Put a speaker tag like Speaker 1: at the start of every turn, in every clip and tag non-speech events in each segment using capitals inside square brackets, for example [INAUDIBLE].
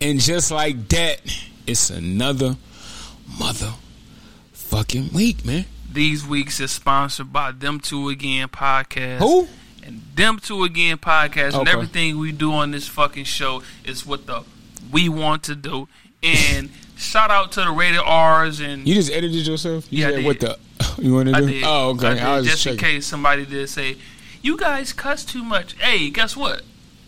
Speaker 1: And just like that, it's another motherfucking week, man.
Speaker 2: These weeks is sponsored by Them Two Again Podcast.
Speaker 1: Who?
Speaker 2: And Them Two Again Podcast and
Speaker 1: Okay.
Speaker 2: everything we do on this fucking show is what the we want to do. And shout out to the rated R's and
Speaker 1: You just edited yourself? You
Speaker 2: Yeah, I
Speaker 1: said
Speaker 2: did.
Speaker 1: what the [LAUGHS] you wanna
Speaker 2: I
Speaker 1: do?
Speaker 2: did.
Speaker 1: Oh, okay.
Speaker 2: I
Speaker 1: I,
Speaker 2: did,
Speaker 1: was
Speaker 2: just
Speaker 1: just
Speaker 2: in
Speaker 1: checking.
Speaker 2: case somebody did say, "You guys cuss too much." Hey, guess what?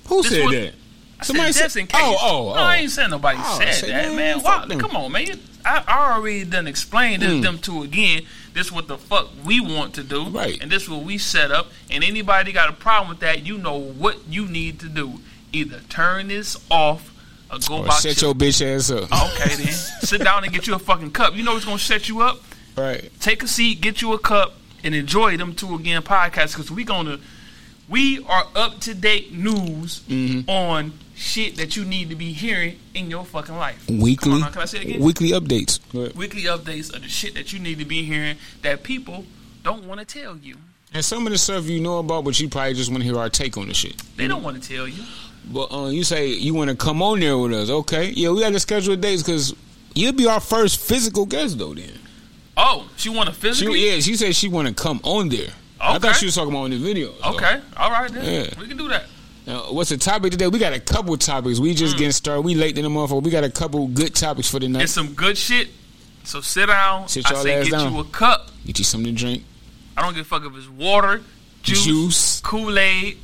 Speaker 1: Who
Speaker 2: This
Speaker 1: said
Speaker 2: was-
Speaker 1: that?
Speaker 2: I
Speaker 1: Somebody
Speaker 2: said,
Speaker 1: said-
Speaker 2: just in case.
Speaker 1: Oh, oh,
Speaker 2: No, I
Speaker 1: oh.
Speaker 2: ain't saying nobody
Speaker 1: Oh,
Speaker 2: said
Speaker 1: say,
Speaker 2: that,
Speaker 1: man,
Speaker 2: man.
Speaker 1: fuck
Speaker 2: Why?
Speaker 1: them. Hmm.
Speaker 2: Come on, man. I, I already done explained this them two again. This what the fuck we want to do,
Speaker 1: Right.
Speaker 2: And this what we set up. And anybody got a problem with that, you know what you need to do. Either turn this off or go
Speaker 1: Or
Speaker 2: back.
Speaker 1: shut your bitch ass up.
Speaker 2: Oh,
Speaker 1: [LAUGHS]
Speaker 2: okay, then sit down and get you a fucking cup. You know what's gonna set you up?
Speaker 1: Right.
Speaker 2: take a seat, get you a cup, and enjoy them two again podcasts because we gonna we are up to date news
Speaker 1: Mm-hmm.
Speaker 2: on shit that you need to be hearing in your fucking life. Come
Speaker 1: Weekly
Speaker 2: on now, can I say it again?
Speaker 1: weekly updates. Go ahead.
Speaker 2: Weekly updates of the shit that you need to be hearing that people don't want to tell you.
Speaker 1: And some of the stuff you know about, but you probably just want to hear our take on the shit.
Speaker 2: They don't want to tell you.
Speaker 1: But uh, you say you want to come on there with us, okay? Yeah, we got to schedule dates because you'll be our first physical guest though. Then
Speaker 2: Oh, she want to
Speaker 1: she,
Speaker 2: physically.
Speaker 1: yeah, she said she want to come on there. I
Speaker 2: Okay.
Speaker 1: thought she was talking about on the video. so.
Speaker 2: Okay, all right then.
Speaker 1: Yeah.
Speaker 2: We can do that.
Speaker 1: Now, what's the topic today? We got a couple topics. We just getting started. We late in the motherfucker. We got a couple good topics for the night.
Speaker 2: Mm. It's some good shit. So sit down.
Speaker 1: Sit
Speaker 2: I
Speaker 1: y'all
Speaker 2: say
Speaker 1: ass
Speaker 2: get
Speaker 1: down.
Speaker 2: you a cup.
Speaker 1: Get you something to drink.
Speaker 2: I don't give a fuck if it's water, juice,
Speaker 1: Juice.
Speaker 2: Kool Aid.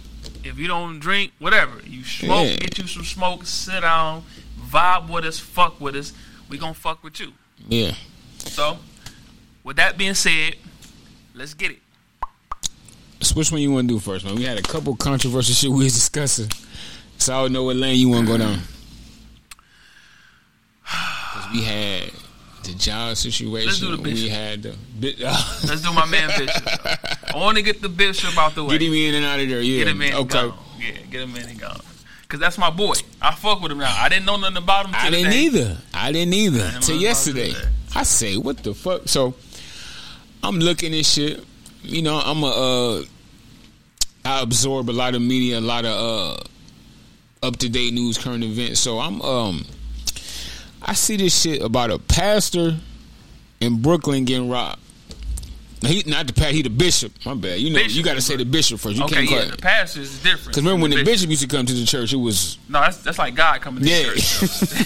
Speaker 2: If you don't drink, whatever. You smoke,
Speaker 1: Yeah.
Speaker 2: get you some smoke, sit down, vibe with us, fuck with us. We gonna fuck with you.
Speaker 1: Yeah.
Speaker 2: So, with that being said, let's get it.
Speaker 1: So which one you want to do first, man? We had a couple controversial shit we was discussing, so I don't know what lane you want to go down.
Speaker 2: [SIGHS]
Speaker 1: 'Cause we had the job
Speaker 2: Let's do the
Speaker 1: situation.
Speaker 2: bitch.
Speaker 1: We had the [LAUGHS] bi-
Speaker 2: Let's do my man Bishop. I want to get the Bishop out the way.
Speaker 1: get him in and out of there. Yeah,
Speaker 2: Get him in and
Speaker 1: okay.
Speaker 2: gone. Yeah, get him in and gone. Cause that's my boy. I fuck with him now. I didn't know nothing about him.
Speaker 1: I
Speaker 2: till
Speaker 1: didn't
Speaker 2: today.
Speaker 1: either. I didn't either
Speaker 2: I'm
Speaker 1: till
Speaker 2: about
Speaker 1: yesterday.
Speaker 2: to do that.
Speaker 1: I say, what the fuck? So I'm looking at shit. You know, I'm a. Uh, I absorb a lot of media, a lot of uh, up to date news, current events. So I'm um. I see this shit about a pastor in Brooklyn getting robbed. Now, He not the pastor, he the bishop. My bad. You know, you
Speaker 2: Bishop.
Speaker 1: got to say the bishop first. You
Speaker 2: Okay,
Speaker 1: can't call
Speaker 2: yeah, the
Speaker 1: it.
Speaker 2: pastor is different.
Speaker 1: Because remember when the
Speaker 2: Bishop.
Speaker 1: bishop used to come to the church, it was
Speaker 2: No, that's that's like God coming to
Speaker 1: Yeah.
Speaker 2: the church. though.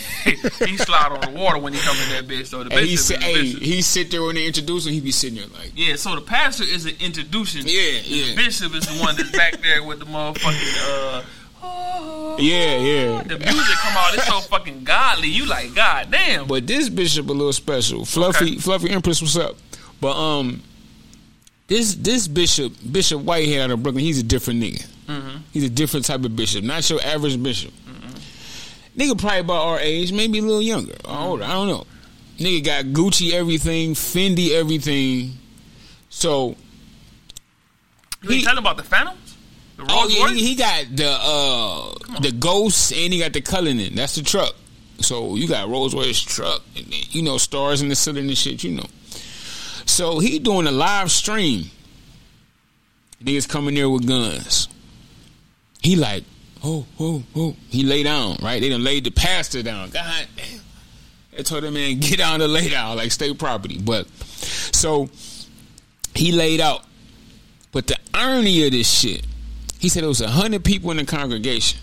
Speaker 2: [LAUGHS] he slide on the water when he come in that bitch. So the
Speaker 1: And he
Speaker 2: bishop,
Speaker 1: said,
Speaker 2: is the
Speaker 1: "Hey,
Speaker 2: bishop.
Speaker 1: he sit there when they introduce him. He be sitting there like,
Speaker 2: yeah." So the pastor is an introduction.
Speaker 1: yeah,
Speaker 2: The
Speaker 1: yeah,
Speaker 2: bishop is the one that's back there with the motherfucking. Uh, oh,
Speaker 1: yeah, yeah."
Speaker 2: The music come out, it's so fucking godly. You like, god damn.
Speaker 1: But this bishop a little special. Fluffy,
Speaker 2: Okay.
Speaker 1: Fluffy Empress, what's up? But um, this this bishop, Bishop Whitehead out of Brooklyn, he's a different nigga.
Speaker 2: Mm-hmm.
Speaker 1: He's a different type of bishop, not your average bishop.
Speaker 2: Mm-hmm.
Speaker 1: Nigga probably about our age, maybe a little younger or older. I don't know. Nigga got Gucci everything, Fendi everything. So
Speaker 2: you ain't
Speaker 1: he-
Speaker 2: telling about the Phantoms? The Rolls
Speaker 1: Oh yeah,
Speaker 2: Royce?
Speaker 1: he, he got the uh the Ghost and he got the Cullinan. That's the truck. So you got Rolls Royce truck, and then, you know stars in the ceiling and shit. You know. So he doing a live stream. Niggas coming there with guns. He like, oh, oh, oh. He lay down, right? They done laid the pastor down. God damn. They told him, man, get down to lay down, like state property. But so he laid out. But the irony of this shit, he said it was a hundred people in the congregation.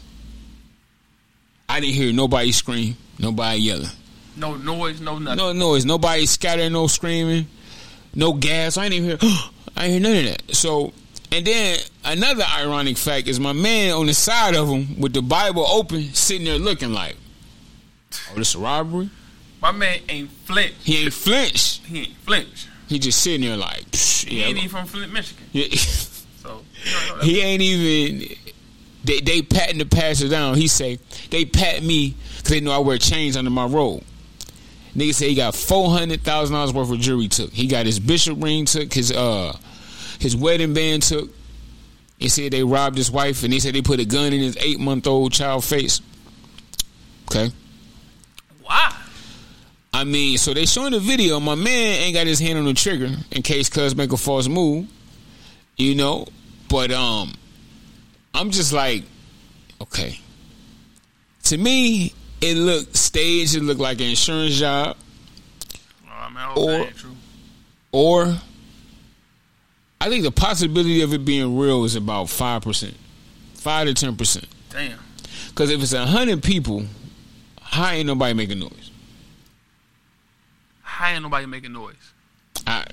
Speaker 1: I didn't hear nobody scream, nobody yelling.
Speaker 2: No noise, no nothing.
Speaker 1: No noise, nobody scattering, no screaming, no gas. I didn't hear. [GASPS] I didn't hear none of that. So, and then another ironic fact is my man on the side of him with the Bible open, sitting there looking like, "Oh, this a robbery."
Speaker 2: My man ain't Flint.
Speaker 1: He ain't flinched.
Speaker 2: He ain't Flint.
Speaker 1: He just sitting there like, "Psh,
Speaker 2: He
Speaker 1: yeah,
Speaker 2: ain't even from Flint, Michigan.
Speaker 1: [LAUGHS] yeah."
Speaker 2: So you don't know that.
Speaker 1: He ain't even. They they patting the pastor down. He say they pat me because they know I wear chains under my robe. Nigga say he got four hundred thousand dollars worth of jewelry took. He got his bishop ring took. His uh his wedding band took. He said they robbed his wife and they said they put a gun in his eight month old child face. Okay.
Speaker 2: Why?
Speaker 1: I mean, so they showing the video. My man ain't got his hand on the trigger in case Cuz make a false move, you know. But um, I'm just like, okay. To me, It looked staged. It looked like an insurance job,
Speaker 2: Oh, I mean, I hope that
Speaker 1: Or-
Speaker 2: ain't true.
Speaker 1: or I think the possibility of it being real is about five percent, five to ten percent.
Speaker 2: Damn.
Speaker 1: Because if it's a hundred people, how ain't nobody making noise?
Speaker 2: How ain't nobody making noise?
Speaker 1: I,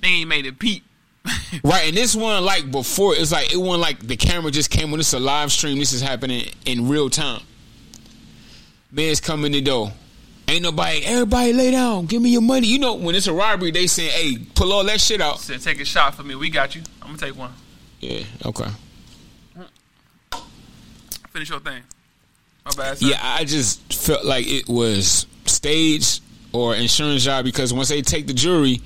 Speaker 2: They ain't made it peep. [LAUGHS]
Speaker 1: right, and this one like before, it's like it wasn't like the camera just came on. It's a live stream. This is happening in real time. Man's coming the door. Ain't nobody. Everybody lay down. Give me your money. You know when it's a robbery, they say, "Hey, pull all that shit out."
Speaker 2: Said, take a shot for me. We got you. I'm gonna take one.
Speaker 1: Yeah. Okay.
Speaker 2: Finish your thing. My bad. Sir.
Speaker 1: Yeah, I just felt like it was staged or insurance job because once they take the jury,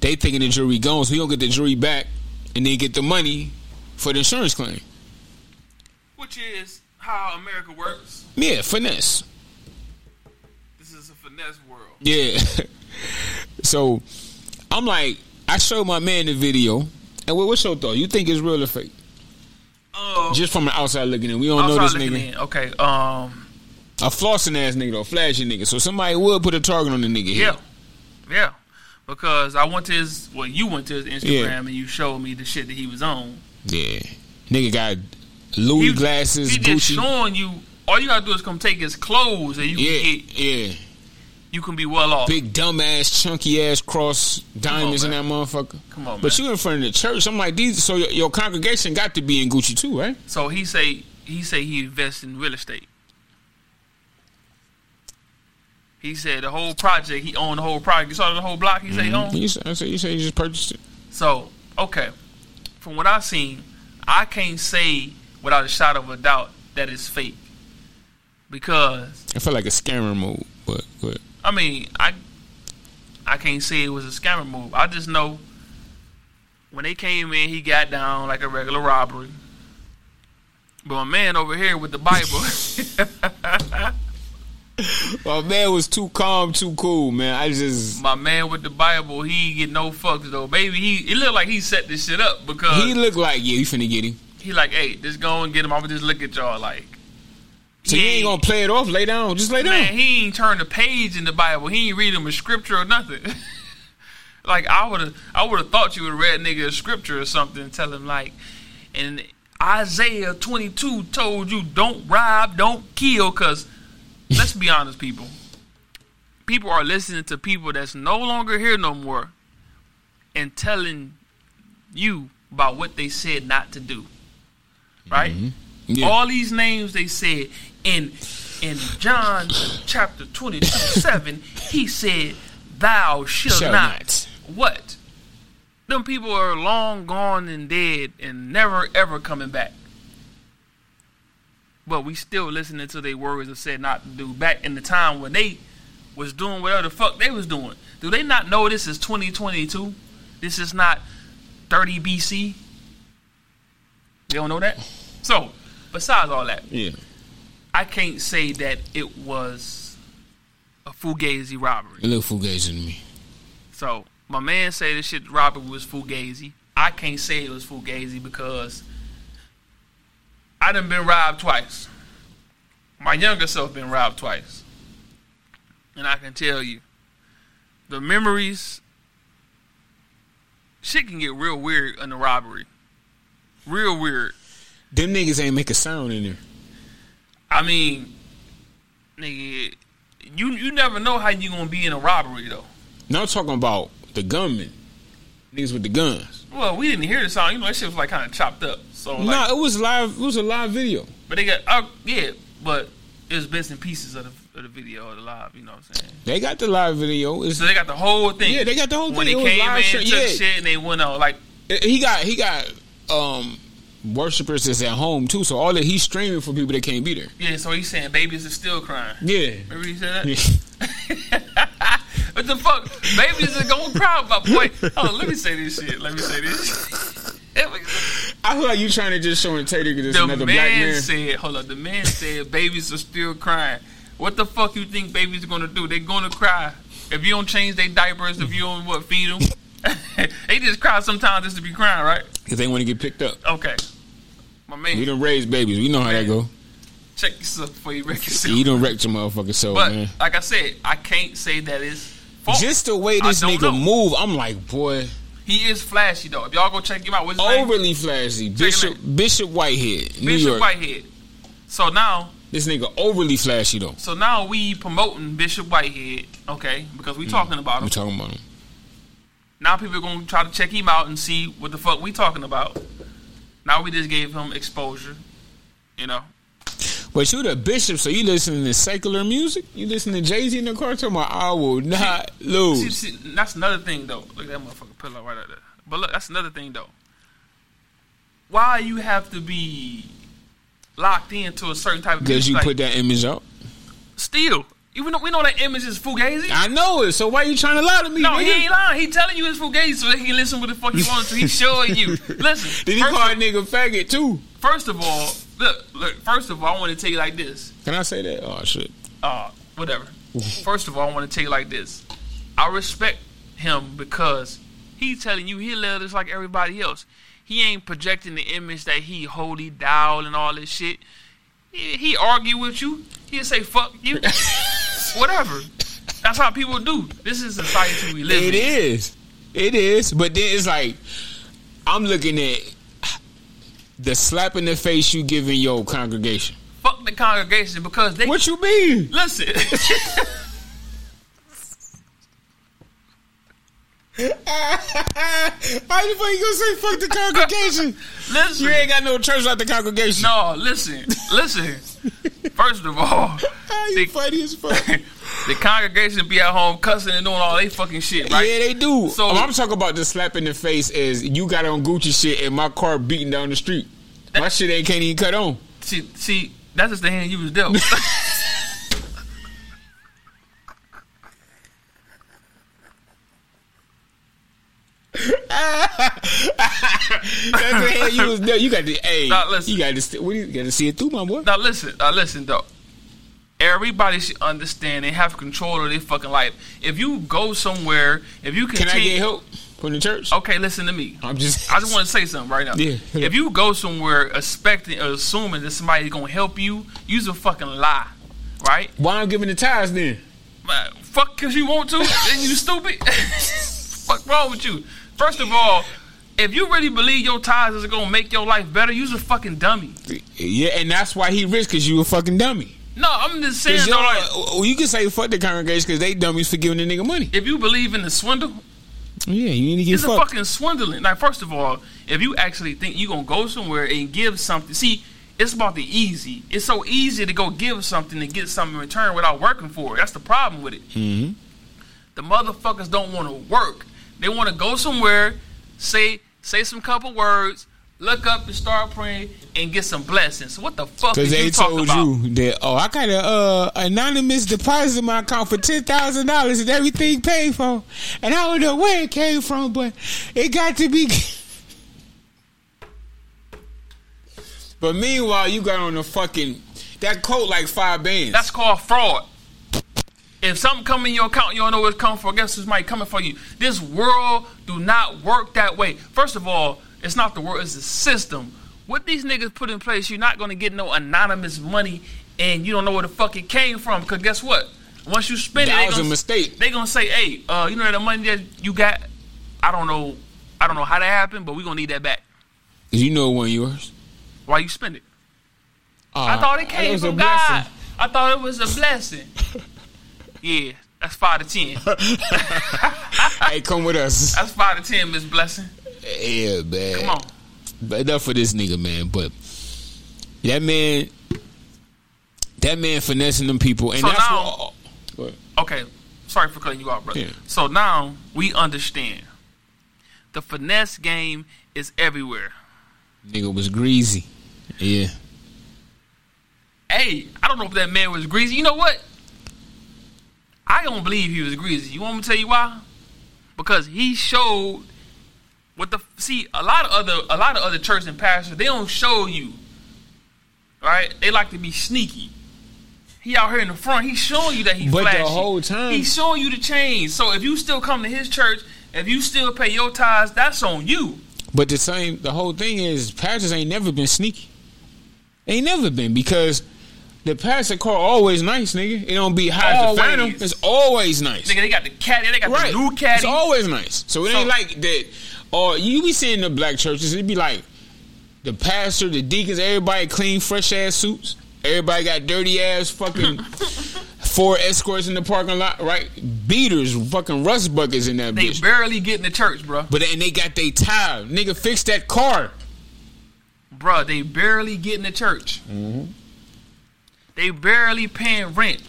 Speaker 1: they thinking the jury gone, so we don't get the jury back and then get the money for the insurance claim.
Speaker 2: Which is how America works.
Speaker 1: Yeah, finesse.
Speaker 2: This is a finesse world.
Speaker 1: Yeah. [LAUGHS] so I'm like, I showed my man the video. And what, what's your thought? You think it's real or fake?
Speaker 2: Oh,
Speaker 1: Just from the outside looking in, we don't
Speaker 2: I'm
Speaker 1: know
Speaker 2: sorry,
Speaker 1: this
Speaker 2: looking
Speaker 1: nigga.
Speaker 2: in. Okay. Um.
Speaker 1: A flossing ass nigga though, flashy nigga. So somebody would put a target on the nigga. here.
Speaker 2: Yeah. Yeah. Because I went to his, well, you went to his Instagram
Speaker 1: Yeah.
Speaker 2: and you showed me the shit that he was on.
Speaker 1: yeah. Nigga got Louis
Speaker 2: He-
Speaker 1: glasses,
Speaker 2: He
Speaker 1: Gucci.
Speaker 2: just showing you. All you gotta do is come take his clothes and you
Speaker 1: Yeah,
Speaker 2: can get,
Speaker 1: yeah.
Speaker 2: you can be well off.
Speaker 1: Big dumb ass, chunky ass cross diamonds
Speaker 2: on,
Speaker 1: in that motherfucker.
Speaker 2: Come on,
Speaker 1: But
Speaker 2: man.
Speaker 1: you in front of the church. I'm like, these. So your, your congregation got to be in Gucci too, right?
Speaker 2: So he say he say he invests in real estate. He said the whole project he owned the whole project. You saw the whole block he say he owned.
Speaker 1: You say, I said, you say you just purchased it.
Speaker 2: So okay, from what I've seen, I can't say without a shadow of a doubt that it's fake because
Speaker 1: I felt like a scammer move, but, but
Speaker 2: I mean, I I can't say it was a scammer move. I just know when they came in, he got down like a regular robbery. But my man over here with the [LAUGHS] Bible,
Speaker 1: my man was too calm, too cool, man. I just
Speaker 2: my man with the Bible, he ain't get no fucks though, baby. He it looked like he set this shit up because
Speaker 1: he
Speaker 2: he,
Speaker 1: looked like yeah, you finna get him.
Speaker 2: like, hey, just go and get him. I'ma just look at y'all like.
Speaker 1: So you ain't gonna play it off. Lay down, just lay down.
Speaker 2: Man, he ain't turned a page in the Bible. He ain't reading a scripture or nothing. [LAUGHS] like I would have, I would have thought you would have read nigga a scripture or something. Tell him like, and Isaiah twenty two told you don't rob, don't kill. Cause let's be honest, people. People are listening to people that's no longer here no more, and telling you about what they said not to do. Right.
Speaker 1: yeah.
Speaker 2: All these names they said in in John chapter 22, 7, he said, Thou shalt
Speaker 1: Shall
Speaker 2: not.
Speaker 1: not.
Speaker 2: What? Them people are long gone and dead and never ever coming back. But we still listening to their words and said not to do back in the time when they was doing whatever the fuck they was doing. Do they not know this is 2022? This is not 30 BC? They don't know that? So, besides all that,
Speaker 1: yeah.
Speaker 2: I can't say that it was a fugazi robbery.
Speaker 1: It looked fugazi to me.
Speaker 2: So my man say this shit robbery was fugazi. I can't say it was fugazi because I done been robbed twice. My younger self been robbed twice, and I can tell you, the memories. Shit can get real weird in the robbery, real weird.
Speaker 1: Them niggas ain't make a sound in there.
Speaker 2: I mean, nigga, you you never know how you gonna be in a robbery though.
Speaker 1: Now I'm talking about the gunmen, niggas with the guns.
Speaker 2: Well, we didn't hear the song. You know, that shit was like kind of chopped up. So like,
Speaker 1: nah, it was live. It was a live video.
Speaker 2: but they got uh, yeah, but it was bits and pieces of the, of the video or the live. You know what I'm saying?
Speaker 1: They got the live video. It's
Speaker 2: So they got the whole thing.
Speaker 1: Yeah, they got the whole
Speaker 2: when
Speaker 1: thing. It
Speaker 2: When
Speaker 1: was
Speaker 2: they came in,
Speaker 1: live
Speaker 2: took
Speaker 1: shit, yeah.
Speaker 2: shit, and they went on like
Speaker 1: he got he got um worshipers that's at home too. So all that he's streaming for people that can't be there.
Speaker 2: yeah. So he's saying babies are still crying.
Speaker 1: [LAUGHS] Yeah.
Speaker 2: Remember he said that. [LAUGHS] what the fuck? Babies are gonna cry, my boy. Oh, let me say this shit. Let me say this. [LAUGHS]
Speaker 1: I feel like you trying to just show and tell you there's
Speaker 2: The
Speaker 1: another
Speaker 2: man,
Speaker 1: black man.
Speaker 2: said, "Hold up." The man said, "Babies are still crying." What the fuck you think babies are gonna do? They're gonna cry if you don't change their diapers. If you don't what feed them, [LAUGHS] they just cry sometimes just to be crying, right?
Speaker 1: Cause they want to get picked up.
Speaker 2: Okay, my
Speaker 1: We
Speaker 2: man.
Speaker 1: done raise babies. We know how that go.
Speaker 2: check yourself before you wreck yourself.
Speaker 1: You don't wreck your motherfucking soul,
Speaker 2: [LAUGHS] But
Speaker 1: man.
Speaker 2: like I said, I can't say that it's fault.
Speaker 1: Just the way
Speaker 2: I
Speaker 1: this
Speaker 2: don't
Speaker 1: nigga
Speaker 2: know.
Speaker 1: move, I'm like, boy,
Speaker 2: he is flashy though. If y'all go check him out, what's his name?
Speaker 1: overly flashy. Bishop Bishop Whitehead, New
Speaker 2: Bishop
Speaker 1: York.
Speaker 2: Whitehead. So now,
Speaker 1: This nigga overly flashy though.
Speaker 2: so now we promoting Bishop Whitehead, okay? Because we talking about
Speaker 1: I'm
Speaker 2: him.
Speaker 1: talking about him.
Speaker 2: Now people are gonna try to check him out and see what the fuck we talking about. Now we just gave him exposure, you know.
Speaker 1: But you the bishop, so you listening to secular music? You listen to Jay Z in the car talking about I will not
Speaker 2: See,
Speaker 1: lose.
Speaker 2: see, that's another thing though. Look at that motherfucker pillow right out there. But look, that's another thing though. Why you have to be locked into a certain type of
Speaker 1: Because
Speaker 2: music,
Speaker 1: you
Speaker 2: like,
Speaker 1: put that image out.
Speaker 2: still. Even though we know that image is fugazi.
Speaker 1: I know it. So why you trying to lie to me?
Speaker 2: no,
Speaker 1: nigga?
Speaker 2: he ain't lying. He telling you it's fugazi so that he can listen what the fuck he wants
Speaker 1: [LAUGHS]
Speaker 2: to. He's showing you. Listen.
Speaker 1: Did he
Speaker 2: first,
Speaker 1: call a
Speaker 2: of,
Speaker 1: nigga faggot too?
Speaker 2: first of all, look, look. First of all, I want to tell you like this.
Speaker 1: Can I say that? Oh shit.
Speaker 2: uh,
Speaker 1: [LAUGHS]
Speaker 2: whatever. First of all, I want to tell you like this: I respect him because he's telling you he lives just like everybody else. He ain't projecting the image that he holy down and all this shit. He, he argue with you. He'll say fuck you,
Speaker 1: [LAUGHS]
Speaker 2: whatever. That's how people do. This is the society we live
Speaker 1: It
Speaker 2: in.
Speaker 1: is. It is. But then it's like I'm looking at the slap in the face you giving your congregation.
Speaker 2: Fuck the congregation because they
Speaker 1: What you mean? [LAUGHS]
Speaker 2: listen.
Speaker 1: How the fuck you gonna say fuck the congregation?
Speaker 2: listen.
Speaker 1: [LAUGHS] you ain't got no church like the congregation.
Speaker 2: no, listen, listen. First of all,
Speaker 1: Ah, you
Speaker 2: they-
Speaker 1: funny as [LAUGHS] fuck.
Speaker 2: the congregation be at home cussing and doing all they fucking shit, right?
Speaker 1: Yeah, they do.
Speaker 2: So-
Speaker 1: So I'm talking about the slap in the face is you got on Gucci shit and my car beating down the street. My shit ain't can't even cut [LAUGHS] on.
Speaker 2: See, see, that's just the hand you
Speaker 1: [LAUGHS]
Speaker 2: was dealt.
Speaker 1: That's the hell you was there. You got to, hey,
Speaker 2: Nah, listen.
Speaker 1: you got to, st- what do you, you got to see it through, my boy.
Speaker 2: now listen, now listen though. Everybody should understand they have control of their fucking life. If you go somewhere, if you
Speaker 1: Can I
Speaker 2: continue,
Speaker 1: get help from the church?
Speaker 2: okay, listen to me.
Speaker 1: I'm just,
Speaker 2: I just want to say something right now.
Speaker 1: Yeah.
Speaker 2: If you go somewhere expecting or assuming that somebody's gonna help you, use a fucking lie, right?
Speaker 1: why I'm giving the ties then?
Speaker 2: Man, fuck because you want to and you stupid [LAUGHS] fuck wrong with you first of all if you really believe your ties is gonna make your life better you's a fucking dummy
Speaker 1: Yeah, and that's why he rich because you a fucking dummy.
Speaker 2: no i'm just saying
Speaker 1: 'Cause
Speaker 2: though,
Speaker 1: y'all-
Speaker 2: like,
Speaker 1: well, you can say fuck the congregation because they dummies for giving the nigga money.
Speaker 2: if you believe in the swindle
Speaker 1: Yeah, you need to get
Speaker 2: it's a
Speaker 1: fucked.
Speaker 2: fucking swindling like first of all if you actually think you gonna go somewhere and give something see it's about the easy it's so easy to go give something and get something in return without working for it that's the problem with it
Speaker 1: Mm-hmm.
Speaker 2: the motherfuckers don't want to work. They want to go somewhere, say say some couple words, look up and start praying and get some blessings. What the fuck
Speaker 1: Because
Speaker 2: is
Speaker 1: they
Speaker 2: you talking
Speaker 1: told
Speaker 2: about?
Speaker 1: you that oh I got a uh, anonymous deposit in my account for ten thousand dollars and everything paid for, and I don't know where it came from, but it got to be. [LAUGHS] but meanwhile, you got on a fucking that coat like five bands.
Speaker 2: That's called fraud. If something come in your account, you don't know where it's coming from. Guess who's might coming for you? This world do not work that way. First of all, it's not the world; it's the system. What these niggas put in place, you're not gonna get no anonymous money, and you don't know where the fuck it came from. Cause guess what? Once you spend it,
Speaker 1: That
Speaker 2: they
Speaker 1: was
Speaker 2: gonna-
Speaker 1: a mistake.
Speaker 2: They gonna say, "Hey, uh, you know that money that you got? I don't know, I don't know how that happened, but we gonna need that back.
Speaker 1: you know one yours.
Speaker 2: Why you spend it?
Speaker 1: Uh,
Speaker 2: I thought it came
Speaker 1: was a
Speaker 2: from God.
Speaker 1: blessing.
Speaker 2: I thought it was a
Speaker 1: [LAUGHS]
Speaker 2: blessing. yeah, that's five to ten.
Speaker 1: [LAUGHS] hey, come with
Speaker 2: [LAUGHS]
Speaker 1: us.
Speaker 2: That's five to ten, Miss Blessing.
Speaker 1: Yeah, man.
Speaker 2: Come on.
Speaker 1: But enough for this nigga, man. But that man, that man finessing them people, and
Speaker 2: So
Speaker 1: that's
Speaker 2: now-
Speaker 1: what.
Speaker 2: Okay. Sorry for cutting you off, brother.
Speaker 1: Yeah.
Speaker 2: So now we understand. The finesse game is everywhere.
Speaker 1: Nigga was greasy. Yeah.
Speaker 2: Hey, I don't know if that man was greasy. You know what? I don't believe he was greasy. You want me to tell you why? Because he showed what the see a lot of other a lot of other church and pastors they don't show you. Right? They like to be sneaky. He out here in the front. He's showing you that he
Speaker 1: But the
Speaker 2: flashy.
Speaker 1: whole time-
Speaker 2: he's showing you the change. So if you still come to his church, if you still pay your tithes, that's on you.
Speaker 1: But the same, the whole thing is, pastors ain't never been sneaky. Ain't never been because The passenger car always nice, nigga. It don't be high as the Phantom.
Speaker 2: Always.
Speaker 1: It's always nice.
Speaker 2: Nigga, they got the cat. They got
Speaker 1: right.
Speaker 2: the new cat.
Speaker 1: It's always nice. So it
Speaker 2: So-
Speaker 1: ain't like that. Or you be seeing the black churches, it be like the pastor, the deacons, everybody clean, fresh ass suits. Everybody got dirty ass fucking
Speaker 2: [LAUGHS]
Speaker 1: four escorts in the parking lot, right? Beaters, fucking rust buckets in that
Speaker 2: They
Speaker 1: bitch.
Speaker 2: barely get in the church, bro.
Speaker 1: but and they got they tire. Nigga, fix that car.
Speaker 2: Bruh, they barely get in the church.
Speaker 1: Mm-hmm.
Speaker 2: They barely paying rent.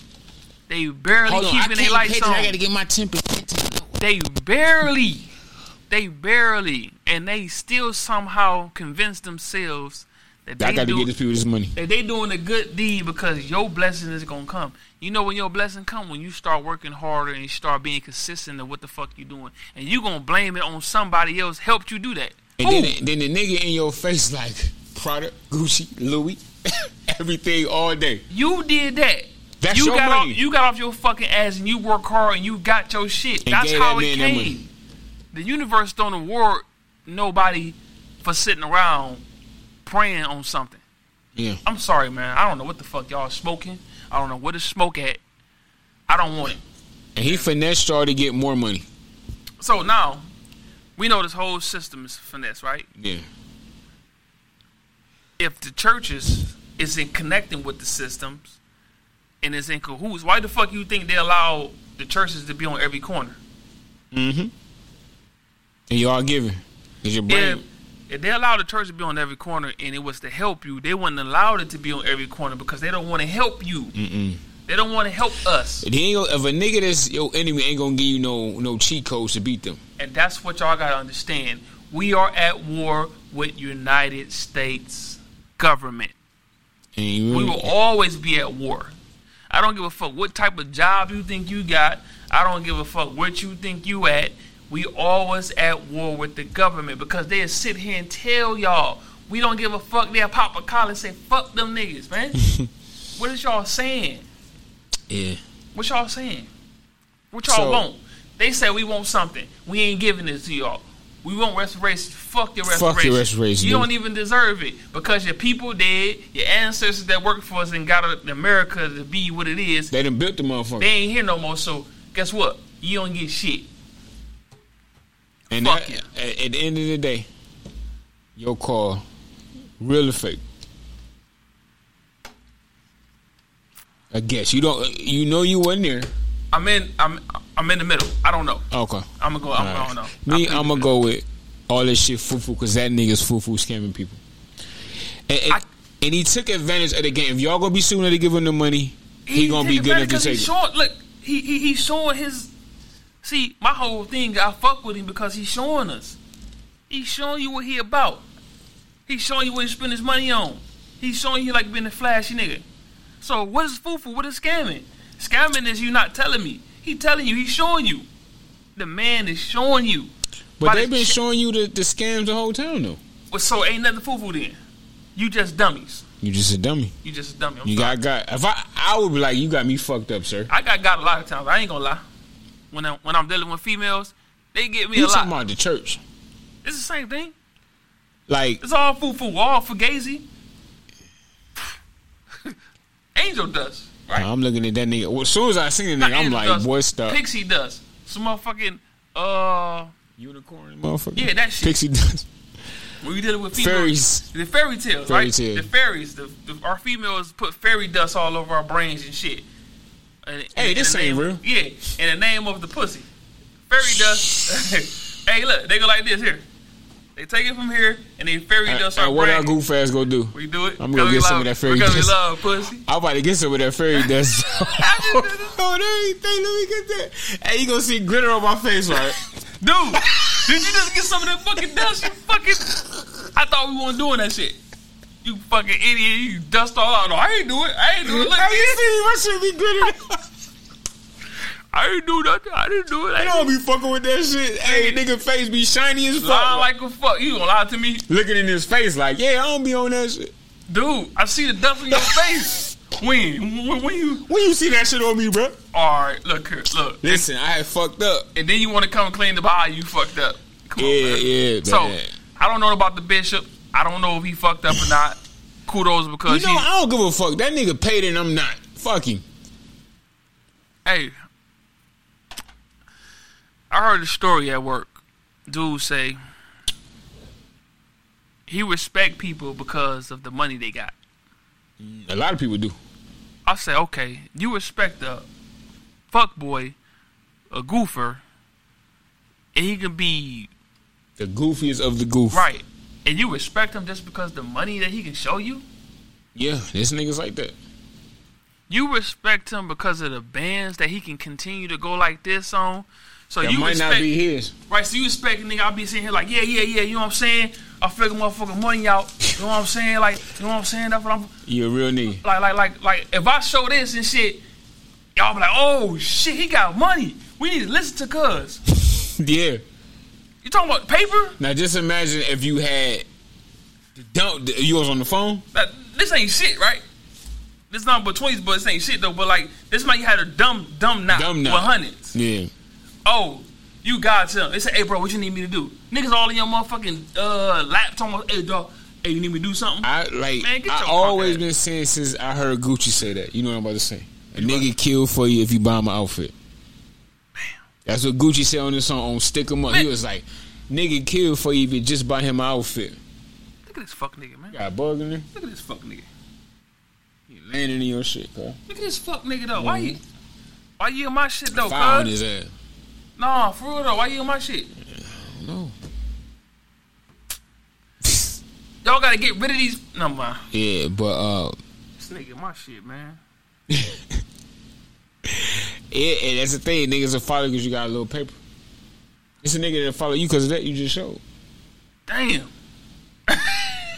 Speaker 2: They barely
Speaker 1: Hold on, I
Speaker 2: keeping their
Speaker 1: can't pay
Speaker 2: lights
Speaker 1: that.
Speaker 2: on.
Speaker 1: I gotta get my ten percent.
Speaker 2: They barely, they barely, and they still somehow convince themselves that they
Speaker 1: I gotta
Speaker 2: do,
Speaker 1: get these people this money.
Speaker 2: that they doing a good deed because your blessing is gonna come. You know when your blessing come when you start working harder and you start being consistent of what the fuck you doing, and you gonna blame it on somebody else helped you do that.
Speaker 1: And
Speaker 2: Who?
Speaker 1: then, then the nigga in your face like Prada, Gucci, Louis, [LAUGHS] everything all day.
Speaker 2: You did that.
Speaker 1: That's
Speaker 2: you
Speaker 1: your
Speaker 2: got
Speaker 1: money.
Speaker 2: Off, you got off your fucking ass and you work hard and you got your shit.
Speaker 1: And
Speaker 2: That's
Speaker 1: gave
Speaker 2: how
Speaker 1: that man
Speaker 2: it
Speaker 1: that
Speaker 2: came.
Speaker 1: money.
Speaker 2: The universe don't award nobody for sitting around praying on something.
Speaker 1: Yeah.
Speaker 2: I'm sorry, man. I don't know what the fuck y'all smoking. I don't know where to smoke at. I don't want it.
Speaker 1: And he finessed y'all to get more money.
Speaker 2: So now we know this whole system is finesse, right?
Speaker 1: Yeah.
Speaker 2: if the churches isn't connecting with the systems and is in cahoots, why the fuck you think they allow the churches to be on every corner?
Speaker 1: And y'all giving. Is your brain.
Speaker 2: If, if they allowed the church to be on every corner and it was to help you, they wouldn't allow it to be on every corner because they don't want to help you. They don't want to help us.
Speaker 1: They ain't gonna- if a nigga that's your enemy ain't gonna give you no no cheat codes to beat them.
Speaker 2: And that's what y'all gotta understand. We are at war with United States government.
Speaker 1: And you
Speaker 2: We
Speaker 1: really,
Speaker 2: will always be at war. I don't give a fuck what type of job you think you got. I don't give a fuck what you think you at. We always at war with the government because they'll sit here and tell y'all we don't give a fuck. They'll pop a collar and say fuck them niggas, man. what is y'all saying?
Speaker 1: yeah.
Speaker 2: What y'all saying? What y'all
Speaker 1: So-
Speaker 2: want? They say we want something. We ain't giving it to y'all. We want restoration. Fuck your restoration.
Speaker 1: Fuck your restoration,
Speaker 2: You
Speaker 1: dude.
Speaker 2: don't even deserve it because your people dead. Your ancestors that worked for us and got America to be what it is. They
Speaker 1: They done built the motherfucker.
Speaker 2: ain't here no more. So guess what? You don't get shit.
Speaker 1: and
Speaker 2: fuck
Speaker 1: that,
Speaker 2: you.
Speaker 1: at, at the end of the day, your call, real or fake. I guess you don't. You know you wasn't there.
Speaker 2: I'm in. I'm. I'm in the middle. I don't know.
Speaker 1: Okay.
Speaker 2: I'm gonna go. I'm going
Speaker 1: Alright.
Speaker 2: know.
Speaker 1: Me, I'm gonna go with all this shit fufu because that nigga's fufu scamming people. And, and,
Speaker 2: I-
Speaker 1: and he took advantage of the game. If y'all gonna be soon to give him the money, he, gonna be
Speaker 2: take
Speaker 1: good enough to
Speaker 2: advantage 'cause
Speaker 1: take
Speaker 2: he
Speaker 1: it.
Speaker 2: showing, Look, he, he he's showing his. See, my whole thing, I fuck with him because he's showing us. He's showing you what he about. He's showing you what he spend his money on. He's showing you like being a flashy nigga. So what is fufu? What is scamming? Scamming is you not telling me. He telling you. He's showing you. The man is showing you.
Speaker 1: But
Speaker 2: By
Speaker 1: they've
Speaker 2: the
Speaker 1: been
Speaker 2: shit-
Speaker 1: showing you the, the scams the whole time though.
Speaker 2: Well, so ain't nothing fufu then. You just dummies.
Speaker 1: You just a dummy.
Speaker 2: You just a dummy. I'm
Speaker 1: You
Speaker 2: sorry.
Speaker 1: got got. If I I would be like, you got me fucked up, sir.
Speaker 2: I got got a lot of times. I ain't gonna lie. When I, when I'm dealing with females, they get me
Speaker 1: You
Speaker 2: a lot.
Speaker 1: talking about the church?
Speaker 2: It's the same thing.
Speaker 1: Like
Speaker 2: It's all foo foo, all fugazi. [LAUGHS] Angel dust, right?
Speaker 1: I'm looking at that nigga. Well, as soon as I seen the
Speaker 2: Not
Speaker 1: nigga, I'm
Speaker 2: angel
Speaker 1: like,
Speaker 2: dust,
Speaker 1: boy, stop.
Speaker 2: Pixie dust. Some motherfucking uh,
Speaker 1: Unicorn, motherfucker.
Speaker 2: Yeah, that shit.
Speaker 1: Pixie dust.
Speaker 2: when you dealing with females,
Speaker 1: Fairies.
Speaker 2: the fairy tales,
Speaker 1: Fairy
Speaker 2: right?
Speaker 1: tale.
Speaker 2: The fairies, the, the our females put fairy dust all over our brains and shit. And,
Speaker 1: Hey,
Speaker 2: and
Speaker 1: this
Speaker 2: the
Speaker 1: ain't
Speaker 2: name-
Speaker 1: real.
Speaker 2: Yeah, in the name of the pussy, fairy dust. [LAUGHS] hey, look, they go like this here. They take it from here and they fairy dust our
Speaker 1: And Uh, what our
Speaker 2: brain.
Speaker 1: goof ass gonna do?
Speaker 2: We do it.
Speaker 1: I'm gonna
Speaker 2: because we
Speaker 1: get some of
Speaker 2: love-
Speaker 1: that fairy
Speaker 2: because
Speaker 1: dust.
Speaker 2: we love pussy.
Speaker 1: I'm about to get some of that fairy
Speaker 2: [LAUGHS]
Speaker 1: dust. [LAUGHS]
Speaker 2: I just did it.
Speaker 1: oh, everything. Let me get that. Hey, you gonna see glitter on my face, right?
Speaker 2: Dude, did you just get some of that fucking dust? You fucking. I thought we weren't doing that shit. You fucking idiot. You dust all out. No, I ain't do it. I ain't do it. [LAUGHS] Look,
Speaker 1: Have you
Speaker 2: I,
Speaker 1: seen my shit be [LAUGHS] glittered?
Speaker 2: ain't do nothing. I didn't do it. I
Speaker 1: I
Speaker 2: ain't
Speaker 1: don't be fucking with that shit. Hey, nigga, face be shiny as fuck.
Speaker 2: Lie like a fuck. You gonna lie to me?
Speaker 1: Looking in his face, like, yeah, I don't be on that shit.
Speaker 2: Dude, I see the dust on your face. When? When, when you.
Speaker 1: When you see that shit on me, bro?
Speaker 2: Alright, look here. Look.
Speaker 1: Listen, I had fucked up.
Speaker 2: And then you wanna come clean the body you fucked up. Come
Speaker 1: Yeah,
Speaker 2: man.
Speaker 1: yeah,
Speaker 2: So,
Speaker 1: man.
Speaker 2: I don't know about the bishop. I don't know if he fucked up or not. kudos because
Speaker 1: you know,
Speaker 2: he-
Speaker 1: I don't give a fuck. That nigga paid and I'm not. Fuck him.
Speaker 2: Hey, I heard a story at work. Dude say he respect people because of the money they got.
Speaker 1: A lot of people do.
Speaker 2: I say, okay, you respect a fuck boy, a goofer, and he can be
Speaker 1: The goofiest of the goof.
Speaker 2: right, and you respect him just because the money that he can show you.
Speaker 1: Yeah, this nigga's like that.
Speaker 2: You respect him because of the bands that he can continue to go like this on. So
Speaker 1: That
Speaker 2: you
Speaker 1: might
Speaker 2: respect,
Speaker 1: not be his.
Speaker 2: Right, so you expect a nigga, I'll be sitting here like, yeah, yeah, yeah, you know what I'm saying? I figure motherfucking money out. You know what I'm saying? Like, you know what I'm saying? That's what I'm
Speaker 1: You a real nigga. [LAUGHS]
Speaker 2: like, like, like, like, if I show this and shit, y'all be like, oh shit, he got money. We need to listen to cuz.
Speaker 1: Yeah.
Speaker 2: You talking about paper?
Speaker 1: Now just imagine if you had the dump. the- You was on the phone.
Speaker 2: Like, this ain't shit, right? This not but twenties, but this ain't shit though. But like this might had a dumb, dumb knock
Speaker 1: Dumb
Speaker 2: with
Speaker 1: knock.
Speaker 2: hundreds.
Speaker 1: Yeah.
Speaker 2: Oh, you got to They say, hey bro, what you need me to do? Niggas all in your motherfucking uh lap talking about, hey dog, hey, you need me to do something?
Speaker 1: I like.
Speaker 2: Man, get
Speaker 1: I
Speaker 2: your
Speaker 1: always
Speaker 2: punk ass.
Speaker 1: been saying since I heard Gucci say that. You know what I'm about to say. A nigga kill for you if you buy my outfit. That's what Gucci said on this song on Stick 'Em Up. He
Speaker 2: Man.
Speaker 1: was like, "Nigga kill for you if you just buy him my outfit."
Speaker 2: Look at this fuck nigga, man.
Speaker 1: Got a bug in there.
Speaker 2: Look at this fuck nigga.
Speaker 1: He landing in your shit, cuz.
Speaker 2: Look at this fuck nigga though.
Speaker 1: Mm-hmm.
Speaker 2: Why you? Why you in my shit though?
Speaker 1: Fire on
Speaker 2: cuz?
Speaker 1: his ass.
Speaker 2: Nah, for real though. Why you in my shit?
Speaker 1: No.
Speaker 2: Y'all gotta get rid of these. No man,
Speaker 1: Yeah, but uh,
Speaker 2: this nigga in my shit, man.
Speaker 1: Yeah, and that's the thing. Niggas will follow because you got a little paper. It's a nigga that follow you because of that you just showed.
Speaker 2: Damn. [LAUGHS]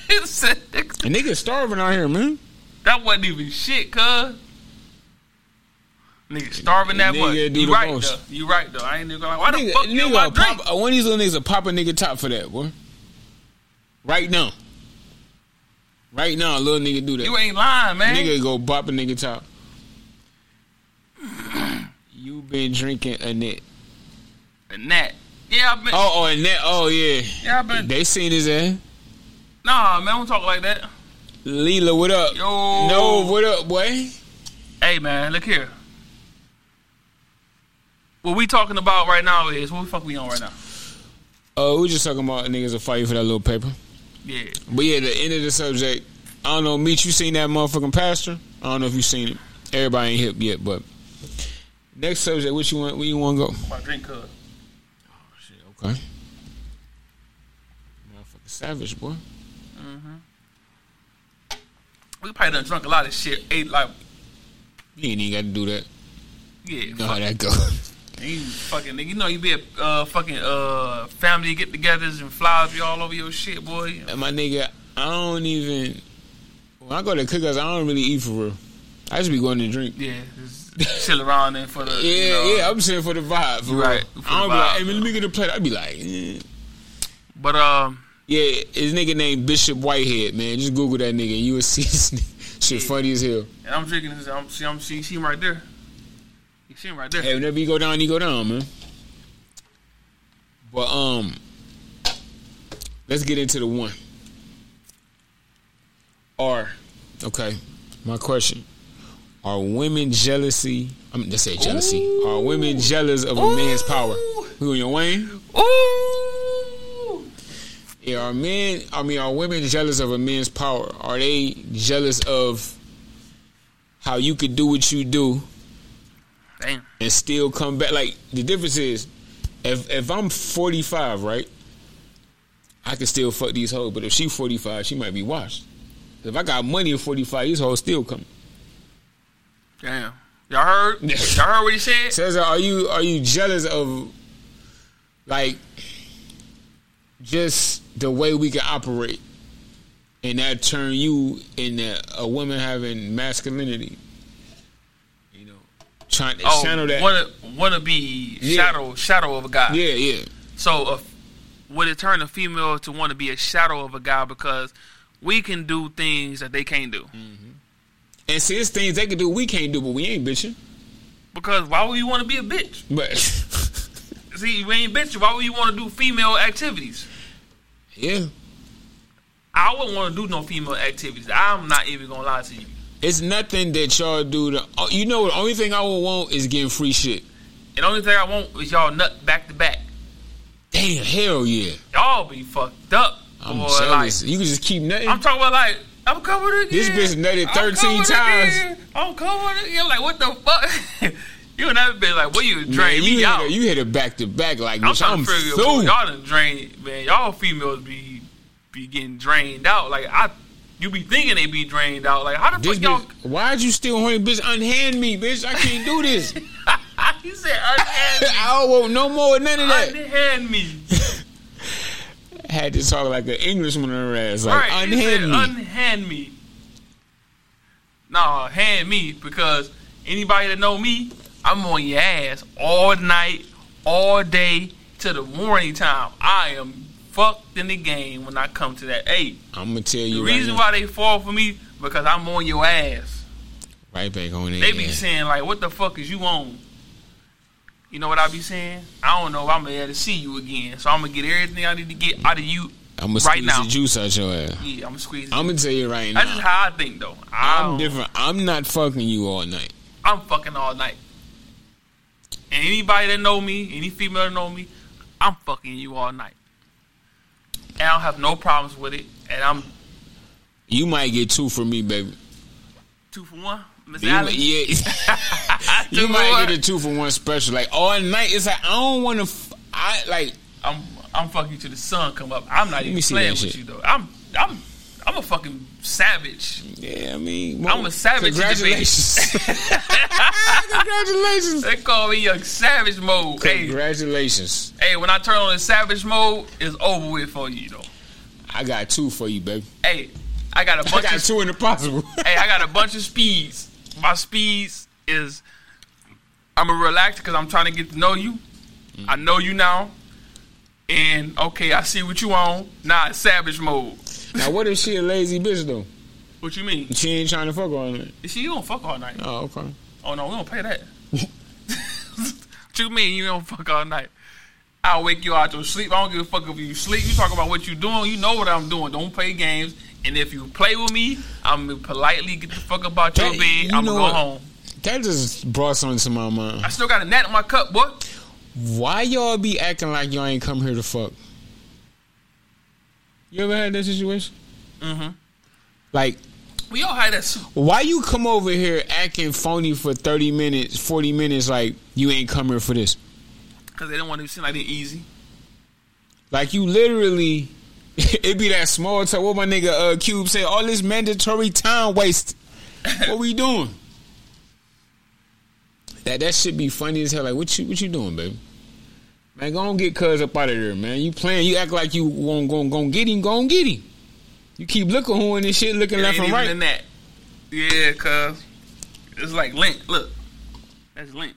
Speaker 2: It's a-
Speaker 1: A nigga starving out here, man.
Speaker 2: that wasn't even shit, cuz. Nigga starving that
Speaker 1: Nigga
Speaker 2: much.
Speaker 1: do
Speaker 2: You
Speaker 1: the
Speaker 2: right
Speaker 1: most.
Speaker 2: though. You right though. I ain't even gonna lie. Why
Speaker 1: Nigga,
Speaker 2: the fuck you in my
Speaker 1: nigga, a
Speaker 2: drink?
Speaker 1: pop, uh, one of these little niggas will pop a nigga top for that, boy. Right now, right now, a little nigga do that.
Speaker 2: You ain't lying, man.
Speaker 1: nigga go bop a nigga top. you been drinking a net.
Speaker 2: And that. Yeah, I've been.
Speaker 1: Oh, oh, a net. Oh, yeah.
Speaker 2: Yeah, I've been.
Speaker 1: They seen his ass.
Speaker 2: Nah, man, don't talk like that.
Speaker 1: Leela, what up?
Speaker 2: Yo.
Speaker 1: No, what up, boy?
Speaker 2: Hey man, look here. What we talking about right now is what the fuck we on right now?
Speaker 1: Oh, we just talking about niggas will fight you for that little paper.
Speaker 2: Yeah.
Speaker 1: But yeah, the end of the subject. I don't know, Meach, you seen that motherfucking pastor? I don't know if you seen it. Everybody ain't hip yet, but next subject, what you want? Where you want to go?
Speaker 2: My drink cup.
Speaker 1: Okay. Motherfucking savage boy.
Speaker 2: We probably done drunk a lot of shit. Ate like
Speaker 1: You ain't even got to do that.
Speaker 2: yeah,
Speaker 1: You know
Speaker 2: fuck,
Speaker 1: how that goes.
Speaker 2: you fucking nigga. You know you be at uh, fucking uh, family get-togethers and flowers be all over your shit, boy.
Speaker 1: [LAUGHS] And my nigga, I don't even. When I go to cookouts, I don't really eat for real. I just be going to drink.
Speaker 2: Yeah,
Speaker 1: [LAUGHS]
Speaker 2: just chill around there for the
Speaker 1: Yeah,
Speaker 2: you know.
Speaker 1: yeah, I'm saying for the vibe. For
Speaker 2: Right,
Speaker 1: real.
Speaker 2: for
Speaker 1: I don't
Speaker 2: the
Speaker 1: be like,
Speaker 2: vibe,
Speaker 1: hey, man, let me get a plate. I'd be like, eh.
Speaker 2: But um,
Speaker 1: Yeah, his nigga named Bishop Whitehead, man. Just Google that nigga and you will see this nigga. [LAUGHS] Shit funny as hell.
Speaker 2: and I'm drinking. This, I'm see, I'm see, see him right there. You see him right there.
Speaker 1: Hey, whenever you go down, you go down, man. But um let's get into the one. Are okay, my question. Are women jealousy I mean let's say jealousy. Are women jealous of a man's power?
Speaker 2: Ooh.
Speaker 1: Who your Wayne?
Speaker 2: Ooh,
Speaker 1: Yeah, are men I mean are women jealous of a man's power? Are they jealous of how you could do what you do
Speaker 2: damn.
Speaker 1: and still come back. Like the difference is, if if I'm 45, right, I can still fuck these hoes. But if she 45, she might be washed. If I got money at 45, these hoes still coming.
Speaker 2: Damn.
Speaker 1: [LAUGHS]
Speaker 2: Y'all heard? Y'all heard what he said?
Speaker 1: Says, are you are you jealous of like just the way we can operate, and that turn you into a woman having masculinity? You know, trying
Speaker 2: Oh,
Speaker 1: to channel that.
Speaker 2: wanna wanna be
Speaker 1: Yeah.
Speaker 2: shadow shadow of a guy.
Speaker 1: yeah, yeah.
Speaker 2: So uh, would it turn a female to want to be a shadow of a guy because we can do things that they can't do?
Speaker 1: Mm. And see, it's things they can do we can't do, but we ain't bitching.
Speaker 2: Because why would you want to be a bitch?
Speaker 1: But [LAUGHS]
Speaker 2: See, we ain't bitch. Why would you want to do female activities?
Speaker 1: yeah,
Speaker 2: I wouldn't want to do no female activities. I'm not even gonna lie to you.
Speaker 1: It's nothing that y'all do. To, oh, you know, the only thing I would want is getting free shit.
Speaker 2: And the only thing I want is y'all nut back to back.
Speaker 1: Damn, hell yeah.
Speaker 2: Y'all be fucked up.
Speaker 1: I'm
Speaker 2: boy,
Speaker 1: jealous.
Speaker 2: like-
Speaker 1: you can just keep nothing.
Speaker 2: I'm talking about like I'm covered
Speaker 1: This
Speaker 2: again.
Speaker 1: bitch nutted 13
Speaker 2: I'm covered
Speaker 1: times.
Speaker 2: again. I'm covered again. Like what the fuck? [LAUGHS] you and that been like, what you
Speaker 1: you,
Speaker 2: drain me
Speaker 1: hit
Speaker 2: out?
Speaker 1: A, you hit it back to back like
Speaker 2: I'm
Speaker 1: bitch,
Speaker 2: trying
Speaker 1: I'm
Speaker 2: to figure you out.
Speaker 1: through.
Speaker 2: Y'all done drained, man. Y'all females be be getting drained out. Like I, you be thinking they be drained out. Like how the
Speaker 1: This
Speaker 2: fuck y'all?
Speaker 1: bitch, why'd you steal horny bitch? Unhand me, bitch. I can't do
Speaker 2: [LAUGHS]
Speaker 1: this. [LAUGHS]
Speaker 2: you said unhand,
Speaker 1: I don't want no more of none of that.
Speaker 2: unhand me.
Speaker 1: Had to talk like an Englishman on her ass. Like,
Speaker 2: Right? you said
Speaker 1: unhand me.
Speaker 2: unhand me. Nah, hand me because anybody that know me, I'm on your ass all night, all day to the morning time. I am fucked in the game when I come to that. Hey,
Speaker 1: I'm gonna tell
Speaker 2: the
Speaker 1: you right,
Speaker 2: reason
Speaker 1: now.
Speaker 2: why they fall for me because I'm on your ass.
Speaker 1: right back on it.
Speaker 2: They be saying like, "What the fuck is you on?" You know what I be saying? I don't know. if I'm able to see you again, so I'm gonna get everything I need to get out of you.
Speaker 1: I'm gonna
Speaker 2: right
Speaker 1: squeeze
Speaker 2: now.
Speaker 1: the juice out your ass.
Speaker 2: Yeah, I'm squeezing.
Speaker 1: I'm gonna tell you right
Speaker 2: That's just
Speaker 1: now.
Speaker 2: how I think, though. I
Speaker 1: I'm
Speaker 2: am
Speaker 1: different. I'm not fucking you all night.
Speaker 2: I'm fucking all night. And anybody that know me, any female that know me, I'm fucking you all night. And I don't have no problems with it. And I'm
Speaker 1: You might get two from me, baby.
Speaker 2: two for one, Miss
Speaker 1: You, might-
Speaker 2: Allen.
Speaker 1: yeah,
Speaker 2: [LAUGHS] Two
Speaker 1: you
Speaker 2: for
Speaker 1: might
Speaker 2: one.
Speaker 1: get a two for one special. Like all night, it's like I don't want to. F- I like
Speaker 2: I'm I'm fucking you till the sun come up. I'm not
Speaker 1: me
Speaker 2: even
Speaker 1: see
Speaker 2: playing
Speaker 1: that
Speaker 2: with
Speaker 1: shit.
Speaker 2: you though. I'm I'm I'm a fucking savage.
Speaker 1: Yeah, I mean,
Speaker 2: I'm a savage in the
Speaker 1: Congratulations!
Speaker 2: [LAUGHS]
Speaker 1: congratulations!
Speaker 2: They call me young savage mode. Hey,
Speaker 1: Congratulations!
Speaker 2: hey, when I turn on the savage mode, it's over with for you though.
Speaker 1: I got two for you, baby.
Speaker 2: Hey, I got
Speaker 1: [LAUGHS]
Speaker 2: a
Speaker 1: I
Speaker 2: bunch
Speaker 1: got
Speaker 2: of
Speaker 1: two in the possible.
Speaker 2: hey, I got a bunch of speeds. My speeds is I'm a relax because I'm trying to get to know you. I know you now, and okay, I see what you on. Now it's savage mode.
Speaker 1: now, what if she a lazy bitch though?
Speaker 2: What you mean?
Speaker 1: She ain't trying to fuck on it.
Speaker 2: See, you don't fuck all night.
Speaker 1: Oh, okay.
Speaker 2: Oh no, we don't pay that. what you mean you don't fuck all night? I'll wake you out your sleep. I don't give a fuck if you sleep. You talk about what you doing. You know what I'm doing. Don't play games. And if you play with me, I'm gonna politely get the fuck about your
Speaker 1: That-
Speaker 2: bed.
Speaker 1: you
Speaker 2: I'm gonna
Speaker 1: know
Speaker 2: go
Speaker 1: what?
Speaker 2: home.
Speaker 1: That just brought something to my mind.
Speaker 2: I still got a gnat in my cup, boy.
Speaker 1: Why y'all be acting like y'all ain't come here to fuck? You ever had that situation?
Speaker 2: Mhm.
Speaker 1: Like,
Speaker 2: We all had that. s-
Speaker 1: why you come over here acting phony for thirty minutes, forty minutes? Like you ain't come here for this.
Speaker 2: Cause they didn't want to seem like they easy.
Speaker 1: Like you literally, [LAUGHS] it be that small talk. What my nigga uh, Cube say? All this mandatory time waste. What we doing? That that should be funny as hell. Like what you what you doing, baby? Man, go on get Cuz up out of there, man. You playing? You act like you gon' gon' gon' get him, gon' get him. You keep looking who and this shit, looking
Speaker 2: It
Speaker 1: left
Speaker 2: ain't
Speaker 1: and
Speaker 2: even
Speaker 1: right.
Speaker 2: in that. Yeah, cause it's like lint. Look, that's lint.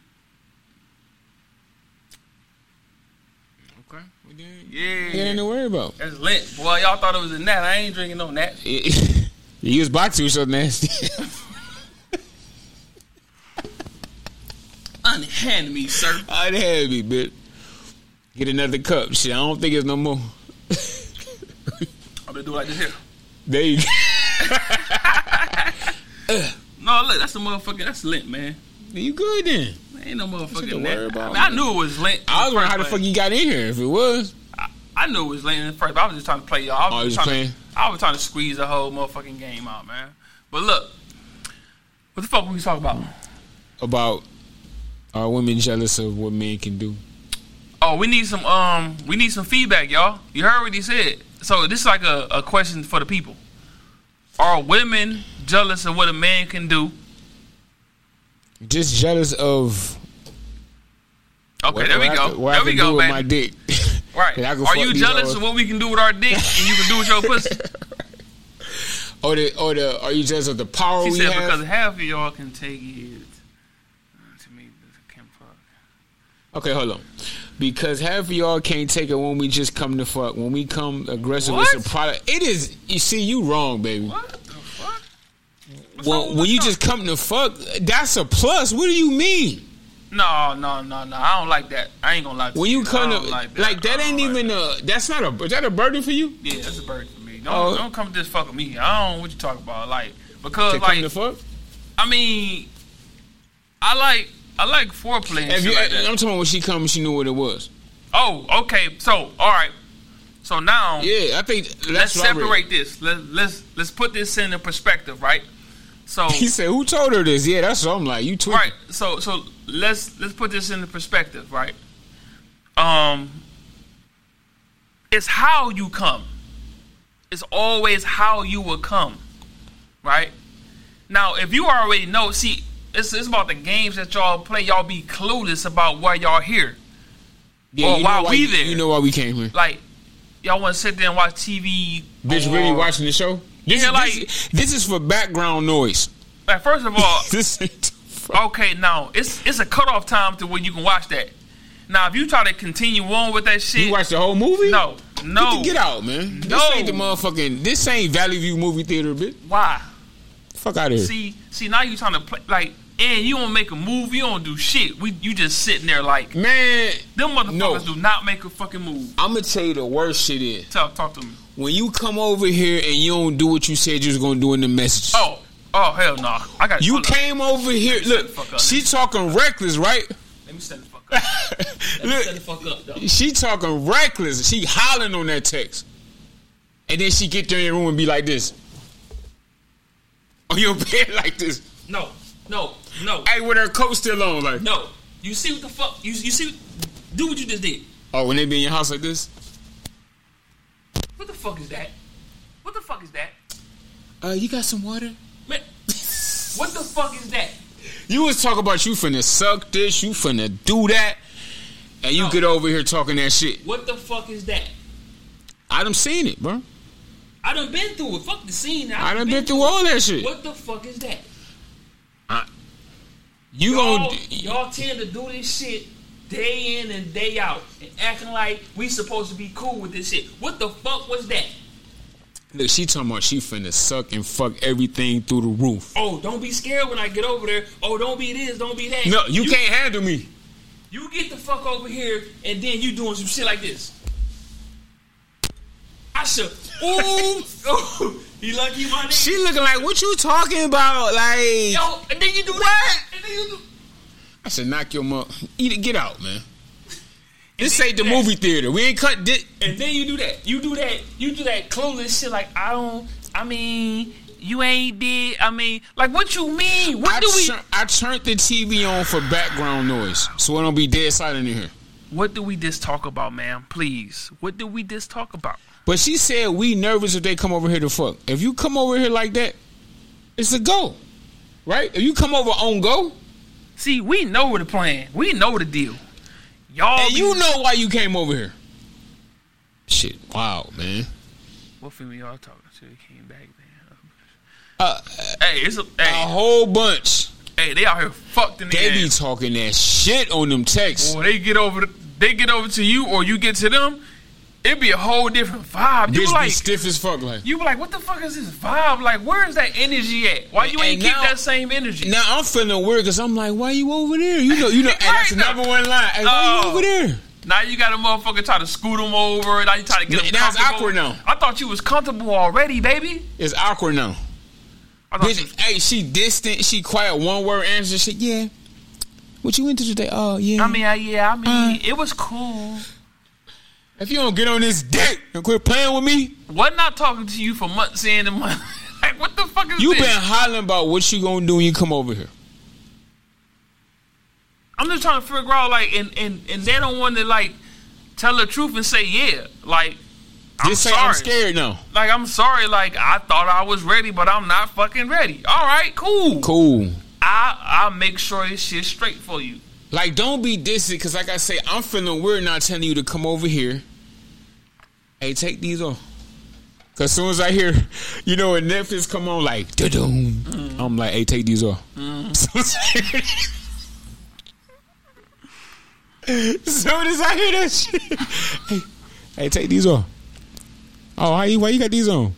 Speaker 1: okay, well, then,
Speaker 2: Yeah,
Speaker 1: you ain't to worry about. [LAUGHS]
Speaker 2: that's lint. Boy, y'all thought it was a gnat. I ain't drinking no gnat.
Speaker 1: you was boxing so nasty. [LAUGHS]
Speaker 2: Unhand me, sir.
Speaker 1: I'd have me, bitch. Get another cup. Shit, I don't think it's no more.
Speaker 2: I'm gonna do it like this here.
Speaker 1: There you go.
Speaker 2: No, look, that's the motherfucker. That's lint, man.
Speaker 1: [LAUGHS] You good then?
Speaker 2: Ain't no motherfucker.
Speaker 1: to
Speaker 2: in
Speaker 1: worry
Speaker 2: that.
Speaker 1: about,
Speaker 2: I, mean, I
Speaker 1: man.
Speaker 2: knew it was lint.
Speaker 1: I was wondering how the fuck you got in here. If it was,
Speaker 2: I, I knew it was lint in the first. But I was just trying to play y'all. I
Speaker 1: Oh,
Speaker 2: was
Speaker 1: you was
Speaker 2: just trying To, I was trying to squeeze the whole motherfucking game out, man. But look, what the fuck were we talking about?
Speaker 1: about are women jealous of what men can do?
Speaker 2: Oh, we need some um we need some feedback, y'all. You heard what he said. So this is like a, a question for the people. Are women jealous of what a man can do?
Speaker 1: Just jealous of
Speaker 2: Okay,
Speaker 1: what-
Speaker 2: there we
Speaker 1: what I
Speaker 2: go.
Speaker 1: could- what I
Speaker 2: there we
Speaker 1: could
Speaker 2: go,
Speaker 1: do
Speaker 2: man.
Speaker 1: with my dick. [LAUGHS]
Speaker 2: Right.
Speaker 1: That I could
Speaker 2: Are
Speaker 1: fuck
Speaker 2: you
Speaker 1: these
Speaker 2: jealous
Speaker 1: hoes.
Speaker 2: of what we can do with our dick and you can do
Speaker 1: [LAUGHS]
Speaker 2: with your pussy?
Speaker 1: Or the or the are you jealous of the power
Speaker 2: She
Speaker 1: we
Speaker 2: said
Speaker 1: have?
Speaker 2: because half of y'all can take it. To me, this can fuck.
Speaker 1: okay, hold on. Because half of y'all can't take it when we just come to fuck. When we come aggressive,
Speaker 2: What?
Speaker 1: it's a product. It is. You see, you wrong, baby.
Speaker 2: What the fuck? What's wrong
Speaker 1: Well,
Speaker 2: with
Speaker 1: when you
Speaker 2: y'all?
Speaker 1: just come to fuck, that's a plus. What do you mean?
Speaker 2: no no no no, I don't like that. I ain't gonna lie. To
Speaker 1: When you
Speaker 2: I
Speaker 1: come
Speaker 2: don't
Speaker 1: to like that,
Speaker 2: I don't
Speaker 1: ain't
Speaker 2: like
Speaker 1: even a. That's not a. Is that a burden for you?
Speaker 2: Yeah, that's a burden for me. Don't,
Speaker 1: Oh.
Speaker 2: don't come to this fuck with me. I don't know what you talking about. Like because
Speaker 1: To come
Speaker 2: like
Speaker 1: the fuck?
Speaker 2: I mean, I like I like foreplay and
Speaker 1: If
Speaker 2: shit
Speaker 1: you,
Speaker 2: like that.
Speaker 1: I'm talking about when she come, she knew what it was.
Speaker 2: Oh, okay. So all right. So now
Speaker 1: Yeah, I think
Speaker 2: let's
Speaker 1: that's what I read.
Speaker 2: separate this. Let, let's let's put this in a perspective, right?
Speaker 1: [LAUGHS]
Speaker 2: So
Speaker 1: He said, "Who told her this?" Yeah, that's what I'm like. You tweet.
Speaker 2: right. So so let's let's put this in the perspective, right? Um, it's how you come. It's always how you will come, right? Now, if you already know, see, it's it's about the games that y'all play. Y'all be clueless about why y'all here.
Speaker 1: Yeah,
Speaker 2: Well,
Speaker 1: you know
Speaker 2: why
Speaker 1: why
Speaker 2: we there?
Speaker 1: You know why we came here.
Speaker 2: Like, y'all want to sit there and watch TV.
Speaker 1: Bitch,
Speaker 2: or-
Speaker 1: really watching the show? This,
Speaker 2: Yeah,
Speaker 1: is
Speaker 2: like-
Speaker 1: this, this is for background noise. [LAUGHS]
Speaker 2: Like, first of all,
Speaker 1: This ain't.
Speaker 2: okay, now it's it's a cutoff time to when you can watch that. Now, if you try to continue on with that shit,
Speaker 1: You watch the whole movie?
Speaker 2: no,
Speaker 1: Get,
Speaker 2: no,
Speaker 1: the- get out, man. This
Speaker 2: No.
Speaker 1: ain't the motherfucking. This ain't Valley View movie theater, bitch.
Speaker 2: Why?
Speaker 1: Fuck out of here.
Speaker 2: See, see, now you trying to play like, and you don't make a move, you don't do shit. We, you just sitting there like
Speaker 1: man,
Speaker 2: them motherfuckers
Speaker 1: No.
Speaker 2: do not make a fucking move.
Speaker 1: I'm gonna tell you the worst shit is
Speaker 2: Talk, talk to me.
Speaker 1: when you come over here and you don't do what you said you was gonna do in the message.
Speaker 2: Oh, oh hell no, I got
Speaker 1: You came over here.
Speaker 2: the
Speaker 1: Look,
Speaker 2: fuck up.
Speaker 1: she talking reckless,
Speaker 2: [LAUGHS]
Speaker 1: right?
Speaker 2: Let me stand the fuck up. Let me
Speaker 1: Look,
Speaker 2: stand the fuck up. Though.
Speaker 1: she talking reckless. She hollering on that text, and then she get there in the room and be like this on your [LAUGHS] bed like this.
Speaker 2: No, no, no,
Speaker 1: Hey, with her coat still on, like
Speaker 2: no. You see what the fuck? You you see? Do what you just did.
Speaker 1: oh, when they be in your house like this.
Speaker 2: What the fuck is that? What the fuck is that?
Speaker 1: Uh, you got some water?
Speaker 2: Man, what the fuck is that?
Speaker 1: You was talking about you finna suck this, you finna do that, and you
Speaker 2: No.
Speaker 1: get over here talking that shit.
Speaker 2: What the fuck is that?
Speaker 1: I done seen it, bro.
Speaker 2: I done been through it. Fuck the scene.
Speaker 1: I done been through all that shit.
Speaker 2: What the fuck is that?
Speaker 1: You
Speaker 2: Y'all,
Speaker 1: gon'
Speaker 2: y'all tend to do this shit day in and day out and acting like we supposed to be cool with this shit. What the fuck was that?
Speaker 1: look? She talking about she finna suck and fuck everything through the roof.
Speaker 2: Oh, don't be scared when I get over there. Oh, don't be this, don't be that.
Speaker 1: No, you, can't handle me.
Speaker 2: You get the fuck over here, and then you doing some shit like this. I should. Ooh, [LAUGHS] he lucky my nigga.
Speaker 1: She looking like what you talking about? Like
Speaker 2: Yo, and then you do that. And then you do.
Speaker 1: I said, knock your mom. Eat it. Get out, man. This
Speaker 2: then
Speaker 1: ain't the
Speaker 2: you do
Speaker 1: movie theater. We ain't cut this.
Speaker 2: And then you do that. You do that. You do that clueless shit. Like I don't. I mean, you ain't did. I mean, like what you mean? What
Speaker 1: I,
Speaker 2: do we?
Speaker 1: tur- I turned the TV on for background noise, so it don't be dead silent in here.
Speaker 2: What do we just talk about, man? Please. What do we just talk about?
Speaker 1: But she said we nervous if they come over here to fuck. If you come over here like that, it's a go, right? If you come over on go,
Speaker 2: See, we know the plan. We know the deal. Y'all.
Speaker 1: and
Speaker 2: be-
Speaker 1: Oh, you know why you came over here. Shit, wow, man.
Speaker 2: What female y'all talking to? Came back, man.
Speaker 1: Uh,
Speaker 2: Hey, it's a
Speaker 1: a
Speaker 2: hey.
Speaker 1: whole bunch.
Speaker 2: Hey, they out here fucked in the
Speaker 1: They be
Speaker 2: ass.
Speaker 1: talking that shit on them texts.
Speaker 2: Or they get over, they get over to you, or you get to them. It be a whole different vibe. You
Speaker 1: Bitch be
Speaker 2: like,
Speaker 1: stiff as fuck, like.
Speaker 2: you be like, what the fuck is this vibe? Like, where is that energy at? Why you
Speaker 1: And
Speaker 2: ain't keep
Speaker 1: now-
Speaker 2: that same energy?
Speaker 1: Now I'm feeling weird because I'm like, why you over there? You know, you
Speaker 2: [LAUGHS]
Speaker 1: know, and that's the
Speaker 2: Right.
Speaker 1: number one line. Hey, why
Speaker 2: Oh.
Speaker 1: you over there?
Speaker 2: Now you got a motherfucker try to scoot them over. Now you try to get them.
Speaker 1: Now it's
Speaker 2: comfortable.
Speaker 1: awkward now.
Speaker 2: I thought you was comfortable already, baby.
Speaker 1: It's awkward now.
Speaker 2: I thought you was-
Speaker 1: Bitch, hey, she distant, she quiet, one word answer. She, yeah. What you into today? Oh, yeah.
Speaker 2: I mean, I, yeah, I
Speaker 1: Uh.
Speaker 2: mean, it was cool.
Speaker 1: if you don't get on this dick and quit playing with me,
Speaker 2: What not talking to you for months in and months? [LAUGHS] like, what the fuck is
Speaker 1: you
Speaker 2: this?
Speaker 1: been hollering about what you gonna do when you come over here.
Speaker 2: I'm just trying to figure out like and and and they don't want to like tell the truth and say yeah like I'm
Speaker 1: Just say
Speaker 2: sorry
Speaker 1: I'm scared now.
Speaker 2: like I'm sorry like I thought I was ready but I'm not fucking ready all right cool,
Speaker 1: Cool.
Speaker 2: I I make sure this shit's straight for you
Speaker 1: Like, don't be distant because, like I say, I'm feeling weird not telling you to come over here. Hey, take these off. Cause soon as I hear, you know, when Netflix come on, like, da-doom, I'm like, hey, take these off. [LAUGHS] soon as I hear that shit, hey, hey, take these off. Oh, how you, why you got these on?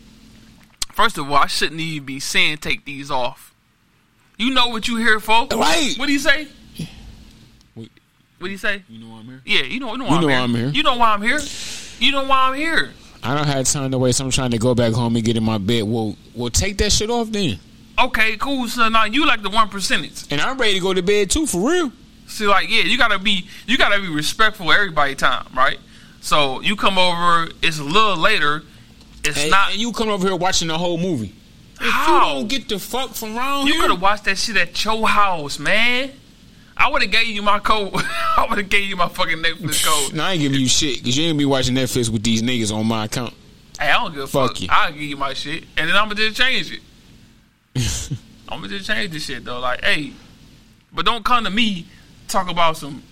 Speaker 2: first of all I shouldn't even be saying take these off you know what you here for
Speaker 1: Right.
Speaker 2: what do you say
Speaker 1: Wait.
Speaker 2: what do you say
Speaker 1: You know I'm here.
Speaker 2: yeah you know you know why
Speaker 1: You know
Speaker 2: I'm,
Speaker 1: why I'm
Speaker 2: here.
Speaker 1: here.
Speaker 2: you know why I'm here you know why I'm here
Speaker 1: I don't have time to waste. I'm trying to go back home and get in my bed. Well, well, take that shit off then.
Speaker 2: Okay, cool. So now you like the one percenters.
Speaker 1: And I'm ready to go to bed too, for real.
Speaker 2: See, like, yeah, you gotta be you gotta be respectful of everybody time, right? So you come over, it's a little later. It's
Speaker 1: And,
Speaker 2: not
Speaker 1: and you come over here watching the whole movie.
Speaker 2: how
Speaker 1: You don't get the fuck from round
Speaker 2: you
Speaker 1: here.
Speaker 2: could have watched that shit at your house, man. I would have gave you my code. [LAUGHS] I would have gave you my fucking Netflix
Speaker 1: [LAUGHS]
Speaker 2: code.
Speaker 1: Now I ain't giving you shit because you ain't be watching Netflix with these niggas on my account. [LAUGHS]
Speaker 2: Hey, I don't give a fuck.
Speaker 1: Fuck you.
Speaker 2: I'll give you my shit, and then I'm gonna just change it. I'm gonna just change this shit though. Like, hey, but don't come to me talk about some.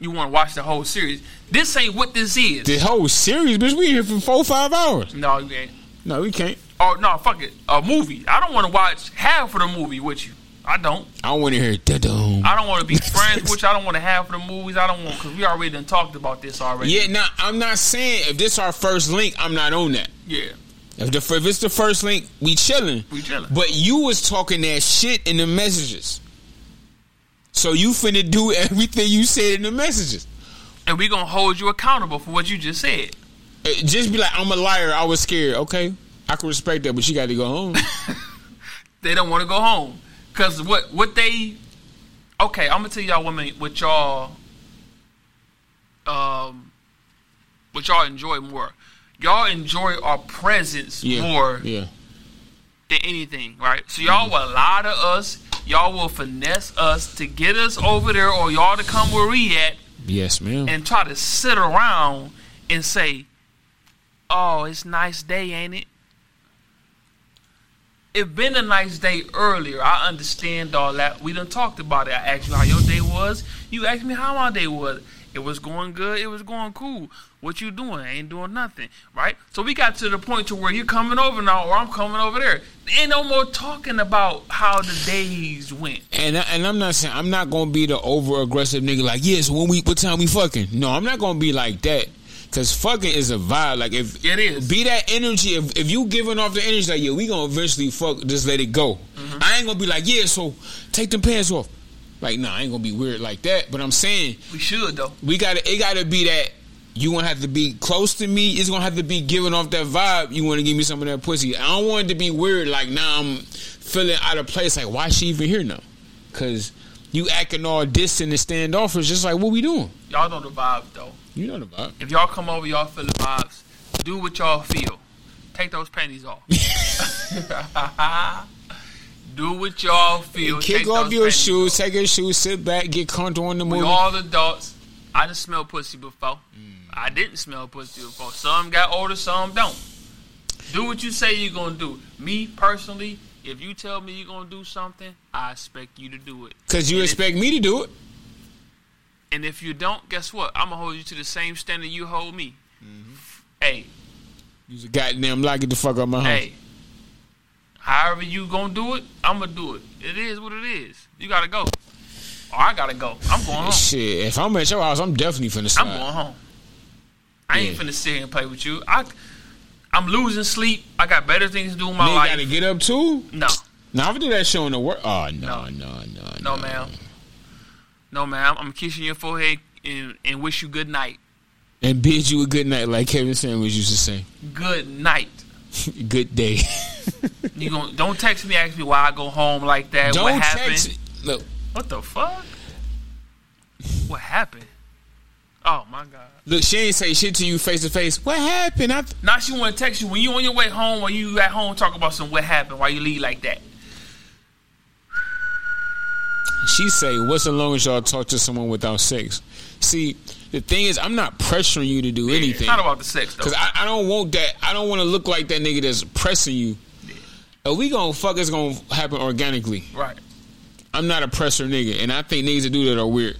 Speaker 2: You want to watch the whole series? This ain't what this is.
Speaker 1: This whole series, bitch, we here for four, five hours.
Speaker 2: no, you ain't.
Speaker 1: No, we can't.
Speaker 2: Oh no, fuck it. A movie. I don't want to watch half of the movie with you. I don't.
Speaker 1: I want to hear da-dum.
Speaker 2: I don't want
Speaker 1: [LAUGHS]
Speaker 2: to be friends with you. I don't want to half of the movies. I don't want because we already done talked about this already.
Speaker 1: Yeah, nah, I'm not saying if this our first link, I'm not on that.
Speaker 2: yeah.
Speaker 1: If, the, if it's the first link, we chilling.
Speaker 2: We chilling.
Speaker 1: But you was talking that shit in the messages. So you finna do [LAUGHS] everything you said in the messages.
Speaker 2: And we gonna hold you accountable for what you just said.
Speaker 1: Uh, Just be like, I'm a liar. I was scared. Okay, I can respect that, but you got to go
Speaker 2: [LAUGHS]
Speaker 1: home.
Speaker 2: They don't want to go home because what what they okay. I'm gonna tell y'all women what y'all um what y'all enjoy more. Y'all enjoy our presence
Speaker 1: Yeah,
Speaker 2: more
Speaker 1: yeah.
Speaker 2: than anything, right? So y'all will lie to us. Y'all will finesse us to get us over there, or y'all to come where we at
Speaker 1: Yes, ma'am.
Speaker 2: and try to sit around and say, "Oh, it's nice day, ain't it?" It been a nice day earlier. I understand all that. We done talked about it. I asked you how your day was. You asked me how my day was. It was going good. It was going cool. What you doing? I ain't doing nothing, right? So we got to the point to where you're coming over now, or I'm coming over there. Ain't no more talking about how the days went.
Speaker 1: and I, and I'm not saying I'm not gonna be the over aggressive nigga. Like, yes, when we what time we fucking? No, I'm not gonna be like that. Cause fucking is a vibe. Like if
Speaker 2: It is.
Speaker 1: be that energy. If, if you giving off the energy, like yeah, we gonna eventually fuck. Just let it go.
Speaker 2: Mm-hmm.
Speaker 1: I ain't gonna be like yeah. So take them pants off. Like nah, I ain't gonna be weird like that. But I'm saying
Speaker 2: We should though.
Speaker 1: we got to it. Got to be that you gonna have to be close to me. It's gonna have to be giving off that vibe. You want to give me some of that pussy. I don't want it to be weird. Like now I'm feeling out of place. Like why she even here now? Cause you acting all distant and standoffish. Just like what we doing?
Speaker 2: Y'all know the vibe though.
Speaker 1: You know the vibe.
Speaker 2: If y'all come over, y'all feel the vibes. Do what y'all feel. Take those
Speaker 1: [LAUGHS]
Speaker 2: panties off. [LAUGHS] Do what y'all feel.
Speaker 1: Kick
Speaker 2: Take
Speaker 1: off
Speaker 2: those
Speaker 1: your
Speaker 2: panties
Speaker 1: shoes.
Speaker 2: off.
Speaker 1: Take your shoes. Sit back. Get comfortable in the
Speaker 2: We
Speaker 1: movie.
Speaker 2: all adults. I done smelled pussy before.
Speaker 1: Mm.
Speaker 2: I didn't smell pussy before. Some got older, some don't. Do what you say you're gonna do. Me personally, if you tell me you're gonna do something, I expect you to do it.
Speaker 1: Cause you
Speaker 2: And if-
Speaker 1: expect me to do it.
Speaker 2: And if you don't, guess what? I'm gonna hold you to the same standard you hold me.
Speaker 1: Mm-hmm.
Speaker 2: Hey,
Speaker 1: You a goddamn lie. Get the fuck out my house.
Speaker 2: hey, however you gonna do it, I'm gonna do it. It is what it is. You gotta go. Or I gotta go. I'm going home.
Speaker 1: Shit. If I'm at your house, I'm definitely finna slide.
Speaker 2: I'm going home. I ain't
Speaker 1: Yeah.
Speaker 2: finna sit here and play with you. I, I'm losing sleep. I got better things to do in my
Speaker 1: Nigga
Speaker 2: life.
Speaker 1: gotta get up too.
Speaker 2: No,
Speaker 1: Now if I do that show in the work. Oh no, no, no,
Speaker 2: no, ma'am. No, ma'am. I'm kissing your forehead and, and wish you good night.
Speaker 1: and bid you a good night, like Kevin Sandwich used to say. [LAUGHS]
Speaker 2: Good night.
Speaker 1: good day. [LAUGHS]
Speaker 2: You going don't text me. Ask me why I go home like that.
Speaker 1: Don't
Speaker 2: what happened?
Speaker 1: text. Look,
Speaker 2: What the fuck? What happened? Oh my god.
Speaker 1: look, she ain't say shit to you face to face. What happened? I th-
Speaker 2: Now she want to text you when you on your way home or you at home talk about some what happened why you leave like that.
Speaker 1: she say, "What's as long as y'all talk to someone without sex?" See, the thing is, I'm not pressuring you to do
Speaker 2: It's
Speaker 1: anything
Speaker 2: not about the sex though.
Speaker 1: because I, I don't want that. I don't want to look like that nigga that's pressing you. If we gonna fuck, it's gonna happen organically.
Speaker 2: right.
Speaker 1: I'm not a presser nigga, and I think niggas that do that are weird.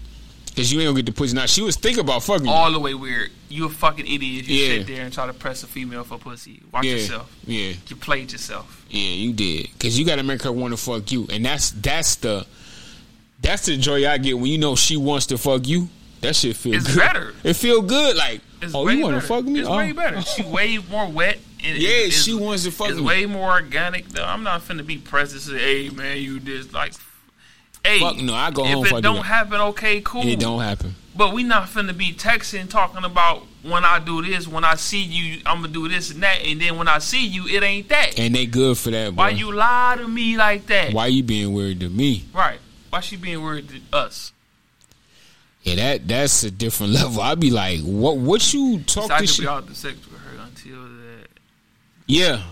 Speaker 1: Cause you ain't gonna get the pussy. Now she was thinking about fucking. you.
Speaker 2: all the way weird. You a fucking idiot if you
Speaker 1: Yeah.
Speaker 2: sit there and try to press a female for pussy. Watch
Speaker 1: yeah,
Speaker 2: yourself.
Speaker 1: yeah.
Speaker 2: You played yourself.
Speaker 1: Yeah, you did. Cause you gotta make her want to fuck you, and that's that's the that's the joy I get when you know she wants to fuck you. That shit feels
Speaker 2: It's
Speaker 1: good.
Speaker 2: better.
Speaker 1: It feel good. Like
Speaker 2: It's
Speaker 1: oh,
Speaker 2: way
Speaker 1: you want to
Speaker 2: better.
Speaker 1: fuck me?
Speaker 2: It's
Speaker 1: oh.
Speaker 2: way
Speaker 1: [LAUGHS]
Speaker 2: better. She way more wet. And
Speaker 1: Yeah,
Speaker 2: it's-
Speaker 1: she wants to fuck
Speaker 2: It's
Speaker 1: me.
Speaker 2: way more organic. Though I'm not finna be pressed and say, "Hey, man, you just like." Hey,
Speaker 1: Fuck no, I go
Speaker 2: if
Speaker 1: home
Speaker 2: it
Speaker 1: if I do
Speaker 2: don't
Speaker 1: that.
Speaker 2: happen, okay, cool.
Speaker 1: It don't happen.
Speaker 2: But we not finna be texting, talking about when I do this, when I see you, I'm gonna do this and that, and then when I see you, it ain't that.
Speaker 1: And they good for that. Boy.
Speaker 2: Why you lie to me like that?
Speaker 1: Why you being weird to me?
Speaker 2: Right. Why she being weird to us?
Speaker 1: Yeah, that that's a different [LAUGHS] level. I'd be like, what? What you talk
Speaker 2: I
Speaker 1: to?
Speaker 2: could
Speaker 1: Shit?
Speaker 2: be out the sex with her until that.
Speaker 1: Yeah,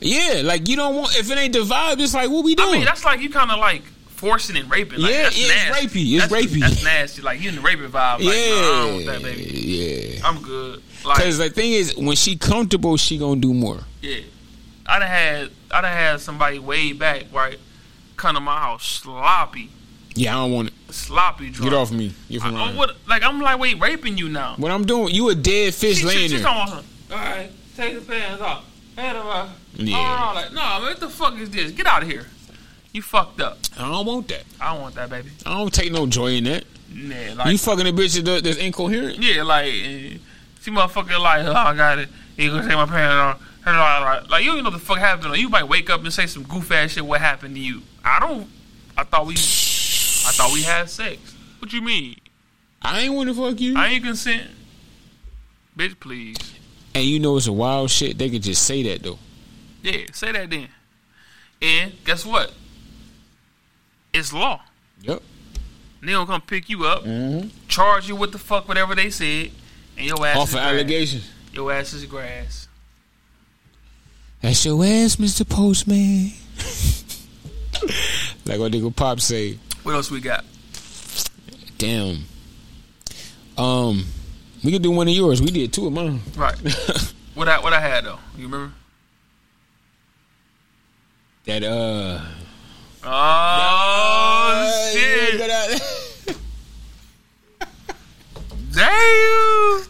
Speaker 1: yeah. Like you don't want if it ain't the vibe. It's like what we doing?
Speaker 2: I mean, that's like you kind of like forcing and raping. Like,
Speaker 1: Yeah,
Speaker 2: that's
Speaker 1: it's
Speaker 2: nasty.
Speaker 1: rapey. It's
Speaker 2: that's,
Speaker 1: rapey.
Speaker 2: That's nasty. Like you in the raping vibe. Like, yeah, I don't want that,
Speaker 1: yeah,
Speaker 2: baby.
Speaker 1: yeah.
Speaker 2: I'm good. Like,
Speaker 1: Because the thing is, when she comfortable, she gonna do more.
Speaker 2: yeah, I done had I done had somebody way back right, come to my house sloppy,
Speaker 1: Yeah, I don't want it.
Speaker 2: sloppy drunk.
Speaker 1: Get off me. You're
Speaker 2: I,
Speaker 1: from
Speaker 2: I'm
Speaker 1: Ryan.
Speaker 2: what, like I'm like wait raping you now.
Speaker 1: What I'm doing? You a dead fish
Speaker 2: She- she-
Speaker 1: laying
Speaker 2: she
Speaker 1: there.
Speaker 2: talking about something. All right, take his pants off. Hand him off.
Speaker 1: Yeah.
Speaker 2: Oh, like, no, man, what the fuck is this? Get out of here. You fucked up.
Speaker 1: I don't want that.
Speaker 2: I don't want that, baby.
Speaker 1: I don't take no joy in that.
Speaker 2: Nah, like,
Speaker 1: you fucking a bitch that- that's incoherent.
Speaker 2: yeah, like, eh, she motherfucker like, oh, I got it. You gonna take my pants off. Her, Like, like, like, you don't even know what the fuck happened. Like, you might wake up and say some goof ass shit. What happened to you? I don't. I thought we. I thought we had sex. What you mean?
Speaker 1: I ain't want to fuck you.
Speaker 2: I ain't consent. Bitch, please.
Speaker 1: and you know it's a wild shit. They could just say that though.
Speaker 2: Yeah, say that then. And guess what? It's law.
Speaker 1: Yep.
Speaker 2: They gonna come pick you up,
Speaker 1: Mm-hmm.
Speaker 2: charge you with the fuck whatever they said, and your ass
Speaker 1: Off
Speaker 2: is
Speaker 1: of
Speaker 2: grass.
Speaker 1: allegations.
Speaker 2: Your ass is grass.
Speaker 1: That's your ass, Mr. Postman. [LAUGHS] like what nigga Pop say.
Speaker 2: What else we got?
Speaker 1: Damn. Um, we could do one of yours. We did two of mine. [LAUGHS]
Speaker 2: Right. what I what I had though? You remember?
Speaker 1: that uh.
Speaker 2: Oh
Speaker 1: you
Speaker 2: shit!
Speaker 1: got that-
Speaker 2: Damn.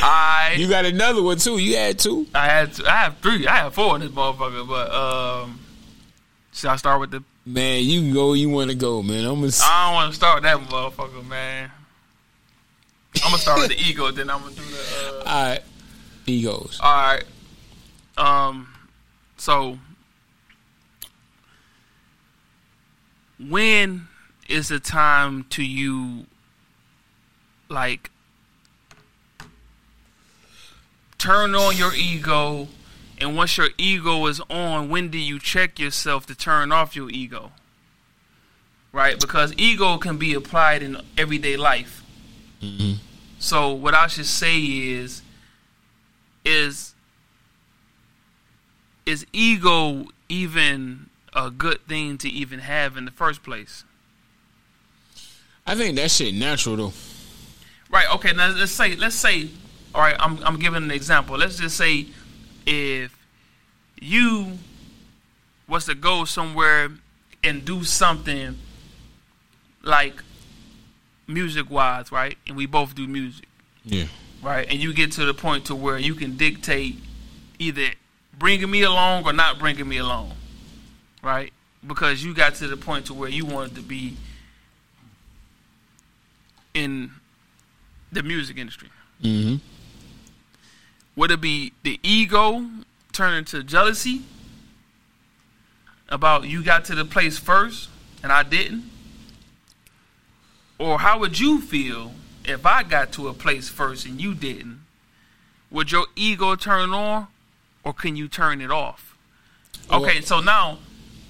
Speaker 2: I
Speaker 1: [LAUGHS] You got another one too. You had two.
Speaker 2: I had to, I have three. I have four in this motherfucker. But um, should I start with the?
Speaker 1: Man, you can go. where You want to go, man? I'm gonna. s-
Speaker 2: I don't want to start with that motherfucker, man. I'm gonna start with the ego. Then I'm gonna do the. Uh,
Speaker 1: All right. Egos.
Speaker 2: All right. Um. So, when is the time to you, like, turn on your ego? And once your ego is on, when do you check yourself to turn off your ego? Right? Because ego can be applied in everyday life. So, what I should say is, is is ego even a good thing to even have in the first place?
Speaker 1: I think that shit natural though.
Speaker 2: Right. Okay. Now let's say let's say all right. I'm I'm giving an example. Let's just say if you was to go somewhere and do something like music wise, right? And we both do music.
Speaker 1: Yeah.
Speaker 2: right? And you get to the point to where you can dictate either bringing me along or not bringing me along, right? Because you got to the point to where you wanted to be in the music industry.
Speaker 1: Mm-hmm.
Speaker 2: Would it be the ego turning to jealousy about you got to the place first and I didn't? Or how would you feel if I got to a place first and you didn't? Would your ego turn on or can you turn it off? Okay,
Speaker 1: Well-
Speaker 2: so now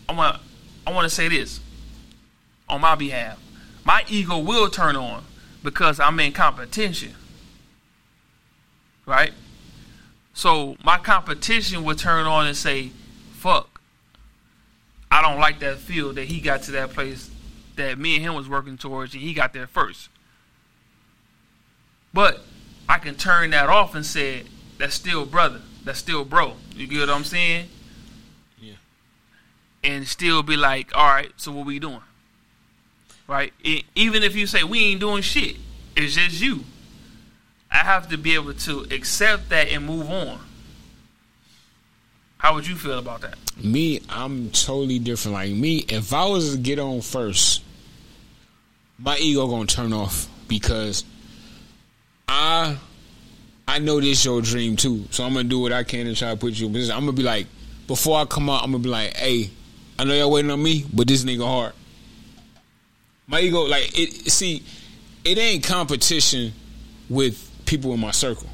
Speaker 2: I'm gonna, I want to say this on my behalf. My ego will turn on because I'm in competition. Right? So my competition would turn on and say, "Fuck, I don't like that field that he got to that place that me and him was working towards, and he got there first. But I can turn that off and say, "That's still brother. That's still bro." You get what I'm saying?
Speaker 1: Yeah.
Speaker 2: And still be like, "All right, so what we doing?" Right? E- even if you say we ain't doing shit, it's just you. I have to be able to accept that and move on. How would you feel about that?
Speaker 1: Me, I'm totally different. Like me, if I was to get on first, my ego gonna turn off because I I know this your dream too. So I'm gonna do what I can to try to put you in business. I'm gonna be like, before I come out, I'm gonna be like, hey, I know y'all waiting on me, but this nigga hard. My ego, like it see, it ain't competition with people in my circle.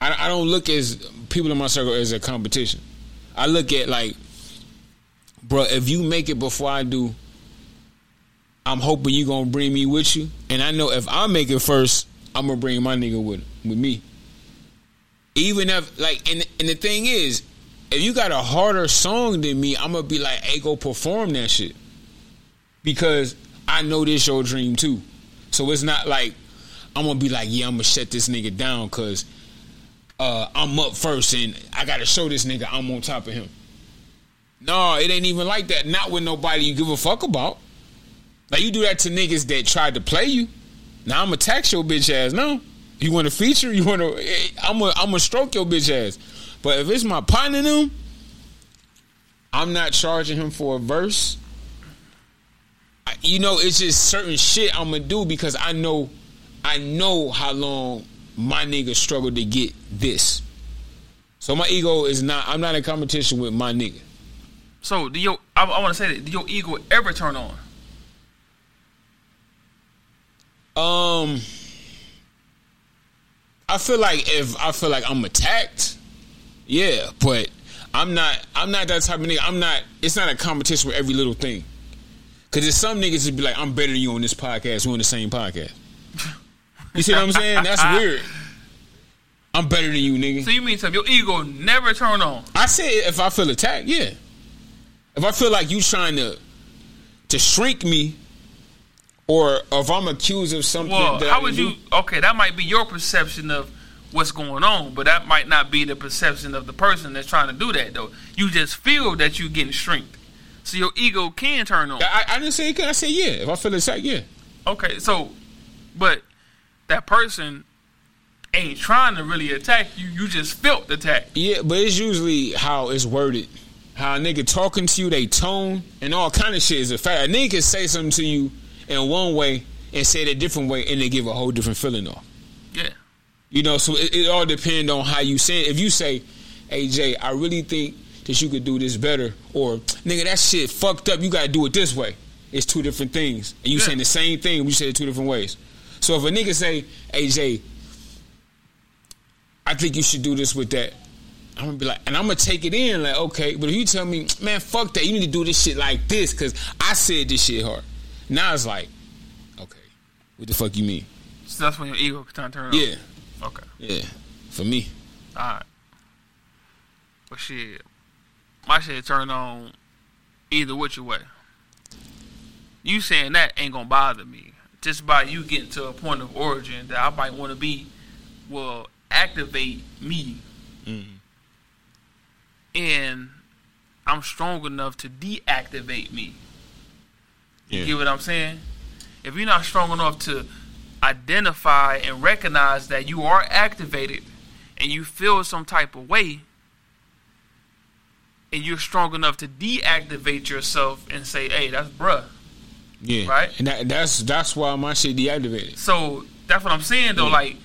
Speaker 1: I, I don't look as people in my circle as a competition. I look at like, bro, if you make it before I do, I'm hoping you gonna bring me with you, and I know if I make it first, I'm gonna bring my nigga with with me. Even if like, and and the thing is, if you got a harder song than me, I'm gonna be like, hey, go perform that shit, because I know this your dream too. So it's not like I'm gonna be like, yeah, I'm gonna shut this nigga down because uh, I'm up first and I gotta show this nigga I'm on top of him. No, it ain't even like that. Not with nobody you give a fuck about. Like you do that to niggas that tried to play you. Now I'm gonna tax your bitch ass. No, you want a feature? You want to? I'm gonna I'm gonna stroke your bitch ass. But if it's my partner, them, I'm not charging him for a verse. I, you know, it's just certain shit I'm gonna do because I know, I know how long my nigga struggled to get this. So my ego is not. I'm not in competition with my nigga.
Speaker 2: So do your? I, I want to say that do your ego ever turn on?
Speaker 1: Um, I feel like if I feel like I'm attacked, yeah, but I'm not. I'm not that type of nigga. I'm not. It's not a competition with every little thing. Cause there's some niggas that be like, I'm better than you on this podcast. We're on the same podcast. You see what I'm saying?
Speaker 2: [LAUGHS]
Speaker 1: That's weird. I'm better than you, nigga.
Speaker 2: So you mean something? Your ego never turn on.
Speaker 1: I said if I feel attacked, yeah. If I feel like you trying to to shrink me, or if I'm accused of something.
Speaker 2: Well,
Speaker 1: that
Speaker 2: how would you? Okay, that might be your perception of what's going on, but that might not be the perception of the person that's trying to do that. Though you just feel that you getting shrinked, so your ego can turn on.
Speaker 1: I, I didn't say it. Can I say yeah? If I feel attacked, yeah.
Speaker 2: Okay, so, but that person ain't trying to really attack you. You just felt attacked.
Speaker 1: Yeah, but it's usually how it's worded. How a nigga talking to you, they tone and all kind of shit is a fact. A nigga can say something to you in one way and say it a different way, and they give a whole different feeling off.
Speaker 2: Yeah,
Speaker 1: You know, so it, it all depends on how you say it. If you say, "Hey Jay, I really think that you could do this better," or "Nigga, that shit fucked up. You gotta do it this way." It's two different things, and you
Speaker 2: Yeah.
Speaker 1: saying the same thing. We say it two different ways. So if a nigga say, "Hey Jay, I think you should do this with that," I'm gonna be like, and I'm gonna take it in, like, okay. But if you tell me, man, fuck that, you need to do this shit like this, cause I said this shit hard. Now it's like, okay, what the fuck you mean?
Speaker 2: so that's when your ego can turn on.
Speaker 1: Yeah.
Speaker 2: Okay.
Speaker 1: Yeah, for me.
Speaker 2: All right. But shit, my shit turned on either which way. You saying that ain't gonna bother me. Just by you getting to a point of origin that I might want to be, will activate me, and I'm strong enough to deactivate me.
Speaker 1: Yeah.
Speaker 2: You get what I'm saying? If you're not strong enough to identify and recognize that you are activated and you feel some type of way, and you're strong enough to deactivate yourself and say, hey, that's bruh.
Speaker 1: yeah.
Speaker 2: Right?
Speaker 1: And that, that's that's why my shit deactivated.
Speaker 2: So that's what I'm saying though.
Speaker 1: Yeah.
Speaker 2: Like,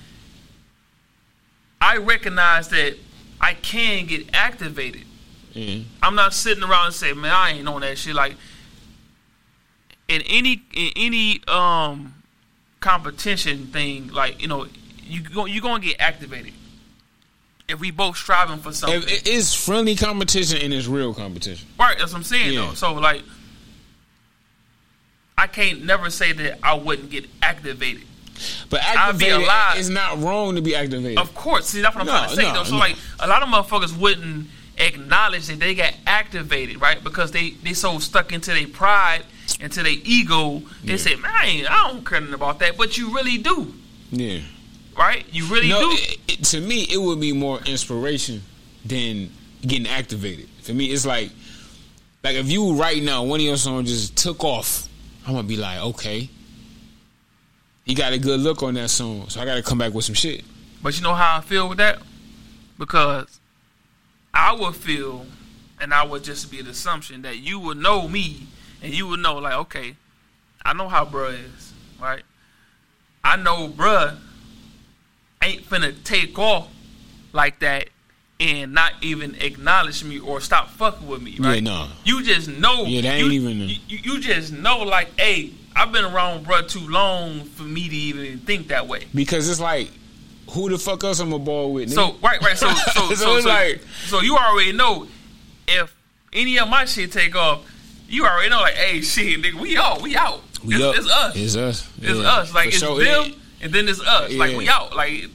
Speaker 2: I recognize that I can get activated.
Speaker 1: Yeah.
Speaker 2: I'm not sitting around and saying, man, I ain't on that shit. Like in any in any um competition thing, like you know, you go, you gonna get activated if we both striving for something.
Speaker 1: If it is friendly competition and it's real competition.
Speaker 2: Right, that's what I'm saying
Speaker 1: Yeah.
Speaker 2: though. So like I can't never say that I wouldn't get activated.
Speaker 1: But
Speaker 2: I'd be
Speaker 1: activated
Speaker 2: alive.
Speaker 1: it's not wrong to be activated.
Speaker 2: Of course, see that's what I'm
Speaker 1: No,
Speaker 2: trying to say
Speaker 1: no,
Speaker 2: though. So
Speaker 1: no.
Speaker 2: like a lot of motherfuckers wouldn't acknowledge that they got activated, right? Because they they so stuck into their pride, into their ego. They
Speaker 1: Yeah.
Speaker 2: say, "Man, I, ain't, I don't care nothing about that," but you really do,
Speaker 1: yeah.
Speaker 2: right? You really
Speaker 1: No,
Speaker 2: do.
Speaker 1: it, it- to me it would be more inspiration than getting activated. For me it's like like if you right now one of your songs just took off, I'm gonna be like, okay. He got a good look on that song, so I gotta come back with some shit.
Speaker 2: But you know how I feel with that? Because I would feel, and I would just be an assumption that you would know me, and you would know, like, okay, I know how bruh is, right? I know bruh ain't finna take off like that and not even acknowledge me or stop fucking with me, right?
Speaker 1: Yeah, no.
Speaker 2: You just know.
Speaker 1: Yeah, that ain't
Speaker 2: you,
Speaker 1: even-
Speaker 2: You, you just know, like, hey, I've been around bruh too long for me to even think that way.
Speaker 1: Because it's like who the fuck else I'm a ball with? Nigga?
Speaker 2: So right,
Speaker 1: [LAUGHS]
Speaker 2: right. So so so,
Speaker 1: So
Speaker 2: so,
Speaker 1: it's like-
Speaker 2: so you already know if any of my shit take off, you already know like, hey, shit, nigga, we out, we out.
Speaker 1: we
Speaker 2: it's,
Speaker 1: up.
Speaker 2: it's us. It's,
Speaker 1: It's us. Yeah.
Speaker 2: us.
Speaker 1: For
Speaker 2: Like it's
Speaker 1: sure.
Speaker 2: them, and then it's us. Like we
Speaker 1: Yeah.
Speaker 2: out. Like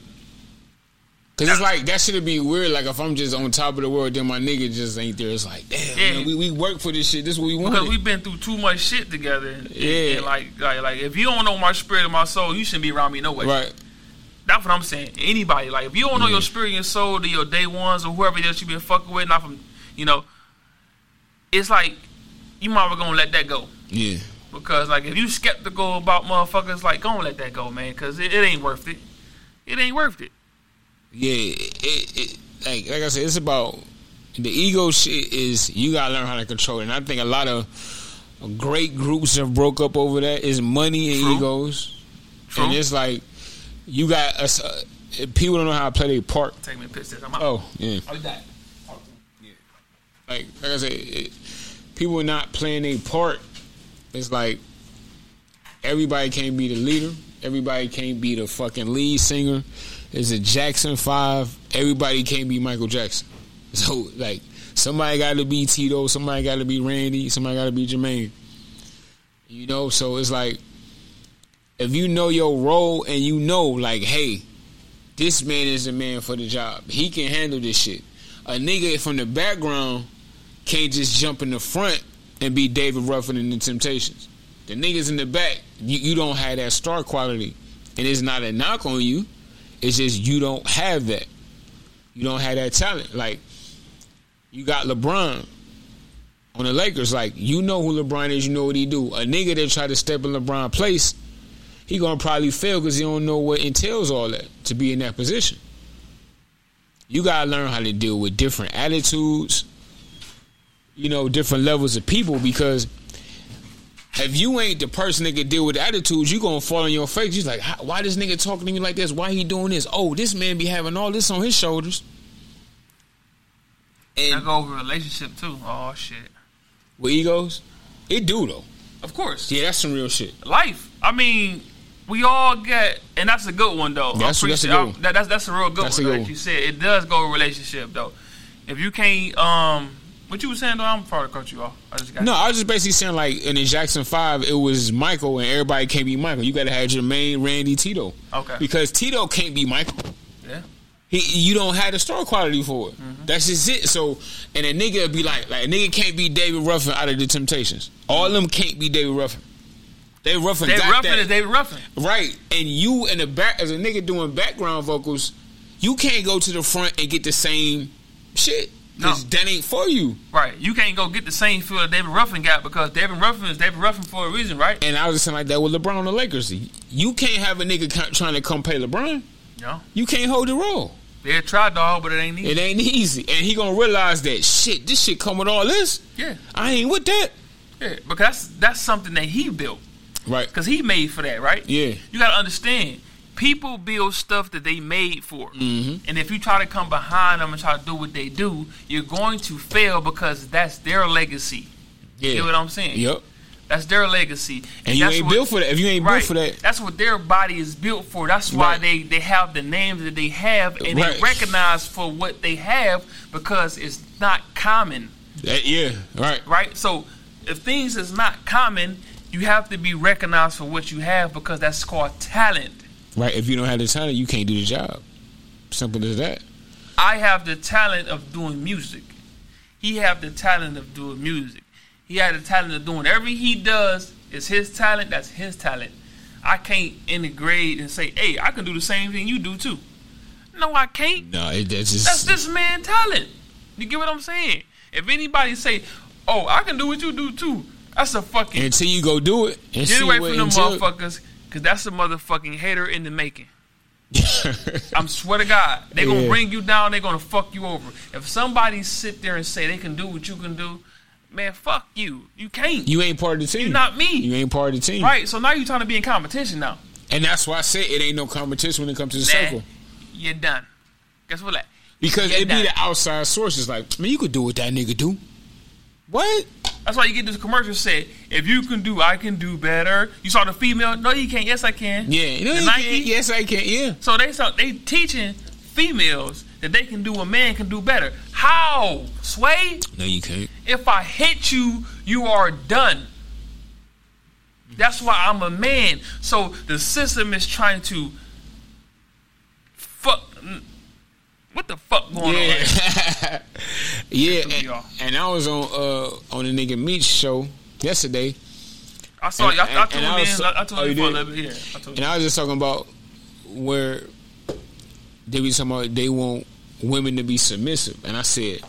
Speaker 1: Cause it's like that should be weird. Like if I'm just on top of the world, then my nigga just ain't there. It's like, damn,
Speaker 2: Yeah.
Speaker 1: man, we, we work for this shit. This is what we
Speaker 2: because
Speaker 1: want.
Speaker 2: we've been through too much shit together. And,
Speaker 1: Yeah.
Speaker 2: And like, like like if you don't know my spirit and my soul, you shouldn't be around me no way.
Speaker 1: right?
Speaker 2: That's what I'm saying. Anybody, like, if you don't know
Speaker 1: Yeah.
Speaker 2: your spirit and your soul to your day ones or whoever that you been fucking with, not from, you know, it's like you might well gonna let that go
Speaker 1: Yeah.
Speaker 2: because, like, if you skeptical about motherfuckers, like, gonna let that go, man, because it, it ain't worth it. It ain't worth it.
Speaker 1: Yeah. It, it, like like I said, it's about the ego shit. Is you gotta learn how to control it. And I think a lot of great groups have broke up over that. Is money and
Speaker 2: True.
Speaker 1: egos,
Speaker 2: True.
Speaker 1: and it's like you got us. Uh, people don't know how to play their part.
Speaker 2: Take me a piss. I'm out.
Speaker 1: Oh yeah.
Speaker 2: I'll be back.
Speaker 1: like like I said, it, people not playing their part. It's like everybody can't be the leader. Everybody can't be the fucking lead singer. It's a Jackson Five. Everybody can't be Michael Jackson. So like somebody got to be Tito. Somebody got to be Randy. Somebody got to be Jermaine. You know. So it's like if you know your role and you know like, hey, this man is the man for the job. He can handle this shit. A nigga from the background can't just jump in the front and be David Ruffin in the Temptations. The niggas in the back, you, you don't have that star quality. And it's not a knock on you. It's just you don't have that. You don't have that talent. Like, you got LeBron on the Lakers. Like, you know who LeBron is, you know what he do. A nigga that try to step in LeBron place, he gonna probably fail because he don't know what entails all that to be in that position. You gotta learn how to deal with different attitudes, you know, different levels of people because if you ain't the person that can deal with attitudes, you gonna fall on your face. You like, "How- why this nigga talking to me like this? Why he doing this? Oh, this man be having all this on his shoulders.
Speaker 2: I
Speaker 1: And
Speaker 2: go over relationship too. Oh shit.
Speaker 1: with egos, it do though.
Speaker 2: Of course.
Speaker 1: Yeah, that's some real shit.
Speaker 2: Life. I mean, we all get, and that's a good one though.
Speaker 1: That's-
Speaker 2: I
Speaker 1: that's a
Speaker 2: appreciate-
Speaker 1: good one.
Speaker 2: I- That, that's that's a real good
Speaker 1: That's
Speaker 2: one.
Speaker 1: a good
Speaker 2: like
Speaker 1: one.
Speaker 2: you said, it does go with relationship though. If you can't, um, what you were saying though, I'm probably cut you off. I just got
Speaker 1: No, I was just basically saying like in the Jackson Five, it was Michael and everybody can't be Michael. You got to have Jermaine, Randy, Tito.
Speaker 2: Okay.
Speaker 1: Because Tito can't be Michael.
Speaker 2: Yeah.
Speaker 1: He, you don't have the star quality for it. That's just it. So, and a nigga be like, like a nigga can't be David Ruffin out of the Temptations. All of them can't be David Ruffin. David Ruffin
Speaker 2: David
Speaker 1: got
Speaker 2: Ruffin
Speaker 1: that
Speaker 2: is David Ruffin.
Speaker 1: right. And you in the back as a nigga doing background vocals, you can't go to the front and get the same shit. 'Cause
Speaker 2: No.
Speaker 1: that ain't for you.
Speaker 2: Right. You can't go get the same feel that David Ruffin got because David Ruffin is David Ruffin for a reason, right?
Speaker 1: And I was just saying like that with LeBron and the Lakers. You can't have a nigga co- trying to come play LeBron.
Speaker 2: No.
Speaker 1: You can't hold the role.
Speaker 2: They a try dog, but it ain't easy.
Speaker 1: It ain't easy. And he gonna realize that shit, this shit come with all this.
Speaker 2: Yeah.
Speaker 1: I ain't with that.
Speaker 2: yeah. Because that's, that's something that he built.
Speaker 1: Right.
Speaker 2: Because he made for that, right?
Speaker 1: Yeah.
Speaker 2: You got to understand, people build stuff that they made for.
Speaker 1: Mm-hmm.
Speaker 2: And if you try to come behind them and try to do what they do, you're going to fail because that's their legacy.
Speaker 1: Yeah.
Speaker 2: You know what I'm saying?
Speaker 1: Yep.
Speaker 2: That's their legacy.
Speaker 1: And, you
Speaker 2: that's
Speaker 1: ain't
Speaker 2: what-
Speaker 1: built for that. If you ain't
Speaker 2: Right.
Speaker 1: built for that,
Speaker 2: That's what their body is built for. That's why
Speaker 1: Right.
Speaker 2: they, they have the names that they have and
Speaker 1: Right.
Speaker 2: they recognize for what they have because it's not common,
Speaker 1: that- yeah, right.
Speaker 2: right? So if things is not common, you have to be recognized for what you have because that's called talent.
Speaker 1: Right. If you don't have the talent, you can't do the job. Simple as that.
Speaker 2: I have the talent of doing music. He have the talent of doing music. He had the talent of doing everything he does is his talent. That's his talent. I can't integrate and say, "Hey, I can do the same thing you do too." No, I can't.
Speaker 1: No, it, that's just
Speaker 2: That's this man talent. You get what I'm saying? If anybody say, "Oh, I can do what you do too," that's a fucking
Speaker 1: until you go do it. And
Speaker 2: get
Speaker 1: see
Speaker 2: away
Speaker 1: what
Speaker 2: from them
Speaker 1: until-
Speaker 2: motherfuckers because that's a motherfucking hater in the making. I'm swear to God, they gonna
Speaker 1: Yeah.
Speaker 2: bring you down. They gonna fuck you over. If somebody sit there and say they can do what you can do, man, fuck you. You
Speaker 1: [LAUGHS]
Speaker 2: can't.
Speaker 1: you ain't part of the team.
Speaker 2: You're not me.
Speaker 1: You ain't part of the team.
Speaker 2: right. So now you trying to be in competition now.
Speaker 1: And that's why I said it ain't no competition when it comes to the
Speaker 2: Nah,
Speaker 1: circle.
Speaker 2: you're done. Guess what? Like,
Speaker 1: Because
Speaker 2: Yeah,
Speaker 1: it be
Speaker 2: nah.
Speaker 1: the outside sources like, man, you could do what that nigga do. What?
Speaker 2: That's why you get this commercial said, if you can do, I can do better. You saw the female, no, you can't. Yes, I can.
Speaker 1: Yeah, no,
Speaker 2: The
Speaker 1: you
Speaker 2: Nike?
Speaker 1: can't. Yes, I can. Yeah,
Speaker 2: So they so they teaching females that they can do what man can do better. How sway?
Speaker 1: no, you can't.
Speaker 2: If I hit you, you are done. That's why I'm a man. So the system is trying to fuck. What the fuck
Speaker 1: [LAUGHS]
Speaker 2: going on?
Speaker 1: Yeah,
Speaker 2: right
Speaker 1: yeah.
Speaker 2: threw me
Speaker 1: And,
Speaker 2: off.
Speaker 1: and I was on uh on the nigga Meach show yesterday,
Speaker 2: I saw you. I, I
Speaker 1: And-
Speaker 2: told
Speaker 1: and I
Speaker 2: you,
Speaker 1: was-
Speaker 2: I, I told
Speaker 1: oh,
Speaker 2: you
Speaker 1: you
Speaker 2: for a
Speaker 1: did?
Speaker 2: little bit. Yeah, I told
Speaker 1: and
Speaker 2: you.
Speaker 1: I was just talking about where they be talking about they want women to be submissive, and I said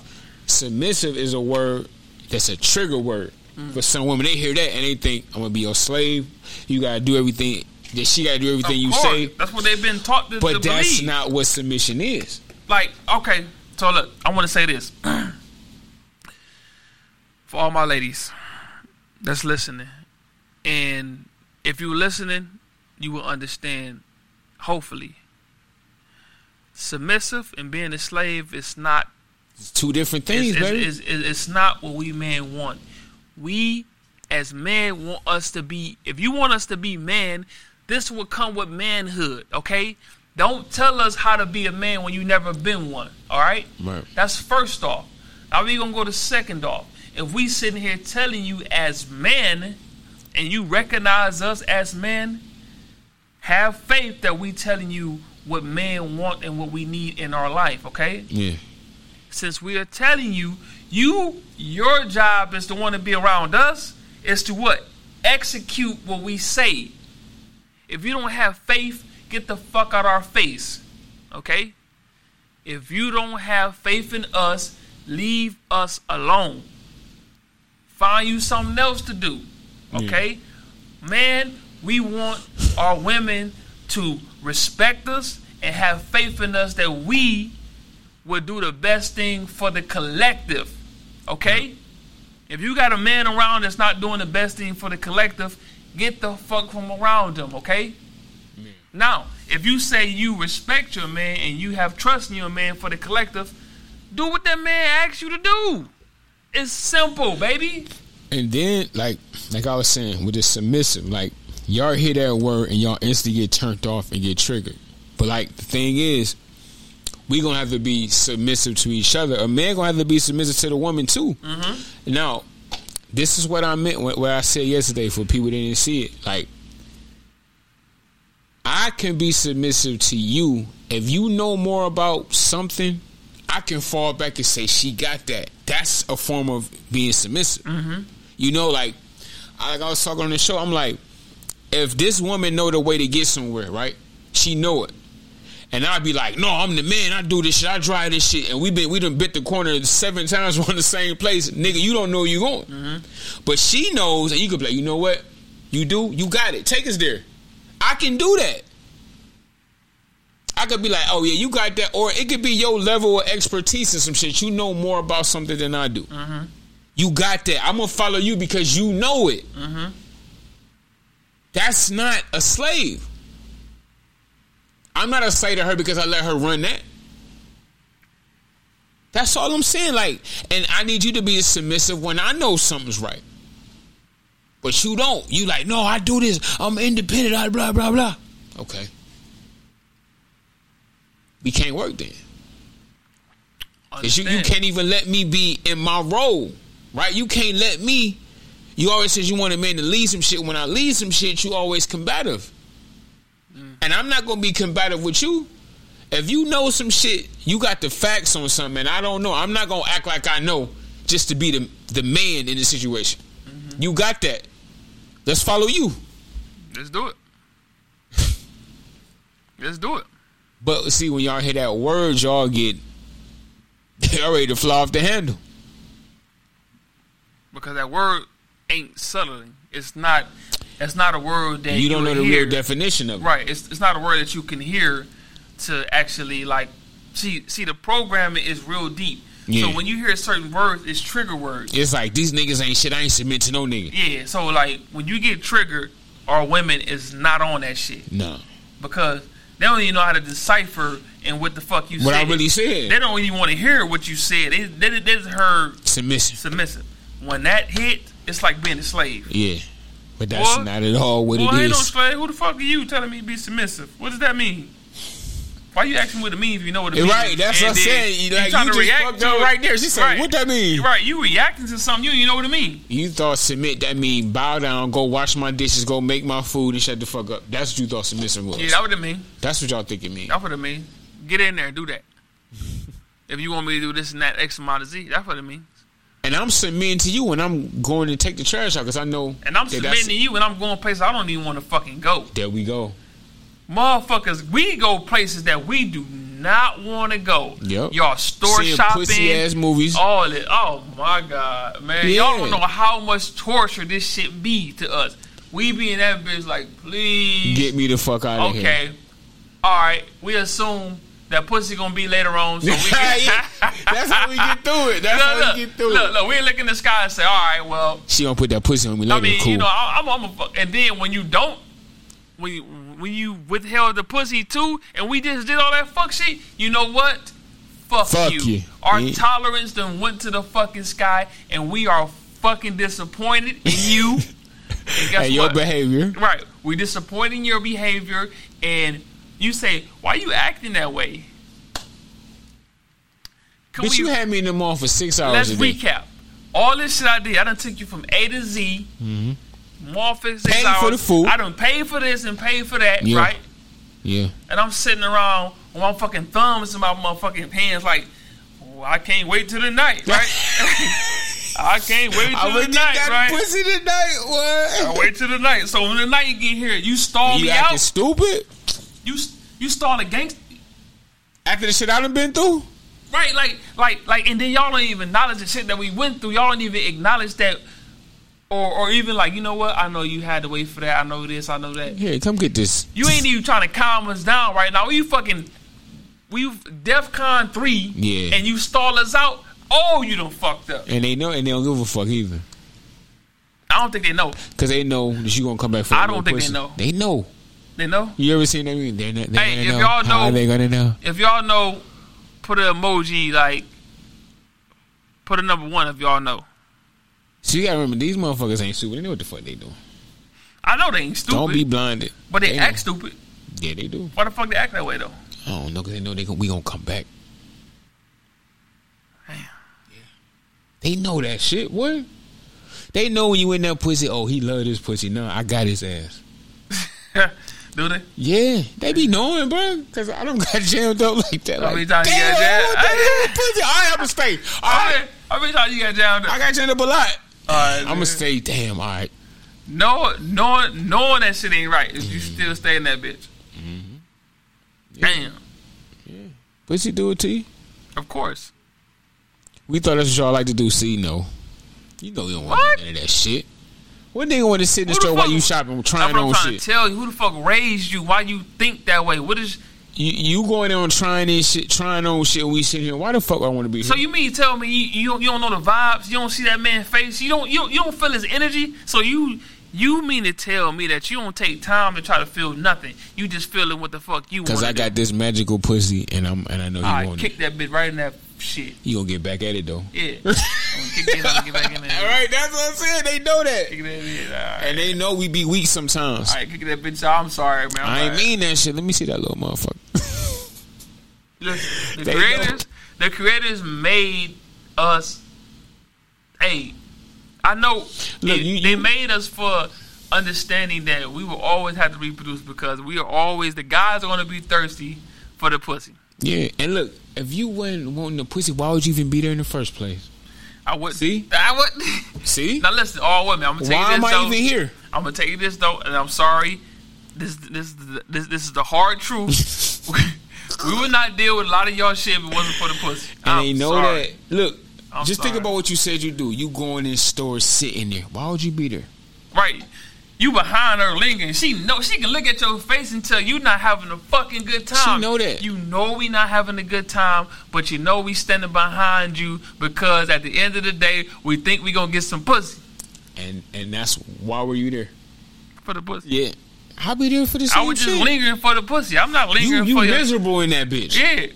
Speaker 1: submissive is a word that's a trigger word
Speaker 2: Mm.
Speaker 1: for some women. They hear that and they think I'm gonna be your slave. You gotta do everything. That she gotta do everything you
Speaker 2: Of course,
Speaker 1: say.
Speaker 2: That's what they've been taught to, to
Speaker 1: But that's
Speaker 2: believe.
Speaker 1: not what submission is.
Speaker 2: like okay so look i want to say this [CLEARS THROAT] for all my ladies that's listening and if you're listening you will understand hopefully submissive and being a slave is not
Speaker 1: It's two different things,
Speaker 2: it's,
Speaker 1: baby.
Speaker 2: it's, it's, it's not what we men want we as men want us to be if you want us to be man this will come with manhood okay don't tell us how to be a man when you never been one all right
Speaker 1: Right.
Speaker 2: that's first off. Now we gonna go to second off. If we sitting here telling you as men, and you recognize us as men, have faith that we telling you what men want and what we need in our life. Okay.
Speaker 1: yeah.
Speaker 2: Since we are telling you, you your job is to want to be around us. Is to what execute what we say. If you don't have faith, get the fuck out our face. Okay? If you don't have faith in us, leave us alone. Find you something else to do. Okay? Man, we want our women to respect us and have faith in us that we will do the best thing for the collective. Okay? If you got a man around that's not doing the best thing for the collective, get the fuck from around them, okay? Now, if you say you respect your man and you have trust in your man for the collective, do what that man asks you to do. It's simple, baby.
Speaker 1: And then, like, like I was saying, with the submissive, like y'all hear that word and y'all instantly get turned off and get triggered. But like the thing is, we gonna have to be submissive to each other. A man gonna have to be submissive to the woman too.
Speaker 2: Mm-hmm.
Speaker 1: Now, this is what I meant when, what I said yesterday for people that didn't see it. Like, I can be submissive to you if you know more about something. I can fall back and say she got that. That's a form of being submissive. You know, like I, like I was talking on the show, I'm like, if this woman know the way to get somewhere, right? She know it. And I'd be like, no, I'm the man. I do this shit. I drive this shit. And we been we done bit the corner seven [LAUGHS] times. We're on the same place, nigga. You don't know where you going, but she knows, and you could be like, you know what? You do. You got it. Take us there. I can do that. I could be like, oh yeah, you got that, or it could be your level of expertise in some shit. You know more about something than I do. You got that. I'm gonna follow you because you know it. That's not a slave. I'm not a slave to her because I let her run that. That's all I'm saying. Like, and I need you to be submissive when I know something's right. But you don't. You like, no, I do this. I'm independent. I blah blah blah. Okay. We can't work then. 'Cause you, you
Speaker 2: Understand?
Speaker 1: can't even let me be in my role, right? You can't let me. You always says you want a man to lead some shit. When I lead some shit, you always combative. And I'm not gonna be combative with you. If you know some shit, you got the facts on something, and I don't know. I'm not gonna act like I know just to be the the man in the situation. You got that. Let's follow you. e-
Speaker 2: Let's do it. [LAUGHS] Let's do it.
Speaker 1: But see, when y'all hear that word, y'all get [LAUGHS] y'all ready to fly off the handle.
Speaker 2: Because that word ain't settling. It's not it's not a word that
Speaker 1: You don't know the
Speaker 2: hear.
Speaker 1: real definition of it.
Speaker 2: Right. It's it's not a word that you can hear to actually like see see the programming is real deep.
Speaker 1: Yeah.
Speaker 2: So when you hear certain words, it's trigger words.
Speaker 1: It's like these niggas ain't shit. I ain't submit to no nigga.
Speaker 2: Yeah. So like when you get triggered, our women is not on that shit
Speaker 1: No.
Speaker 2: because they don't even know how to decipher and what the fuck you
Speaker 1: What
Speaker 2: said.
Speaker 1: I really
Speaker 2: They
Speaker 1: said.
Speaker 2: don't even want to hear what you said. They, they, they just heard
Speaker 1: Submission.
Speaker 2: submissive. When that hit, it's like being a slave.
Speaker 1: Yeah. But that's
Speaker 2: Boy,
Speaker 1: not at all what
Speaker 2: Boy,
Speaker 1: it
Speaker 2: ain't no
Speaker 1: is.
Speaker 2: slave. Who the fuck are you telling me to be submissive? What does that mean? Why you asking what it means if you know what it means?
Speaker 1: right, that's what I
Speaker 2: And then
Speaker 1: said. You, like,
Speaker 2: trying
Speaker 1: you just
Speaker 2: to react
Speaker 1: fucked
Speaker 2: to
Speaker 1: up
Speaker 2: it.
Speaker 1: right there. She said,
Speaker 2: Right.
Speaker 1: what that mean?
Speaker 2: Right, you reacting to something you don't even know what it means.
Speaker 1: You thought submit that mean bow down, go wash my dishes, go make my food, and shut the fuck up. That's what you thought submission was.
Speaker 2: Yeah, that what it mean.
Speaker 1: That's what y'all think it mean.
Speaker 2: That's what it mean. Get in there and do that. if you want me to do this and that X amount of Z, that's what it means.
Speaker 1: And I'm submitting to you, and I'm going to take the trash out because I know.
Speaker 2: And I'm
Speaker 1: that that's-
Speaker 2: submitting to you and I'm going places I don't even want to fucking go.
Speaker 1: There we go.
Speaker 2: Motherfuckers, we go places that we do not want to go.
Speaker 1: Yep.
Speaker 2: Y'all store
Speaker 1: Seeing
Speaker 2: shopping.
Speaker 1: pussy ass movies.
Speaker 2: All it. Oh my God, man. Y'all don't
Speaker 1: Yeah.
Speaker 2: know how much torture this shit be to us. We be in that bitch like, please.
Speaker 1: Get me the fuck out of here.
Speaker 2: okay. All right. We assume that pussy gonna be later
Speaker 1: [LAUGHS]
Speaker 2: on. So we [LAUGHS]
Speaker 1: Yeah, That's how we get through it. That's how
Speaker 2: look,
Speaker 1: we get
Speaker 2: look,
Speaker 1: through
Speaker 2: look,
Speaker 1: it.
Speaker 2: look, we look in the sky and say, all right, well,
Speaker 1: She gonna put that pussy on me later.
Speaker 2: I mean,
Speaker 1: cool.
Speaker 2: you know, I, I'm, I'm a fuck. And then when you don't, when you, when you withheld the pussy too, and we just did all that fuck shit, you know what? Fuck,
Speaker 1: Fuck you.
Speaker 2: Our
Speaker 1: Yeah.
Speaker 2: tolerance done went to the fucking sky, and we are fucking disappointed
Speaker 1: [LAUGHS]
Speaker 2: in you. and guess
Speaker 1: and your
Speaker 2: what?
Speaker 1: behavior.
Speaker 2: Right. We're disappointed in your behavior, and you say, why you acting that way? Can
Speaker 1: But you had me in the mall for six hours
Speaker 2: Let's
Speaker 1: a day.
Speaker 2: recap. All this shit I did, I done took you from A to Z. More fix
Speaker 1: Mm-hmm.
Speaker 2: this
Speaker 1: Paid for
Speaker 2: hour.
Speaker 1: the food.
Speaker 2: I done paid for this and paid for that,
Speaker 1: Yeah.
Speaker 2: right?
Speaker 1: Yeah.
Speaker 2: And I'm sitting around with my fucking thumbs in my motherfucking hands, like, "Oh, I can't wait till the
Speaker 1: [LAUGHS]
Speaker 2: night, right? [LAUGHS] I can't wait
Speaker 1: I
Speaker 2: till
Speaker 1: would
Speaker 2: the
Speaker 1: get
Speaker 2: night,
Speaker 1: that
Speaker 2: right?
Speaker 1: pussy tonight.
Speaker 2: I
Speaker 1: What?
Speaker 2: wait till the night. So when the night you get here, you stall
Speaker 1: You
Speaker 2: me
Speaker 1: acting
Speaker 2: out.
Speaker 1: stupid
Speaker 2: You you stall the gangster.
Speaker 1: after the shit I done been through.
Speaker 2: Right, like, like, like, and then y'all don't even acknowledge the shit that we went through. Y'all don't even acknowledge that, or, or even like, you know what? I know you had to wait for that. I know this. I know that.
Speaker 1: Here, come get this.
Speaker 2: You ain't even trying to calm us down right now. You fucking, we DefCon three,
Speaker 1: Yeah.
Speaker 2: and you stall us out. Oh, you done fucked up.
Speaker 1: And they know, and they don't give a fuck either,
Speaker 2: I don't think they know.
Speaker 1: cause they know that you gonna come back for.
Speaker 2: I
Speaker 1: that
Speaker 2: don't
Speaker 1: little
Speaker 2: think they
Speaker 1: pussy.
Speaker 2: know.
Speaker 1: They know.
Speaker 2: They know.
Speaker 1: You ever seen that? movie? They're not, they
Speaker 2: Hey,
Speaker 1: gonna
Speaker 2: if
Speaker 1: know.
Speaker 2: y'all
Speaker 1: How
Speaker 2: know-
Speaker 1: they gonna know?
Speaker 2: If y'all know, put an emoji like, put a number one if y'all know.
Speaker 1: So you gotta remember, these motherfuckers ain't stupid. They know what the fuck they doing.
Speaker 2: I know they ain't stupid,
Speaker 1: Don't be blinded.
Speaker 2: but they
Speaker 1: They
Speaker 2: act
Speaker 1: know.
Speaker 2: stupid.
Speaker 1: Yeah, they do.
Speaker 2: Why the fuck they act that way though? [LAUGHS]
Speaker 1: I don't know, cause they know they gon- we gonna come back.
Speaker 2: Damn.
Speaker 1: They know that shit. What? They know when you in that pussy. Oh, he love this pussy. No, I got his ass.
Speaker 2: Do they?
Speaker 1: Yeah, they be knowing, bro. Because I don't [LAUGHS] got jammed up like that.
Speaker 2: How
Speaker 1: Like,
Speaker 2: many times you
Speaker 1: damn,
Speaker 2: got jammed?
Speaker 1: what the hell, pussy? I am a mistake. All right,
Speaker 2: I I mean, how you got down there?
Speaker 1: I got jammed up a lot.
Speaker 2: All right,
Speaker 1: I'm
Speaker 2: man.
Speaker 1: gonna stay. Damn. All right.
Speaker 2: know, knowing, knowing that shit ain't right. If you
Speaker 1: Mm-hmm.
Speaker 2: still stay in that bitch, damn.
Speaker 1: Pussy do it to you.
Speaker 2: Of course.
Speaker 1: We thought that's what y'all like to do. See, no. You know you don't want
Speaker 2: What?
Speaker 1: none of that shit. What nigga want to sit in the
Speaker 2: Who the
Speaker 1: store while
Speaker 2: fuck-
Speaker 1: you shopping,
Speaker 2: That's
Speaker 1: trying
Speaker 2: what I'm
Speaker 1: on
Speaker 2: trying
Speaker 1: shit?
Speaker 2: to tell you. Who the fuck raised you? Why you think that way? What is?
Speaker 1: You, you going on trying this shit, trying on shit. and We sitting here. Why the fuck I want to be here?
Speaker 2: So you mean you tell me you, you don't- you don't know the vibes? You don't see that man's face? You don't you, don't- you don't feel his energy? So you you mean to tell me that you don't take time to try to feel nothing? You just feeling what the fuck you want?
Speaker 1: Because I got this magical pussy, and I'm and I know you
Speaker 2: All right,
Speaker 1: want
Speaker 2: kick
Speaker 1: it.
Speaker 2: that bitch right in that shit.
Speaker 1: You gonna get back at
Speaker 2: [LAUGHS]
Speaker 1: it though. [LAUGHS]
Speaker 2: Yeah. I'm gonna kick that bitch and get back in there.
Speaker 1: All right, that's what I'm saying. They know that,
Speaker 2: Kick that bitch. All right.
Speaker 1: and they know we be weak sometimes.
Speaker 2: All right, kick that bitch. out. I'm sorry, man. I'm
Speaker 1: I ain't
Speaker 2: sorry.
Speaker 1: mean that shit. Let me see that little motherfucker. [LAUGHS]
Speaker 2: Listen, the
Speaker 1: They
Speaker 2: creators, the creators made us. Hey, I know they,
Speaker 1: you-
Speaker 2: they
Speaker 1: you-
Speaker 2: made us for understanding that we will always have to reproduce because we are always the guys are going to be thirsty for the pussy.
Speaker 1: yeah, and look, if you wasn't wanting the pussy, why would you even be there in the first place?
Speaker 2: I would
Speaker 1: See?
Speaker 2: I [LAUGHS] would.
Speaker 1: See,
Speaker 2: now listen, oh, all women. I'm gonna
Speaker 1: why
Speaker 2: tell you
Speaker 1: am
Speaker 2: this
Speaker 1: I
Speaker 2: though.
Speaker 1: even here?
Speaker 2: I'm gonna tell you this though, and I'm sorry. This this this this is the
Speaker 1: [LAUGHS]
Speaker 2: hard truth. we would not deal with a lot of y'all shit if it wasn't for the pussy.
Speaker 1: And
Speaker 2: I'm
Speaker 1: they know
Speaker 2: sorry.
Speaker 1: that. Look,
Speaker 2: I'm
Speaker 1: just think
Speaker 2: sorry.
Speaker 1: about what you said you do. You going in stores, sitting there. Why would you be there?
Speaker 2: Right. You behind her lingering. She know she can look at your face and tell you not having a fucking good
Speaker 1: She
Speaker 2: time.
Speaker 1: know that.
Speaker 2: You know we not having a good time, but you know we standing behind you because at the end of the day we think we gonna get some pussy
Speaker 1: And and that's why were you there?
Speaker 2: for the pussy.
Speaker 1: Yeah, I'll be there for the same
Speaker 2: I was just
Speaker 1: shit.
Speaker 2: lingering for the pussy. I'm not
Speaker 1: you
Speaker 2: lingering
Speaker 1: you
Speaker 2: for your
Speaker 1: miserable in that bitch.
Speaker 2: Yeah.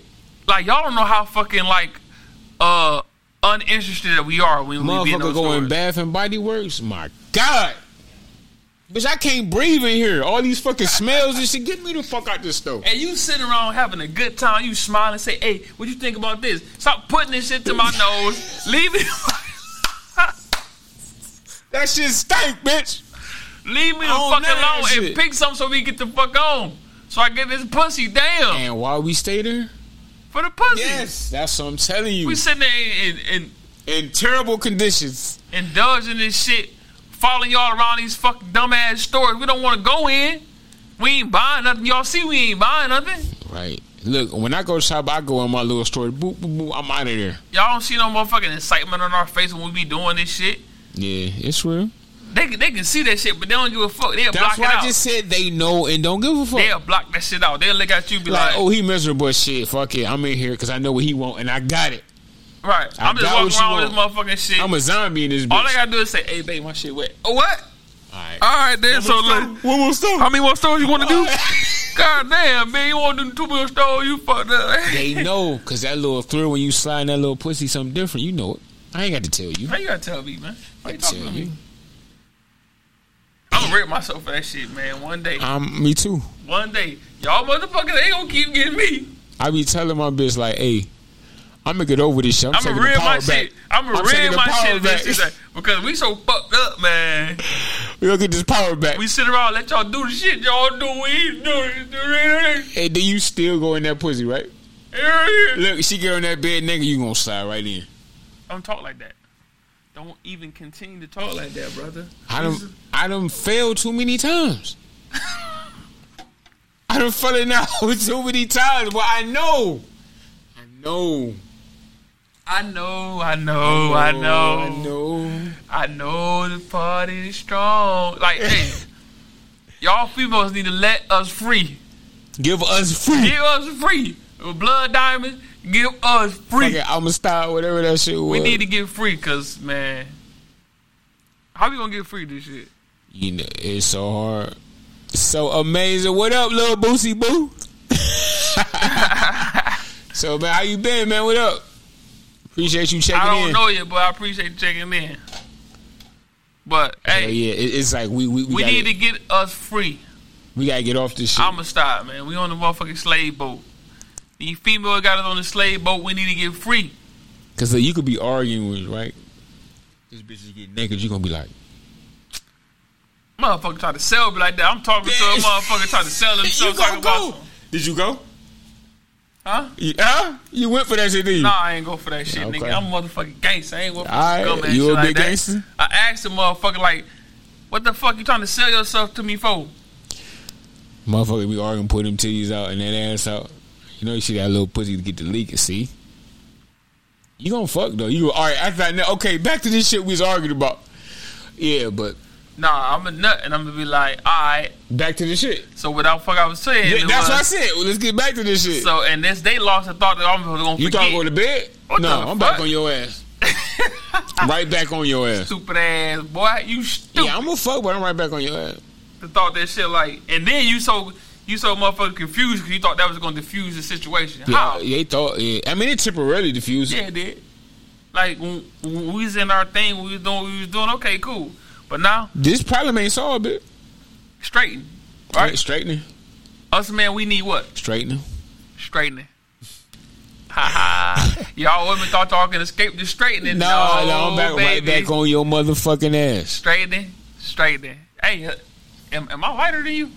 Speaker 2: Like y'all don't know how fucking like uh uninterested that we are when we be
Speaker 1: Motherfucker
Speaker 2: in those
Speaker 1: going
Speaker 2: stores.
Speaker 1: Bath and Body Works. My God. Bitch, I can't breathe in here. All these fucking smells and shit. Get me the fuck out this store.
Speaker 2: And you sit around having a good time, you smile and say, "Hey, what you think about this? Stop putting this shit to
Speaker 1: [LAUGHS]
Speaker 2: my nose. Leave me, [LAUGHS]
Speaker 1: That shit stink, bitch.
Speaker 2: leave me the
Speaker 1: Oh,
Speaker 2: fuck
Speaker 1: man,
Speaker 2: alone
Speaker 1: shit.
Speaker 2: and pick something so we get the fuck on. So I get this pussy, damn,
Speaker 1: And while we stay there,
Speaker 2: for the pussy.
Speaker 1: that's what I'm telling you.
Speaker 2: We sitting there and, and,
Speaker 1: In terrible conditions.
Speaker 2: and indulging this shit, following y'all around these fucking dumbass stores. We don't want to go in. We ain't buying nothing. Y'all see, we ain't buying nothing.
Speaker 1: Right. Look, when I go shop, I go in my little store. Boop, boop, boop. I'm out of there.
Speaker 2: Y'all don't see no motherfucking excitement on our face when we be doing this shit.
Speaker 1: Yeah, it's real.
Speaker 2: They can, they can see that shit, but they don't give a fuck. They'll
Speaker 1: That's
Speaker 2: block it
Speaker 1: why
Speaker 2: out.
Speaker 1: I just said they know and don't give a fuck.
Speaker 2: They'll block that shit out. They'll look at you and be
Speaker 1: Like,
Speaker 2: like,
Speaker 1: oh, he miserable as shit. Fuck it. I'm in here because I know what he want and I got it.
Speaker 2: right.
Speaker 1: I
Speaker 2: I'm just
Speaker 1: got
Speaker 2: walking
Speaker 1: what you
Speaker 2: around with this motherfucking shit.
Speaker 1: I'm a zombie in this bitch.
Speaker 2: All I gotta do is say, hey, babe, my shit wet. Oh, what?
Speaker 1: All right.
Speaker 2: All right, then. So, look,
Speaker 1: One more store.
Speaker 2: how many more stores you
Speaker 1: [LAUGHS]
Speaker 2: wanna do? God damn, man, you wanna do two more stores? You fucked up. [LAUGHS]
Speaker 1: They know because that little thrill when you slide in that little pussy something different. You know it. I ain't got to tell you.
Speaker 2: How you gotta tell me, man? Why you
Speaker 1: Tell
Speaker 2: talking to me?
Speaker 1: you.
Speaker 2: I'm gonna rip myself for that shit, man. One day,
Speaker 1: I'm Um, me too.
Speaker 2: one day, y'all motherfuckers, they gonna keep getting me.
Speaker 1: I be telling my bitch like, hey, I'm gonna get over this shit. I'm,
Speaker 2: I'm
Speaker 1: taking the
Speaker 2: gonna read
Speaker 1: power
Speaker 2: my
Speaker 1: back.
Speaker 2: shit. I'm gonna
Speaker 1: I'm taking
Speaker 2: read
Speaker 1: the
Speaker 2: my
Speaker 1: power
Speaker 2: shit
Speaker 1: back. [LAUGHS]
Speaker 2: this season because we so fucked up, man.
Speaker 1: We gonna get this power back.
Speaker 2: We sit around, let y'all do the shit y'all do. We do it.
Speaker 1: and then you still go in that pussy, right?
Speaker 2: Don't
Speaker 1: Look, she get on that bed, nigga. You gonna slide right in.
Speaker 2: talk like that. Don't even continue to talk like that, brother.
Speaker 1: I done, I done failed too many times. I done fallen out too many times. Well, I know. I know.
Speaker 2: I know, I know, Oh, I
Speaker 1: I
Speaker 2: know,
Speaker 1: know.
Speaker 2: I know the party is strong. Like, hey,
Speaker 1: [LAUGHS]
Speaker 2: y'all females need to let us free.
Speaker 1: Give us free.
Speaker 2: Give us free. Blood diamonds, give us free.
Speaker 1: Okay, I'm gonna style whatever that shit was.
Speaker 2: We need to get free, cause man, how we gonna get free this shit?
Speaker 1: you know, it's so hard. So amazing. What up, little Boosie Boo? [LAUGHS] so man, how you been, man? What up? Appreciate you checking
Speaker 2: I don't
Speaker 1: in.
Speaker 2: know yet, but I appreciate you checking in. But
Speaker 1: Yeah,
Speaker 2: hey,
Speaker 1: yeah, it, it's like we we, we,
Speaker 2: we
Speaker 1: gotta,
Speaker 2: need to get us free.
Speaker 1: we gotta get off this shit.
Speaker 2: I'ma stop, man. We on the motherfucking slave boat. The female got us on the slave boat. We need to get free.
Speaker 1: Cause like, you could be arguing with right. This bitch is getting naked. You gonna be like,
Speaker 2: Motherfucker try to sell me like that. I'm talking to a
Speaker 1: Yeah.
Speaker 2: motherfucker trying to
Speaker 1: [LAUGHS]
Speaker 2: sell
Speaker 1: you
Speaker 2: himself.
Speaker 1: gonna
Speaker 2: talking
Speaker 1: go?
Speaker 2: about some-
Speaker 1: Did you go?
Speaker 2: Huh?
Speaker 1: You, huh? You went for that shit, did you?
Speaker 2: Nah, I ain't go for that shit,
Speaker 1: okay.
Speaker 2: nigga. I'm a motherfucking gangster. I ain't go for
Speaker 1: Alright,
Speaker 2: scum ass
Speaker 1: you
Speaker 2: shit
Speaker 1: a
Speaker 2: like
Speaker 1: big
Speaker 2: that.
Speaker 1: gangster?
Speaker 2: I asked the motherfucker like, "What the fuck you trying to sell yourself to me for?"
Speaker 1: Motherfucker, we arguing, put them titties out and that ass out. You know, you see that little pussy to get the leak and see. You gonna fuck though. You all right? After I know, okay, back to this shit we was arguing about. Yeah, but
Speaker 2: Nah, I'm a nut, and I'm gonna be like, "All right."
Speaker 1: back to the shit.
Speaker 2: So what the fuck I was saying?
Speaker 1: Yeah,
Speaker 2: it
Speaker 1: that's what I
Speaker 2: was,
Speaker 1: said. Well, let's get back to this shit.
Speaker 2: So and this they lost the thought that I'm gonna
Speaker 1: you thought I
Speaker 2: forget.
Speaker 1: go to bed?
Speaker 2: What
Speaker 1: no,
Speaker 2: the
Speaker 1: I'm back
Speaker 2: fuck?
Speaker 1: on your
Speaker 2: [LAUGHS]
Speaker 1: ass. right back on your ass.
Speaker 2: stupid ass boy, you stupid.
Speaker 1: Yeah, I'm gonna fuck, but I'm right back on your ass.
Speaker 2: to thought that shit like, and then you so you so motherfucking confused because you thought that was gonna diffuse the situation.
Speaker 1: Yeah,
Speaker 2: How?
Speaker 1: they thought. Yeah, I mean, it temporarily diffused.
Speaker 2: Yeah, it did. Like when, when we was in our thing, we was doing, we was doing okay, cool. But now
Speaker 1: This problem ain't solved, bitch.
Speaker 2: straighten, right?
Speaker 1: straightening,
Speaker 2: Us man, we need what
Speaker 1: straightening.
Speaker 2: straightening. Ha
Speaker 1: [LAUGHS]
Speaker 2: ha! Y'all women thought y'all can escape the straightening.
Speaker 1: No,
Speaker 2: Ah. no,
Speaker 1: no, I'm back right
Speaker 2: baby.
Speaker 1: back on your motherfucking ass.
Speaker 2: straightening, straightening. Hey, uh, am, am I lighter than you?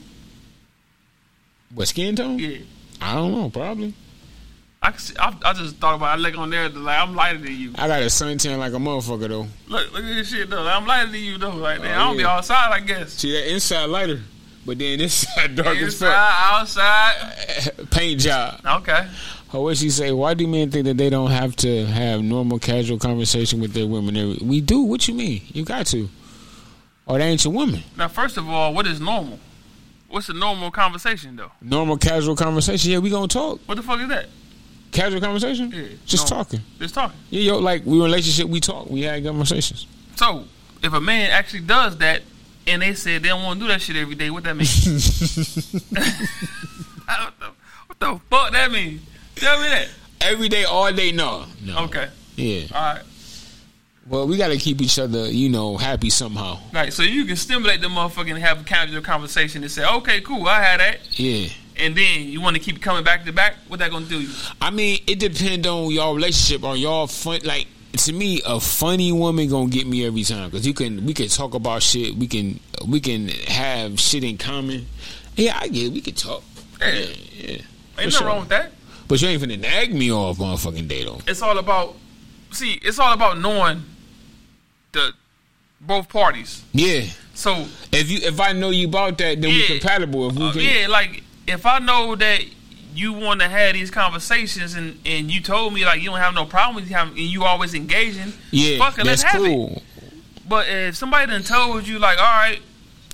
Speaker 1: What skin tone?
Speaker 2: Yeah.
Speaker 1: I don't know. Probably.
Speaker 2: I, can see, I, I just thought about. it. I look on there like I'm lighter than you.
Speaker 1: I got a suntan like a motherfucker though.
Speaker 2: Look, look at this shit though. Like, I'm lighter than you though. Like man, I
Speaker 1: Oh,
Speaker 2: don't be
Speaker 1: yeah.
Speaker 2: outside. I guess.
Speaker 1: See that inside lighter, but then [LAUGHS] inside dark as fuck.
Speaker 2: Inside,
Speaker 1: [LAUGHS]
Speaker 2: outside.
Speaker 1: Paint job.
Speaker 2: Okay.
Speaker 1: Or what she say? Why do men think that they don't have to have normal, casual conversation with their women? Every- We do. What you mean? You got to. Or that ain't your woman.
Speaker 2: Now, first of all, what is normal? What's a normal conversation though?
Speaker 1: Normal, casual conversation. Yeah, we gonna talk.
Speaker 2: What the fuck is that?
Speaker 1: Casual conversation.
Speaker 2: Yeah,
Speaker 1: Just
Speaker 2: normal.
Speaker 1: talking.
Speaker 2: Just talking.
Speaker 1: Yeah, yo, like we in a relationship, we talk, we had
Speaker 2: [LAUGHS]
Speaker 1: conversations.
Speaker 2: So, if a man actually does that, and they said they don't want to do that shit every day, what that mean? [LAUGHS] I don't know. what the fuck that mean? Tell me that.
Speaker 1: Every day, all day, no, no.
Speaker 2: Okay.
Speaker 1: Yeah,
Speaker 2: All right.
Speaker 1: Well, we got to keep each other, you know, happy somehow.
Speaker 2: Like, so you can stimulate the motherfucker and have a casual conversation and say, okay, cool, I had that.
Speaker 1: Yeah.
Speaker 2: And then you want to keep coming back to back. What that gonna do? You?
Speaker 1: I mean, it depends on y'all relationship or y'all fun. Like to me, a funny woman gonna get me every time because you can we can talk about shit. We can we can have shit in common. Yeah, I get. It. We can talk.
Speaker 2: Yeah.
Speaker 1: yeah, yeah. for
Speaker 2: Ain't nothing
Speaker 1: sure.
Speaker 2: wrong with that.
Speaker 1: But you ain't finna nag me off motherfucking day though.
Speaker 2: It's all about. See, it's all about knowing the both parties.
Speaker 1: Yeah.
Speaker 2: So
Speaker 1: If you if I know you bought that, then we
Speaker 2: Yeah.
Speaker 1: compatible. If we
Speaker 2: Uh,
Speaker 1: can,
Speaker 2: yeah, like if I know that you want to have these conversations and and you told me like you don't have no problem with having, and you always engaging,
Speaker 1: yeah,
Speaker 2: fuck it,
Speaker 1: that's
Speaker 2: let's have it.
Speaker 1: cool.
Speaker 2: But if somebody done told you like, all right,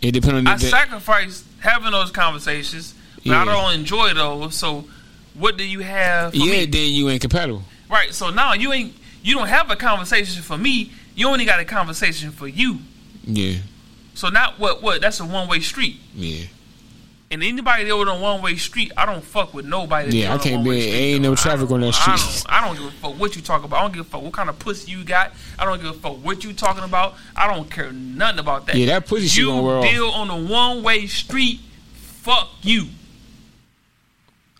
Speaker 1: It depends on the
Speaker 2: I
Speaker 1: day.
Speaker 2: sacrificed having those conversations, but
Speaker 1: Yeah.
Speaker 2: I don't enjoy those, so what do you have? For
Speaker 1: yeah,
Speaker 2: me?
Speaker 1: then you ain't compatible.
Speaker 2: right. So now you ain't you don't have a conversation for me. You only got a conversation for you.
Speaker 1: Yeah,
Speaker 2: So not what what that's a one way street.
Speaker 1: yeah,
Speaker 2: And anybody that was on one way street, I don't fuck with nobody. that
Speaker 1: Yeah,
Speaker 2: on
Speaker 1: I can't
Speaker 2: one-way
Speaker 1: be-
Speaker 2: street,
Speaker 1: ain't
Speaker 2: though.
Speaker 1: no traffic
Speaker 2: I
Speaker 1: on that
Speaker 2: don't-
Speaker 1: street.
Speaker 2: I don't, I don't give a fuck what you talking about. I don't give a fuck what kind of pussy you got. I don't give a fuck what you talking about. I don't care nothing about that.
Speaker 1: Yeah, that pussy shit
Speaker 2: you
Speaker 1: gonna wear off.
Speaker 2: deal on a one way street. Fuck you.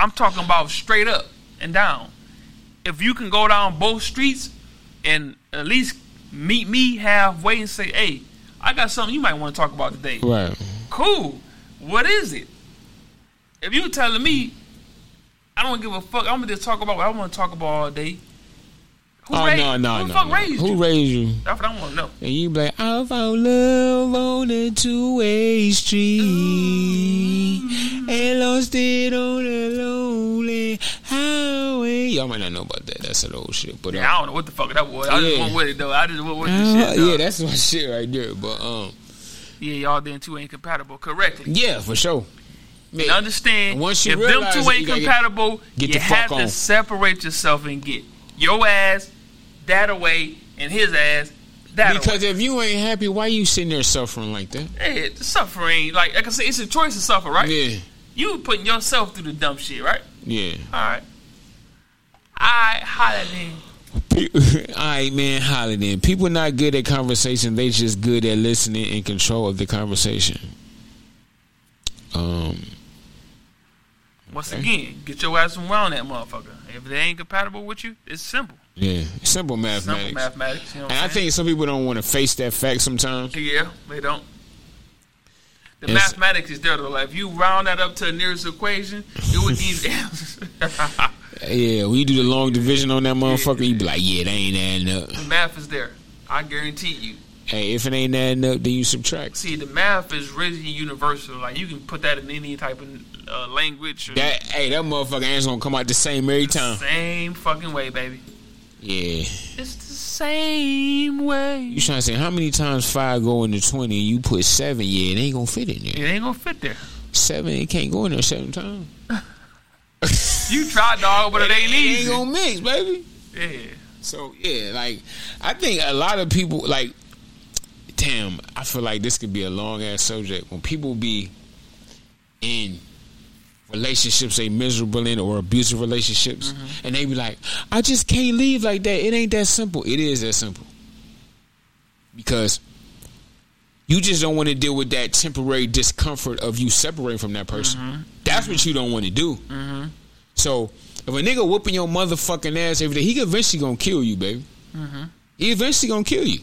Speaker 2: I'm talking about straight up and down. If you can go down both streets and at least meet me halfway and say, "Hey, I got something you might want to talk about today."
Speaker 1: right.
Speaker 2: Cool. What is it? If you telling me, I don't give a fuck. I'm gonna just talk about what I want to talk about all day. Who
Speaker 1: oh
Speaker 2: raised,
Speaker 1: no, no,
Speaker 2: who the
Speaker 1: no.
Speaker 2: fuck
Speaker 1: no.
Speaker 2: raised
Speaker 1: Who
Speaker 2: you?
Speaker 1: raised you?
Speaker 2: That's what I want to know.
Speaker 1: And you be like, I found love on a two-way street
Speaker 2: Mm-hmm.
Speaker 1: and lost it on a lonely highway. Y'all might not know about that. That's an old shit, but um,
Speaker 2: I don't know what the fuck that was. I
Speaker 1: Yeah.
Speaker 2: just went with it though. I just went with the
Speaker 1: uh,
Speaker 2: shit. Though.
Speaker 1: yeah, that's my [LAUGHS] shit right there. But um,
Speaker 2: yeah, y'all then two ain't compatible correctly.
Speaker 1: yeah, for sure.
Speaker 2: And understand
Speaker 1: Once you
Speaker 2: if them
Speaker 1: realize
Speaker 2: two
Speaker 1: it, you
Speaker 2: ain't
Speaker 1: gotta get-
Speaker 2: compatible,
Speaker 1: get
Speaker 2: you
Speaker 1: the fuck
Speaker 2: have
Speaker 1: on.
Speaker 2: to separate yourself and get your ass that away and his ass that away.
Speaker 1: Because if you ain't happy, why you sitting there suffering like that?
Speaker 2: Hey, the suffering, like, like I said, it's a choice to suffer, right?
Speaker 1: Yeah,
Speaker 2: You putting yourself through the dumb shit, right?
Speaker 1: yeah.
Speaker 2: All right. I holla then.
Speaker 1: [LAUGHS] All right, man, holla then. People not good at conversation; they just good at listening and control of the conversation. Um,
Speaker 2: Once again, get your ass around that motherfucker. If they ain't compatible with you, it's simple.
Speaker 1: yeah, simple mathematics.
Speaker 2: Simple mathematics. You know what
Speaker 1: and I
Speaker 2: I'm saying?
Speaker 1: think some people don't want to face that fact sometimes.
Speaker 2: Yeah, they don't. The
Speaker 1: It's-
Speaker 2: mathematics is there though. Like if you round that up to the nearest equation, it
Speaker 1: [LAUGHS]
Speaker 2: would be
Speaker 1: Yeah, we do the long division on that motherfucker. You be like, yeah, they ain't adding up.
Speaker 2: math is there. I guarantee you.
Speaker 1: Hey, if it ain't adding up, then you subtract.
Speaker 2: See, the math is really universal. Like you can put that in any type of uh, language or
Speaker 1: That hey, that motherfucker answer gonna come out the same every time.
Speaker 2: same fucking way, baby.
Speaker 1: Yeah,
Speaker 2: It's the same way.
Speaker 1: you trying to say how many times five go into twenty? and You put seven, yeah, it ain't gonna fit in there.
Speaker 2: It ain't gonna fit there.
Speaker 1: Seven, it can't go in there seven times.
Speaker 2: [LAUGHS] You try, dog, but it ain't
Speaker 1: It ain't
Speaker 2: easy.
Speaker 1: gonna mix, baby.
Speaker 2: Yeah.
Speaker 1: So yeah, like I think a lot of people like damn, I feel like this could be a long ass subject. When people be in relationships they miserable in or abusive relationships and they be like, I just can't leave like that. It ain't that simple. It is that simple. Because you just don't want to deal with that temporary discomfort of you separating from that person. That's what you don't want to do. So if a nigga whooping your motherfucking ass every day, he eventually gonna kill you, baby. He eventually gonna kill you.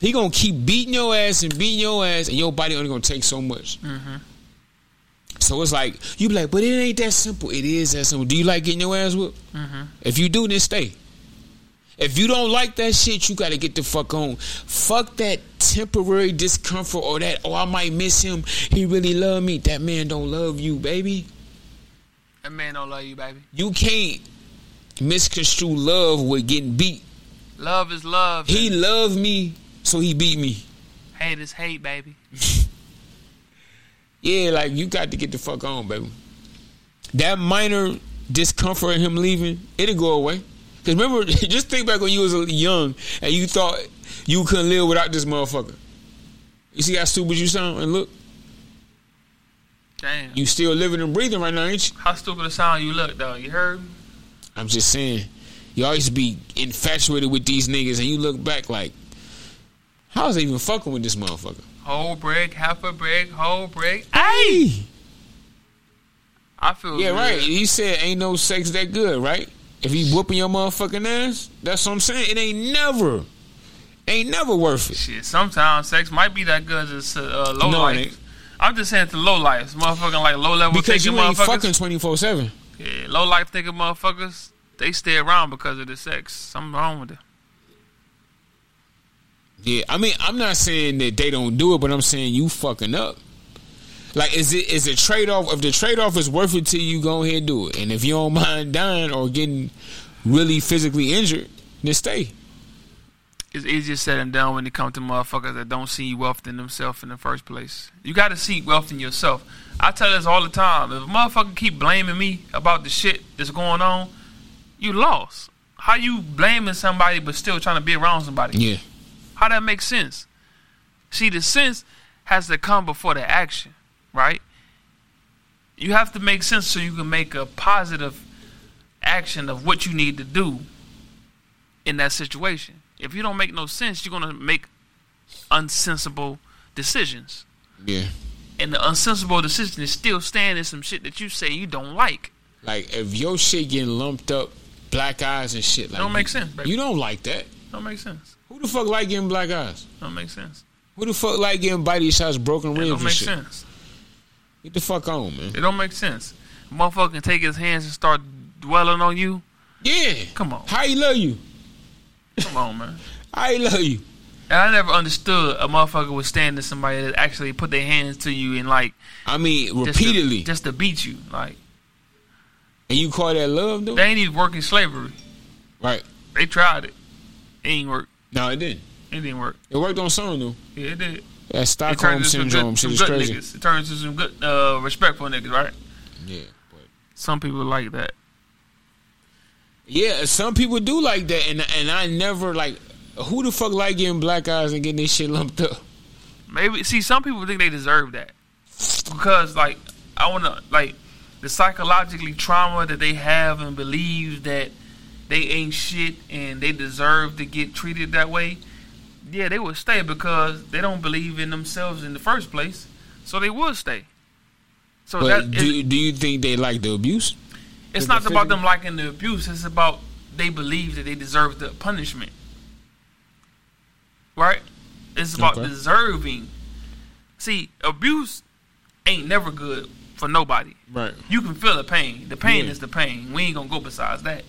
Speaker 1: He gonna keep beating your ass and beating your ass, and your body only gonna take so much. So it's like you be like, but it ain't that simple. It is that simple. Do you like getting your ass whooped? If you do, then stay. If you don't like that shit, you gotta get the fuck on. Fuck that temporary discomfort or that. Oh, I might miss him. He really love me. That man don't love you, baby
Speaker 2: That man don't love you, baby.
Speaker 1: you can't misconstrue love with getting beat.
Speaker 2: Love is love.
Speaker 1: He
Speaker 2: He
Speaker 1: loved me, so he beat me.
Speaker 2: hate is hate, baby.
Speaker 1: Yeah, like you got to get the fuck on, baby. That minor discomfort of him leaving, it'll go away. Cause remember, [LAUGHS] just think back when you was young and you thought you couldn't live without this motherfucker. You see how stupid you sound and look.
Speaker 2: Damn.
Speaker 1: You still living and breathing right now, ain't you?
Speaker 2: How stupid a sound you look, though. You heard me?
Speaker 1: I'm just saying, y'all used to be infatuated with these niggas, and you look back like, How is they even fucking with this motherfucker?
Speaker 2: Whole brick, half a brick, whole brick.
Speaker 1: Hey.
Speaker 2: I feel
Speaker 1: Yeah,
Speaker 2: good.
Speaker 1: right. He said ain't no sex that good, right? If he whooping your motherfucking ass, that's what I'm saying. It ain't never, ain't never worth it.
Speaker 2: Shit, sometimes sex might be that good as uh, low
Speaker 1: No, it
Speaker 2: life.
Speaker 1: ain't.
Speaker 2: I'm just saying to low life, motherfucking like low level
Speaker 1: Because
Speaker 2: thinking
Speaker 1: you ain't
Speaker 2: motherfuckers.
Speaker 1: fucking twenty four seven.
Speaker 2: Yeah, low life thinking motherfuckers. They stay around because of the sex. Something wrong with it.
Speaker 1: Yeah, I mean, I'm not saying that they don't do it, but I'm saying you fucking up. Like, is it is a trade off? If the trade off is worth it to you, go ahead and do it. And if you don't [LAUGHS] mind dying or getting really physically injured, then stay.
Speaker 2: It's easier said than done when it comes to motherfuckers that don't see wealth in themselves in the first place. You got to see wealth in yourself. I tell this all the time. If a motherfucker keep blaming me about the shit that's going on, you lost. How you blaming somebody but still trying to be around somebody?
Speaker 1: Yeah,
Speaker 2: How that makes sense? See, the sense has to come before the action, right? You have to make sense so you can make a positive action of what you need to do in that situation. If you don't make no sense, you're gonna make unsensible decisions.
Speaker 1: yeah.
Speaker 2: And the unsensible decision is still standing some shit that you say you don't like.
Speaker 1: Like if your shit getting lumped up, black eyes and shit. Like
Speaker 2: Don't make
Speaker 1: you-
Speaker 2: sense, baby.
Speaker 1: You don't like that.
Speaker 2: Don't make sense.
Speaker 1: Who the fuck like getting black eyes?
Speaker 2: Don't make sense.
Speaker 1: Who the fuck like getting body shots, broken
Speaker 2: It
Speaker 1: ribs
Speaker 2: don't
Speaker 1: and
Speaker 2: make
Speaker 1: shit?
Speaker 2: sense.
Speaker 1: Get the fuck on, man.
Speaker 2: It don't make sense. Motherfucker can take his hands and start dwelling on you.
Speaker 1: Yeah.
Speaker 2: Come on.
Speaker 1: How he love you?
Speaker 2: Come on, man.
Speaker 1: How he love you?
Speaker 2: And I never understood a motherfucker would stand to somebody that actually put their hands to you and like
Speaker 1: I mean,
Speaker 2: just to-
Speaker 1: repeatedly.
Speaker 2: just to beat you. Like
Speaker 1: and you call that love, though?
Speaker 2: they ain't even working slavery.
Speaker 1: Right.
Speaker 2: They tried it. It ain't work.
Speaker 1: No, it didn't.
Speaker 2: It didn't work.
Speaker 1: It worked on some though.
Speaker 2: Yeah, it did.
Speaker 1: That
Speaker 2: It
Speaker 1: Stockholm
Speaker 2: into some
Speaker 1: syndrome shit
Speaker 2: good, some
Speaker 1: is
Speaker 2: good
Speaker 1: crazy.
Speaker 2: niggas. It turns into some good, uh, respectful niggas, right?
Speaker 1: Yeah. but-
Speaker 2: Some people like that.
Speaker 1: Yeah, some people do like that, and and I never like who the fuck like getting black eyes and getting this shit lumped up.
Speaker 2: Maybe see some people think they deserve that because like I want to like the psychologically trauma that they have and believe that they ain't shit and they deserve to get treated that way. Yeah, they would stay because they don't believe in themselves in the first place, so they would stay. So
Speaker 1: But
Speaker 2: that it-
Speaker 1: do do you think they like the abuse?
Speaker 2: it's
Speaker 1: the
Speaker 2: not about
Speaker 1: physical-
Speaker 2: them liking the abuse. It's about they believe that they deserve the punishment. Right? It's about
Speaker 1: Okay.
Speaker 2: deserving. See, abuse ain't never good for nobody.
Speaker 1: Right.
Speaker 2: You can feel the pain. The pain
Speaker 1: Yeah.
Speaker 2: is the pain. We ain't gonna go besides that.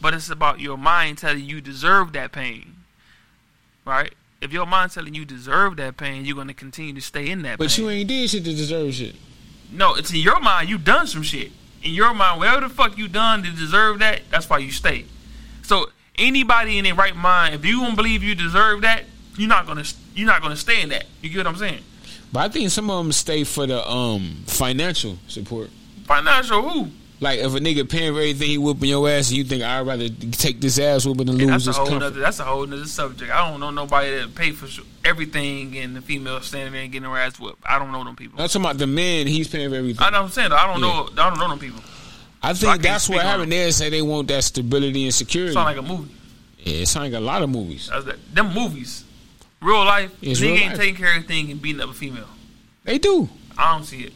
Speaker 2: But it's about your mind telling you deserve that pain. Right? If your mind telling you deserve that pain, you're gonna continue to stay in that pain.
Speaker 1: But you ain't did shit to deserve shit.
Speaker 2: No, it's in your mind. You done some shit. In your mind, whatever the fuck you done to deserve that, that's why you stay. So anybody in their right mind, if you don't believe you deserve that, you're not gonna you're not gonna stay in that. You get what I'm saying?
Speaker 1: But I think some of them stay for the um financial support.
Speaker 2: Financial who?
Speaker 1: Like if a nigga paying for everything, he whooping your ass, and you think I'd rather take this ass whooping than
Speaker 2: Yeah,
Speaker 1: lose
Speaker 2: that's a
Speaker 1: this
Speaker 2: whole
Speaker 1: comfort.
Speaker 2: nother, that's a whole nother subject. I don't know nobody that pay for sh- everything and the female standing there and getting her ass whooped. I don't know them people.
Speaker 1: I'm talking about the man. He's paying for everything.
Speaker 2: I know what I'm saying. though. I don't
Speaker 1: Yeah.
Speaker 2: know. I don't know them people.
Speaker 1: I
Speaker 2: So I
Speaker 1: think
Speaker 2: can't
Speaker 1: that's
Speaker 2: speak
Speaker 1: what
Speaker 2: on
Speaker 1: happened.
Speaker 2: it.
Speaker 1: They say they want that stability and security.
Speaker 2: Sound like a movie.
Speaker 1: Yeah, it sounds like a lot of movies.
Speaker 2: That's that. Them movies. Real life.
Speaker 1: It's
Speaker 2: nigga
Speaker 1: real
Speaker 2: ain't
Speaker 1: life.
Speaker 2: taking care of anything and beating up a female.
Speaker 1: They do.
Speaker 2: I don't see it.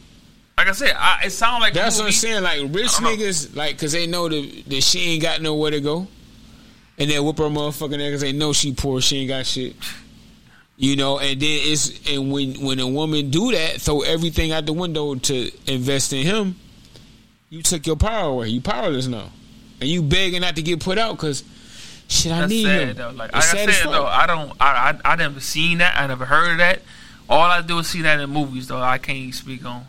Speaker 2: Like I said, I, it sounds like a
Speaker 1: That's what I'm
Speaker 2: movie.
Speaker 1: saying. Like rich
Speaker 2: I don't know.
Speaker 1: niggas, like, cause they know that, that she ain't got nowhere to go, and they whoop her motherfucking ass. 'cause They know she poor. She ain't got shit. You know, and then it's and when when a woman do that, throw everything out the window to invest in him. You took your power away. You powerless now, and you begging not to get put out because shit. I
Speaker 2: That's
Speaker 1: need
Speaker 2: sad
Speaker 1: him.
Speaker 2: though. Like,
Speaker 1: It's
Speaker 2: like I
Speaker 1: sad as
Speaker 2: said
Speaker 1: fuck.
Speaker 2: though, I don't. I, I I never seen that. I never heard of that. All I do is see that in movies though. I can't speak on.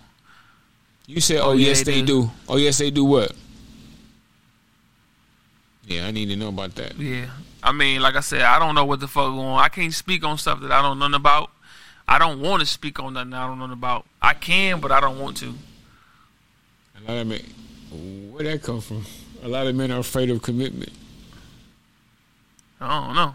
Speaker 1: You said, "Oh,
Speaker 2: yeah,
Speaker 1: yes,
Speaker 2: they
Speaker 1: they
Speaker 2: do.
Speaker 1: do. Oh, yes, they do." What? Yeah, I need to know about that.
Speaker 2: Yeah. I mean, like I said, I don't know what the fuck going. on. I can't speak on stuff that I don't know nothing about. I don't want to speak on nothing I don't know nothing about. I can, but I don't want to.
Speaker 1: A lot of men, where that come from? A lot of men are afraid of commitment.
Speaker 2: I
Speaker 1: [LAUGHS]
Speaker 2: don't know.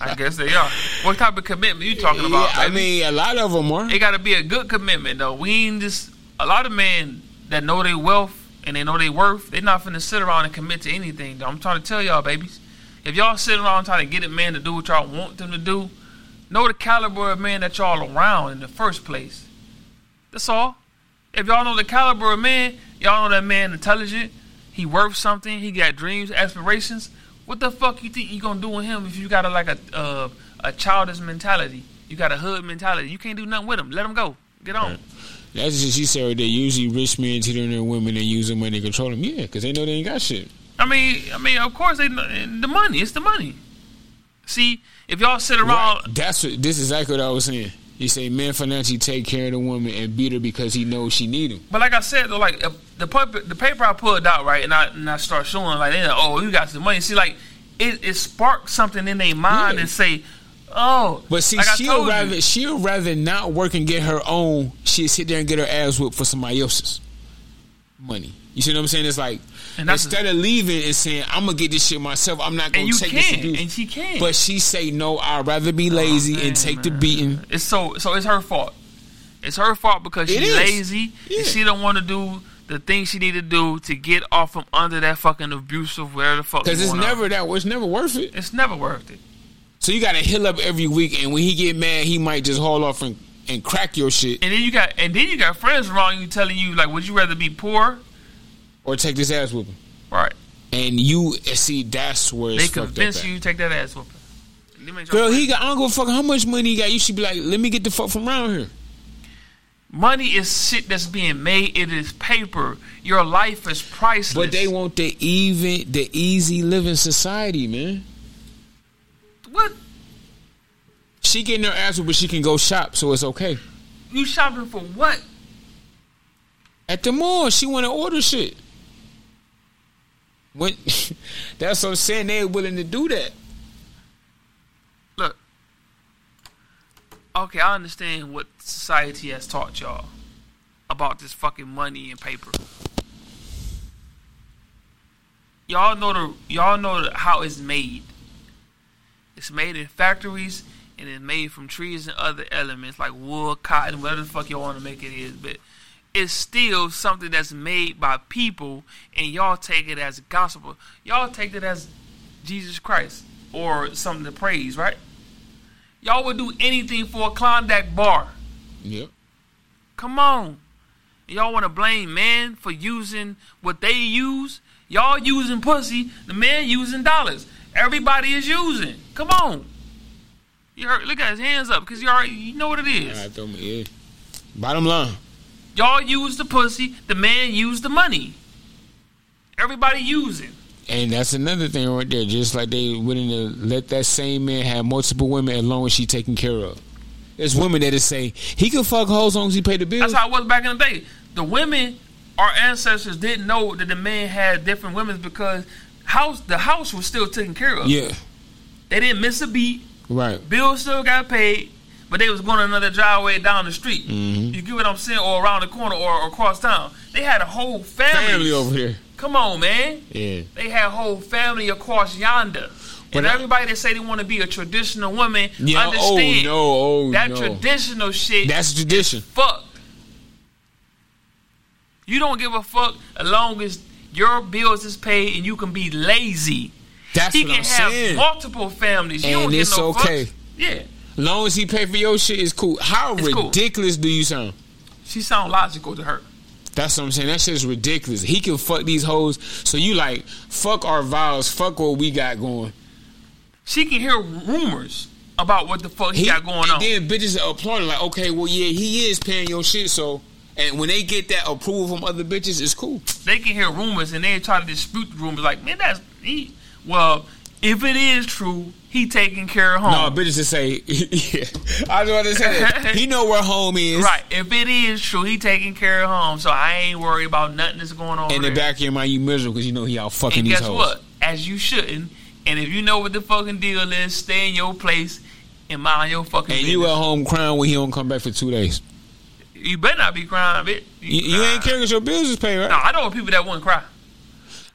Speaker 2: I guess they are. What type of commitment you talking about?
Speaker 1: Yeah, I
Speaker 2: baby?
Speaker 1: mean, a lot of them are.
Speaker 2: it got to be a good commitment though. We ain't just a lot of men that know their wealth and they know their worth. They not finna sit around and commit to anything. Though. I'm trying to tell y'all, babies, If y'all sitting around trying to get a man to do what y'all want them to do, know the caliber of man that y'all around in the first place. That's all. If y'all know the caliber of man, y'all know that man intelligent. He worth something. He got dreams, aspirations. What the fuck you think you gonna do with him if you got a, like a uh, a childish mentality? You got a hood mentality. You can't do nothing with him. Let him go. Get on.
Speaker 1: That's just she said right there. Usually rich men tutoring their women and use their money to control them. Yeah, because they know they ain't got shit.
Speaker 2: I mean, I mean, of course they the money. It's the money. See, if y'all sit around,
Speaker 1: Right. That's what this is exactly what I was saying. He say men financially take care of the woman and beat her because he knows she need him.
Speaker 2: but like I said though, like uh, the paper, the paper I pulled out right, and I and I start showing like, they're like, oh, you got some money. See, like it, it sparked something in their mind
Speaker 1: Yeah.
Speaker 2: and say, oh,
Speaker 1: But see,
Speaker 2: like I
Speaker 1: she'll
Speaker 2: told you.
Speaker 1: rather she'll rather not work and get her own. She'll sit there and get her ass whipped for somebody else's money. You see what I'm saying? It's like
Speaker 2: And that's-
Speaker 1: instead of leaving and saying I'm gonna get this shit myself, I'm not gonna
Speaker 2: and you
Speaker 1: take this.
Speaker 2: can,
Speaker 1: abuse."
Speaker 2: and she can.
Speaker 1: but she say no. I'd rather be lazy
Speaker 2: man,
Speaker 1: and take the
Speaker 2: Oh, man.
Speaker 1: beating.
Speaker 2: It's so so it's her fault. It's her fault because
Speaker 1: It
Speaker 2: she's
Speaker 1: is.
Speaker 2: lazy
Speaker 1: Yeah.
Speaker 2: and she don't want to do the things she need to do to get off from under that fucking abusive where the fuck.
Speaker 1: Cause it's
Speaker 2: going on.
Speaker 1: never that. It's never worth it.
Speaker 2: it's never worth it.
Speaker 1: So you gotta heal up every week, and when he get mad, he might just haul off and, and crack your shit
Speaker 2: And then you got and then you got friends around you telling you like, would you rather be poor?
Speaker 1: or take this ass whooping.
Speaker 2: Right?
Speaker 1: And you eh, see, that's where it's
Speaker 2: They
Speaker 1: fucked up
Speaker 2: convince
Speaker 1: at.
Speaker 2: you to take that ass whooping. They make your
Speaker 1: Girl, he
Speaker 2: friends-
Speaker 1: got. I don't give a fuck how much money he got. You should be like, let me get the fuck from around here.
Speaker 2: money is shit that's being made. It is paper. Your life is priceless.
Speaker 1: But they want the even, the easy living society, man.
Speaker 2: what
Speaker 1: She getting her ass, whooped, but she can go shop, so it's okay.
Speaker 2: you shopping for? What
Speaker 1: At the mall, she want to order shit. When [LAUGHS] that's what I'm saying, they willing to do that.
Speaker 2: look. Okay, I understand what society has taught y'all about this fucking money and paper. Y'all know the y'all know the, how it's made. It's made in factories and it's made from trees and other elements like wood, cotton, whatever the fuck y'all want to make it is, but it's still something that's made by people and y'all take it as gospel. Y'all take it as Jesus Christ or something to praise, right? Y'all would do anything for a Klondike bar.
Speaker 1: Yep.
Speaker 2: Come on. Y'all want to blame man for using what they use? Y'all using pussy, the man using dollars. Everybody is using. Come on. You heard, look at his hands up because you already you know what it
Speaker 1: All
Speaker 2: is.
Speaker 1: right, throw me. Yeah. Bottom line,
Speaker 2: Y'all use the pussy, the man use the money. Everybody using.
Speaker 1: and that's another thing right there. Just like they willing to let that same man have multiple women as long as she taken care of. There's women that just say he can fuck hoes as long as he pay the bills.
Speaker 2: That's how it was back in the day. The women, our ancestors didn't know that the men had different women because house the house was still taken care of.
Speaker 1: yeah,
Speaker 2: They didn't miss a beat.
Speaker 1: right.
Speaker 2: Bills still got paid, but they was going another driveway down the street.
Speaker 1: Mm-hmm.
Speaker 2: You get what I'm saying, or around the corner, or, or across town. They had a whole family.
Speaker 1: Family over here.
Speaker 2: Come on, man.
Speaker 1: Yeah.
Speaker 2: They had whole family across yonder.
Speaker 1: But
Speaker 2: and
Speaker 1: I-
Speaker 2: everybody that say they want to be a traditional woman,
Speaker 1: Yeah. Oh
Speaker 2: understand
Speaker 1: no. Oh
Speaker 2: that
Speaker 1: no.
Speaker 2: traditional shit
Speaker 1: That's tradition.
Speaker 2: fuck. You don't give a fuck as long as your bills is paid and you can be lazy.
Speaker 1: That's
Speaker 2: he
Speaker 1: what
Speaker 2: can
Speaker 1: I'm
Speaker 2: have
Speaker 1: saying.
Speaker 2: multiple families. you don't
Speaker 1: And
Speaker 2: get
Speaker 1: it's
Speaker 2: no
Speaker 1: okay.
Speaker 2: Fucks. Yeah,
Speaker 1: long as he pay for your shit, it's cool. How
Speaker 2: It's cool.
Speaker 1: ridiculous do you sound?
Speaker 2: she sound logical to her.
Speaker 1: That's what I'm saying. That shit's ridiculous. He can fuck these hoes. So you like fuck our vows, fuck what we got going.
Speaker 2: She can hear rumors about what the fuck he, got going
Speaker 1: and
Speaker 2: on.
Speaker 1: Then bitches are applauding like, okay, well yeah, he is paying your shit. So and when they get that approval from other bitches, it's cool.
Speaker 2: they can hear rumors and they try to dispute the rumors. Like, man, that's he. Well, if it is true, he taking care of home.
Speaker 1: No, bitches just say, [LAUGHS] yeah. I was about to say, that.
Speaker 2: [LAUGHS]
Speaker 1: he know where home is.
Speaker 2: Right. If it is true, he taking care of home. So I ain't worried about nothing that's going on.
Speaker 1: In
Speaker 2: there.
Speaker 1: the back of your mind, you miserable because you know he out fucking
Speaker 2: And
Speaker 1: these
Speaker 2: guess
Speaker 1: hoes.
Speaker 2: what? As you shouldn't. And if you know what the fucking deal is, stay in your place and mind your fucking
Speaker 1: And
Speaker 2: business.
Speaker 1: you
Speaker 2: You,
Speaker 1: at home crying when he don't come back for two days.
Speaker 2: better not be crying, bitch.
Speaker 1: You, you ain't
Speaker 2: crying.
Speaker 1: caring 'cause your bills is paid, right?
Speaker 2: No, I know people that wouldn't cry.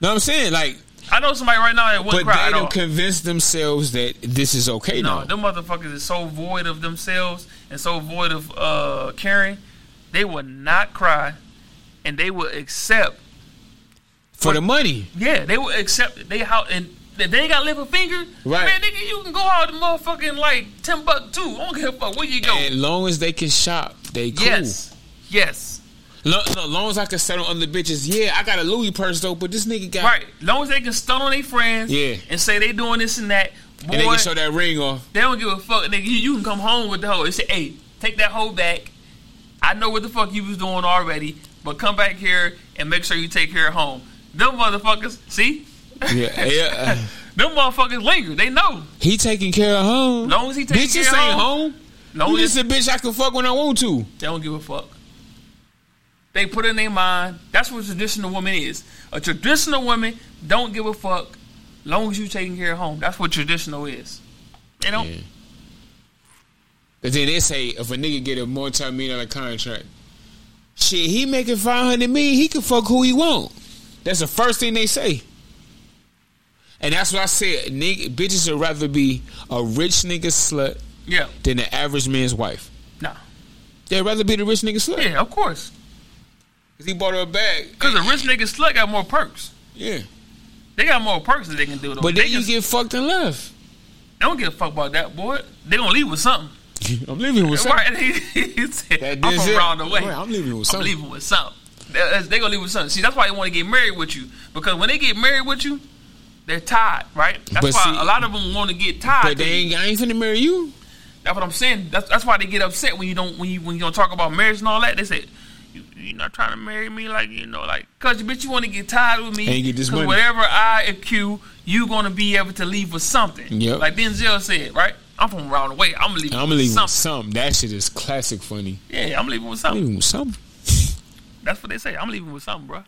Speaker 1: No, I'm saying like,
Speaker 2: I know somebody right now that
Speaker 1: but
Speaker 2: wouldn't cry
Speaker 1: they
Speaker 2: at all.
Speaker 1: don't convince themselves that this is okay
Speaker 2: no,
Speaker 1: now.
Speaker 2: them motherfuckers is so void of themselves and so void of uh, caring. They would not cry, and they would accept.
Speaker 1: for the money.
Speaker 2: Yeah, they would accept. They how and if they ain't got liver finger,
Speaker 1: Right.
Speaker 2: man, nigga, you can go out to motherfucking like Timbuktu. I don't give a fuck where you go.
Speaker 1: As long as they can shop, they cool.
Speaker 2: Yes, yes,
Speaker 1: Lo- no, long as I can settle on the bitches, yeah, I got a Louis purse though, but this nigga got
Speaker 2: right. long as they can stun on their friends,
Speaker 1: Yeah.
Speaker 2: and say they doing this and that. Boy,
Speaker 1: and they can show that ring off.
Speaker 2: They don't give a fuck, nigga. You, you can come home with the hoe. They say, hey, take that hoe back. I know what the fuck you was doing already, but come back here and make sure you take care of home. Them motherfuckers, see? [LAUGHS]
Speaker 1: Yeah, [LAUGHS] yeah.
Speaker 2: Them motherfuckers linger. They know.
Speaker 1: He taking care of home.
Speaker 2: Long as he taking
Speaker 1: bitch,
Speaker 2: care
Speaker 1: this
Speaker 2: of
Speaker 1: ain't home.
Speaker 2: home. Long
Speaker 1: You
Speaker 2: as
Speaker 1: just a bitch I can fuck when I want to.
Speaker 2: they don't give a fuck. They put in their mind. That's what a traditional woman is. A traditional woman don't give a fuck. Long as you taking care of home. That's what traditional is. They don't.
Speaker 1: But then they say if a nigga get a multi-million dollar contract, shit, he making five hundred million, he can fuck who he want. That's the first thing they say. And that's what I said. Nigga, bitches would rather be a rich nigga slut
Speaker 2: Yeah.
Speaker 1: than the average man's wife.
Speaker 2: Nah.
Speaker 1: They'd rather be the rich nigga slut.
Speaker 2: Yeah, of course.
Speaker 1: Cause he bought her a bag.
Speaker 2: Because a rich nigga slut got more perks.
Speaker 1: Yeah.
Speaker 2: They got more perks that they can do. Though.
Speaker 1: But
Speaker 2: they
Speaker 1: then you
Speaker 2: can-
Speaker 1: get fucked and left.
Speaker 2: they don't give a fuck about that, boy. They gonna leave with something.
Speaker 1: [LAUGHS] I'm leaving with something.
Speaker 2: Right? [LAUGHS] He said,
Speaker 1: That
Speaker 2: I'm
Speaker 1: is
Speaker 2: from
Speaker 1: it.
Speaker 2: around the way.
Speaker 1: Right, I'm leaving with
Speaker 2: I'm
Speaker 1: something.
Speaker 2: leaving with something. They they gonna leave with something. See, that's why they want to get married with you because when they get married with you, they're tied, right? That's
Speaker 1: But
Speaker 2: why
Speaker 1: see-
Speaker 2: a lot of them want to get tied.
Speaker 1: But
Speaker 2: to
Speaker 1: they
Speaker 2: you.
Speaker 1: ain't, I ain't finna marry you.
Speaker 2: That's what I'm saying. That's that's why they get upset when you don't when you when you don't talk about marriage and all that. They say you you're not trying to marry me like you know like cause bitch you want to get tied with me
Speaker 1: And you get this
Speaker 2: 'cause
Speaker 1: money.
Speaker 2: whatever I accuse you gonna be able to leave with something.
Speaker 1: Yep.
Speaker 2: Like Denzel said, right? I'm from around the way. I'm leaving.
Speaker 1: I'm
Speaker 2: with
Speaker 1: leaving with
Speaker 2: something.
Speaker 1: something. That shit is classic funny.
Speaker 2: Yeah, I'm leaving with
Speaker 1: I'm
Speaker 2: something.
Speaker 1: leaving with something. Mm.
Speaker 2: That's what they say. I'm leaving with something, bro.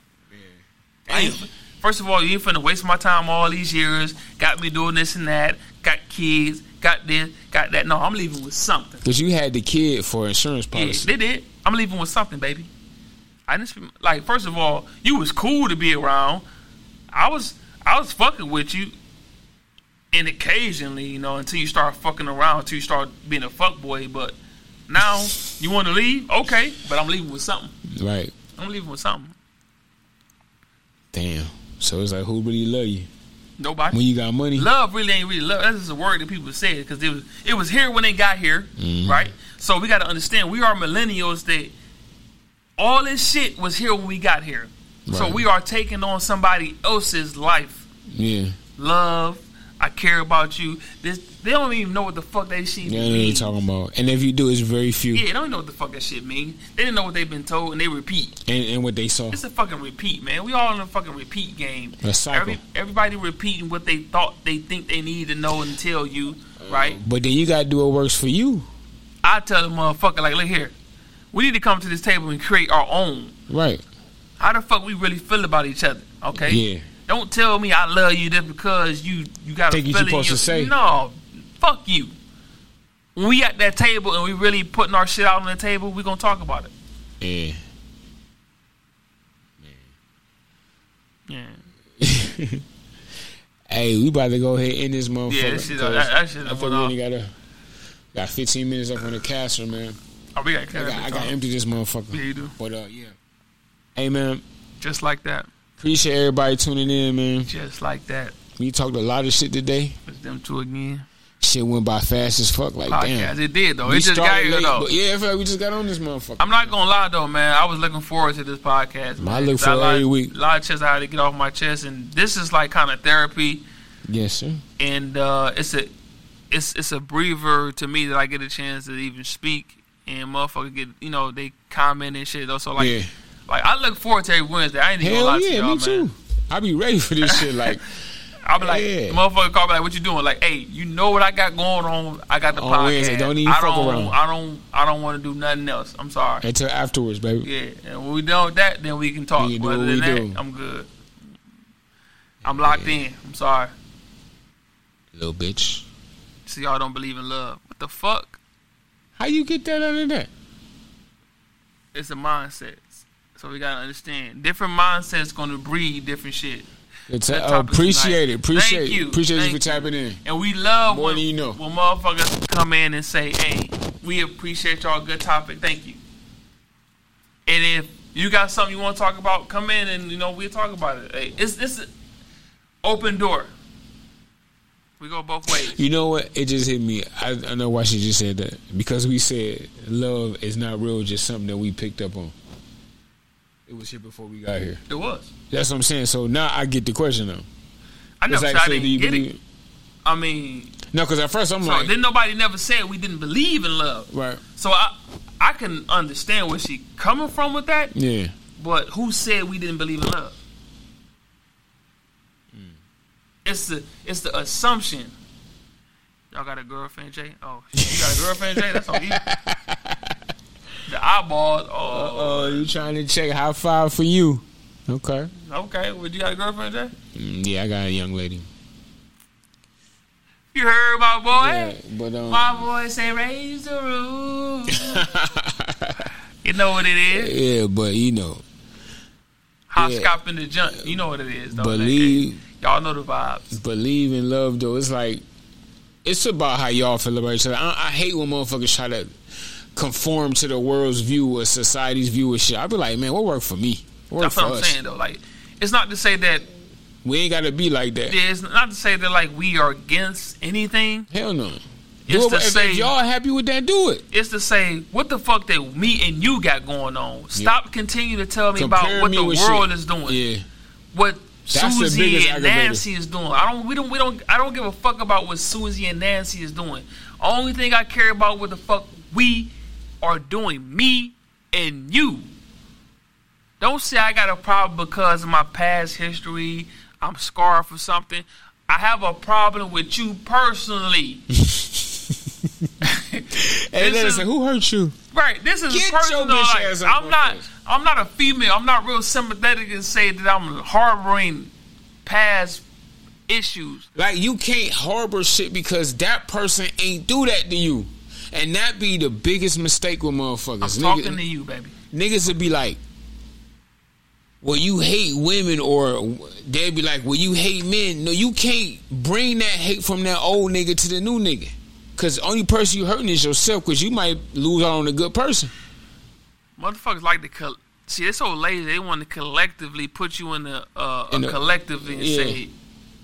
Speaker 2: I ain't- First of all, you ain't finna waste my time all these years. Got me doing this and that. Got kids. Got this. Got that. No, I'm leaving with something.
Speaker 1: Cause you had the kid for insurance
Speaker 2: Yeah,
Speaker 1: policy.
Speaker 2: they did. I'm leaving with something, baby. I just like first of all, you was cool to be around. I was I was fucking with you, and occasionally, you know, until you start fucking around, until you start being a fuck boy. But now you want to leave, okay? But I'm leaving with something.
Speaker 1: Right.
Speaker 2: I'm leaving with something.
Speaker 1: Damn. So it's like who really love you?
Speaker 2: Nobody.
Speaker 1: When you got money.
Speaker 2: Love really ain't really love. That's just a word that people said because it was it was here when they got here,
Speaker 1: Mm-hmm.
Speaker 2: right? So we got to understand we are millennials that all this shit was here when we got here. So
Speaker 1: Right.
Speaker 2: we are taking on somebody else's life.
Speaker 1: Yeah.
Speaker 2: Love, I care about you. This they don't even know what the fuck that shit
Speaker 1: Yeah, they ain't
Speaker 2: means.
Speaker 1: talking about. And if you do, it's very few.
Speaker 2: Yeah, they don't know what the fuck that shit means. They didn't know what they've been told and they repeat.
Speaker 1: And, and what they saw.
Speaker 2: It's a fucking repeat, man. We all in a fucking repeat game.
Speaker 1: A cycle.
Speaker 2: everybody repeating what they thought they think they need to know and tell you, right?
Speaker 1: But then you gotta do what works for you.
Speaker 2: I tell the motherfucker, like, look here, we need to come to this table and create our own.
Speaker 1: Right.
Speaker 2: How the fuck we really feel about each other? Okay.
Speaker 1: Yeah.
Speaker 2: Don't tell me I love you just because you you got a
Speaker 1: Think you
Speaker 2: feeling.
Speaker 1: supposed
Speaker 2: you-
Speaker 1: to say.
Speaker 2: no. Fuck you. When we at that table and we really putting our shit out on the table, we gonna talk about it.
Speaker 1: Yeah.
Speaker 2: Yeah.
Speaker 1: Hey, we about to go ahead and end this motherfucker.
Speaker 2: Yeah, this shit-
Speaker 1: 'cause
Speaker 2: that- that shit
Speaker 1: I think we
Speaker 2: went off.
Speaker 1: only got a got 15 minutes up on the caster, man.
Speaker 2: Oh, we gotta
Speaker 1: I
Speaker 2: clear
Speaker 1: got,
Speaker 2: that
Speaker 1: I
Speaker 2: bitch
Speaker 1: got
Speaker 2: off.
Speaker 1: empty this motherfucker.
Speaker 2: Yeah, you do.
Speaker 1: But uh, yeah. Hey, man.
Speaker 2: Just like that.
Speaker 1: Appreciate everybody tuning in, man.
Speaker 2: Just like that.
Speaker 1: We talked a lot of shit today.
Speaker 2: It's them two again.
Speaker 1: Shit went by fast as fuck. Like,
Speaker 2: Podcast.
Speaker 1: damn.
Speaker 2: It did though.
Speaker 1: We
Speaker 2: it just got
Speaker 1: started
Speaker 2: here
Speaker 1: late,
Speaker 2: though.
Speaker 1: but yeah, I feel like we just got on this motherfucker.
Speaker 2: I'm not gonna lie though, man. I was looking forward to this podcast. Man.
Speaker 1: I look
Speaker 2: 'Cause I
Speaker 1: forward every
Speaker 2: like-
Speaker 1: week.
Speaker 2: A lot of chest I had to get off my chest, and this is like kind of therapy,
Speaker 1: yes, sir.
Speaker 2: and uh, it's a it's it's a breather to me that I get a chance to even speak and motherfucker get you know they comment and shit though. So like
Speaker 1: Yeah.
Speaker 2: like I look forward to every Wednesday. I ain't even
Speaker 1: Hell
Speaker 2: gonna lie
Speaker 1: yeah,
Speaker 2: to y'all,
Speaker 1: me
Speaker 2: man.
Speaker 1: too. I be ready for
Speaker 2: [LAUGHS]
Speaker 1: this shit. Like
Speaker 2: I'll be like,
Speaker 1: Yeah.
Speaker 2: motherfucker, call me like, what you doing? Like, hey, you know what I got going on? I got the
Speaker 1: On
Speaker 2: podcast.
Speaker 1: Wednesday, don't even
Speaker 2: I
Speaker 1: fuck
Speaker 2: don't,
Speaker 1: around.
Speaker 2: I don't, I don't want to do nothing else. I'm sorry.
Speaker 1: until afterwards, baby.
Speaker 2: Yeah, and when we done with that, then we can talk.
Speaker 1: We can do
Speaker 2: but
Speaker 1: what
Speaker 2: other
Speaker 1: we
Speaker 2: than
Speaker 1: do.
Speaker 2: that, I'm good. I'm locked in. I'm sorry.
Speaker 1: Little bitch.
Speaker 2: So y'all don't believe in love. What the fuck?
Speaker 1: How you get that out of that?
Speaker 2: It's a mindset. So we gotta understand. Different mindsets gonna breed different shit.
Speaker 1: It's
Speaker 2: That
Speaker 1: uh,
Speaker 2: topic is
Speaker 1: appreciate
Speaker 2: nice.
Speaker 1: it. Appreciate
Speaker 2: Thank
Speaker 1: it.
Speaker 2: you.
Speaker 1: Appreciate
Speaker 2: Thank
Speaker 1: you for tapping in.
Speaker 2: And we love
Speaker 1: More
Speaker 2: when,
Speaker 1: than you know.
Speaker 2: when motherfuckers come in and say, hey, we appreciate y'all good topic. Thank you. And if you got something you want to talk about, come in and, you know, we'll talk about it. Hey, it's, it's an open door. We go both ways.
Speaker 1: You know what? It just hit me. I, I know why she just said that because we said love is not real, just something that we picked up on. It was here before we got here.
Speaker 2: It was.
Speaker 1: That's what I'm saying. So now I get the question though.
Speaker 2: I know.
Speaker 1: It's like,
Speaker 2: so I
Speaker 1: so do you
Speaker 2: didn't get it.
Speaker 1: believe-
Speaker 2: I mean,
Speaker 1: No, because at first I'm
Speaker 2: so
Speaker 1: like,
Speaker 2: then nobody never said we didn't believe in love.
Speaker 1: right,
Speaker 2: So I, I can understand where she coming from with that.
Speaker 1: yeah.
Speaker 2: But who said we didn't believe in love?
Speaker 1: Hmm.
Speaker 2: It's the it's the assumption. Y'all got a girlfriend, Jay? Oh, you got a girlfriend, Jay? That's on
Speaker 1: [LAUGHS]
Speaker 2: you. the eyeballs. Oh,
Speaker 1: Oh, you trying to check high five for you? Okay.
Speaker 2: okay. Well, you got a girlfriend, Jay?
Speaker 1: Mm, yeah, I got a young lady.
Speaker 2: You heard my boy?
Speaker 1: Yeah, but um,
Speaker 2: My boy say raise the roof. you know what it is?
Speaker 1: yeah, but you know,
Speaker 2: Hot in the junk. You know what it is. Though,
Speaker 1: believe
Speaker 2: y'all know the vibes.
Speaker 1: believe in love though. It's like it's about how y'all feel about each other. I, I hate when motherfuckers try to conform to the world's view or society's view of shit. I be like, man, what worked for me? What worked
Speaker 2: That's
Speaker 1: for
Speaker 2: what I'm
Speaker 1: us?
Speaker 2: saying though. Like, it's not to say that
Speaker 1: We ain't gotta be like that.
Speaker 2: Yeah, it's not to say that like we are against anything.
Speaker 1: Hell no. Do
Speaker 2: It's
Speaker 1: it-
Speaker 2: to
Speaker 1: if,
Speaker 2: say
Speaker 1: if y'all happy with that, do it.
Speaker 2: it's to say what the fuck that me and you got going on. Stop continue to tell me
Speaker 1: Compare
Speaker 2: about what
Speaker 1: me
Speaker 2: the
Speaker 1: with
Speaker 2: world
Speaker 1: shit.
Speaker 2: is doing.
Speaker 1: Yeah,
Speaker 2: What
Speaker 1: That's the
Speaker 2: Susie
Speaker 1: biggest
Speaker 2: and
Speaker 1: aggravator.
Speaker 2: Nancy is doing. I don't we don't we don't I don't give a fuck about what Susie and Nancy is doing. Only thing I care about what the fuck we are doing. Me and you. Don't say I got a problem because of my past history. I'm scarred for something. I have a problem with you
Speaker 1: [LAUGHS]
Speaker 2: personally.
Speaker 1: and then
Speaker 2: is-
Speaker 1: it's like, who hurt you?
Speaker 2: Right. This is
Speaker 1: Get your
Speaker 2: personal.
Speaker 1: bitch
Speaker 2: like,
Speaker 1: ass out
Speaker 2: I'm
Speaker 1: my
Speaker 2: not.
Speaker 1: face.
Speaker 2: I'm not a female. I'm not real sympathetic and say that I'm harboring past issues.
Speaker 1: Like you can't harbor shit because that person ain't do that to you. And that be the biggest mistake with
Speaker 2: I'm
Speaker 1: motherfuckers. Nigga-
Speaker 2: talking to you, baby.
Speaker 1: niggas would be like, "Well, you hate women," or they'd be like, "Well, you hate men." No, you can't bring that hate from that old nigga to the new nigga, because only person you hurting is yourself. Because you might lose out on a good person.
Speaker 2: Motherfuckers like to col- see. They're so lazy. They want to collectively put you in the uh,
Speaker 1: In
Speaker 2: a
Speaker 1: the-
Speaker 2: collective and
Speaker 1: yeah.
Speaker 2: say,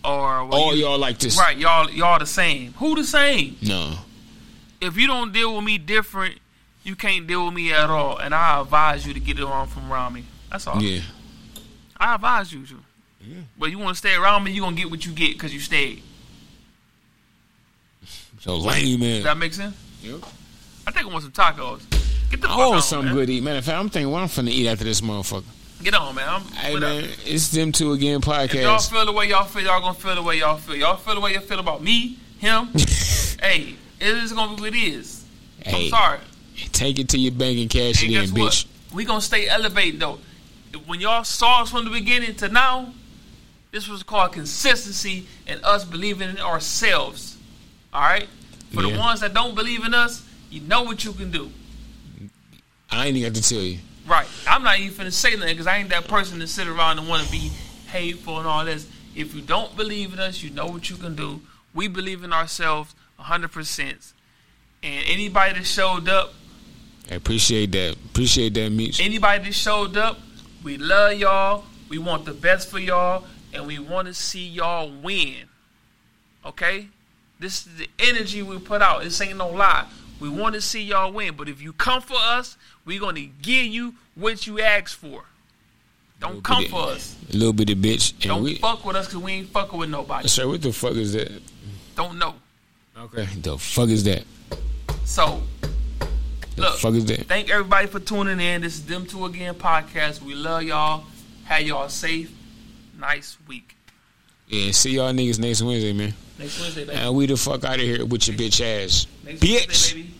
Speaker 2: or well,
Speaker 1: All
Speaker 2: you-
Speaker 1: y'all like this,
Speaker 2: right, y'all, y'all the same. Who the same?
Speaker 1: No,
Speaker 2: If you don't deal with me different, you can't deal with me at all. And I advise you to get it on from around me. That's all.
Speaker 1: yeah,
Speaker 2: I advise you to. But you want to stay around me, you gonna get what you get because you stayed.
Speaker 1: so lame
Speaker 2: Does
Speaker 1: man.
Speaker 2: that make sense?
Speaker 1: Yep.
Speaker 2: I think I want some tacos. Get the fuck
Speaker 1: I
Speaker 2: on,
Speaker 1: want something
Speaker 2: man.
Speaker 1: good to eat. Man, in fact, I'm thinking what I'm finna eat after this motherfucker.
Speaker 2: Get on, man. I'm,
Speaker 1: Hey
Speaker 2: what up?
Speaker 1: man, it's them two again
Speaker 2: If y'all
Speaker 1: podcast.
Speaker 2: feel the way y'all feel, y'all gonna feel the way y'all feel. Y'all feel the way you all feel about me,
Speaker 1: [LAUGHS]
Speaker 2: him. hey, it is gonna be what it is.
Speaker 1: Hey,
Speaker 2: I'm sorry.
Speaker 1: take it to your bank and cash
Speaker 2: And
Speaker 1: it in,
Speaker 2: guess what?
Speaker 1: bitch.
Speaker 2: We gonna stay elevated though. When y'all saw us from the beginning to now, this was called consistency and us believing in ourselves. All right. For
Speaker 1: Yeah.
Speaker 2: the ones that don't believe in us, you know what you can do.
Speaker 1: I ain't even got to tell you.
Speaker 2: Right. I'm not even finna say nothing because I ain't that person to sit around and want to be hateful and all this. If you don't believe in us, you know what you can do. We believe in ourselves 100%. And anybody that showed up,
Speaker 1: I appreciate that. Appreciate that, Meech.
Speaker 2: anybody that showed up, we love y'all. We want the best for y'all, and we want to see y'all win. Okay, this is the energy we put out. This ain't no lie. We want to see y'all win. But if you come for us, we're gonna give you what you asked for. Don't come
Speaker 1: bit.
Speaker 2: for us.
Speaker 1: A little bit of bitch. And
Speaker 2: Don't
Speaker 1: we,
Speaker 2: fuck with us because we ain't fucking with nobody.
Speaker 1: Sir, what the fuck is that?
Speaker 2: Don't know.
Speaker 1: Okay. The fuck is that?
Speaker 2: So,
Speaker 1: The
Speaker 2: Look.
Speaker 1: fuck is that?
Speaker 2: thank everybody for tuning in. This is Them Two Again podcast. We love y'all. Have y'all safe. Nice week.
Speaker 1: Yeah, see y'all niggas next Wednesday, man.
Speaker 2: Next Wednesday, baby.
Speaker 1: And we the fuck out of here with your bitch ass.
Speaker 2: Next
Speaker 1: bitch.
Speaker 2: Wednesday, baby.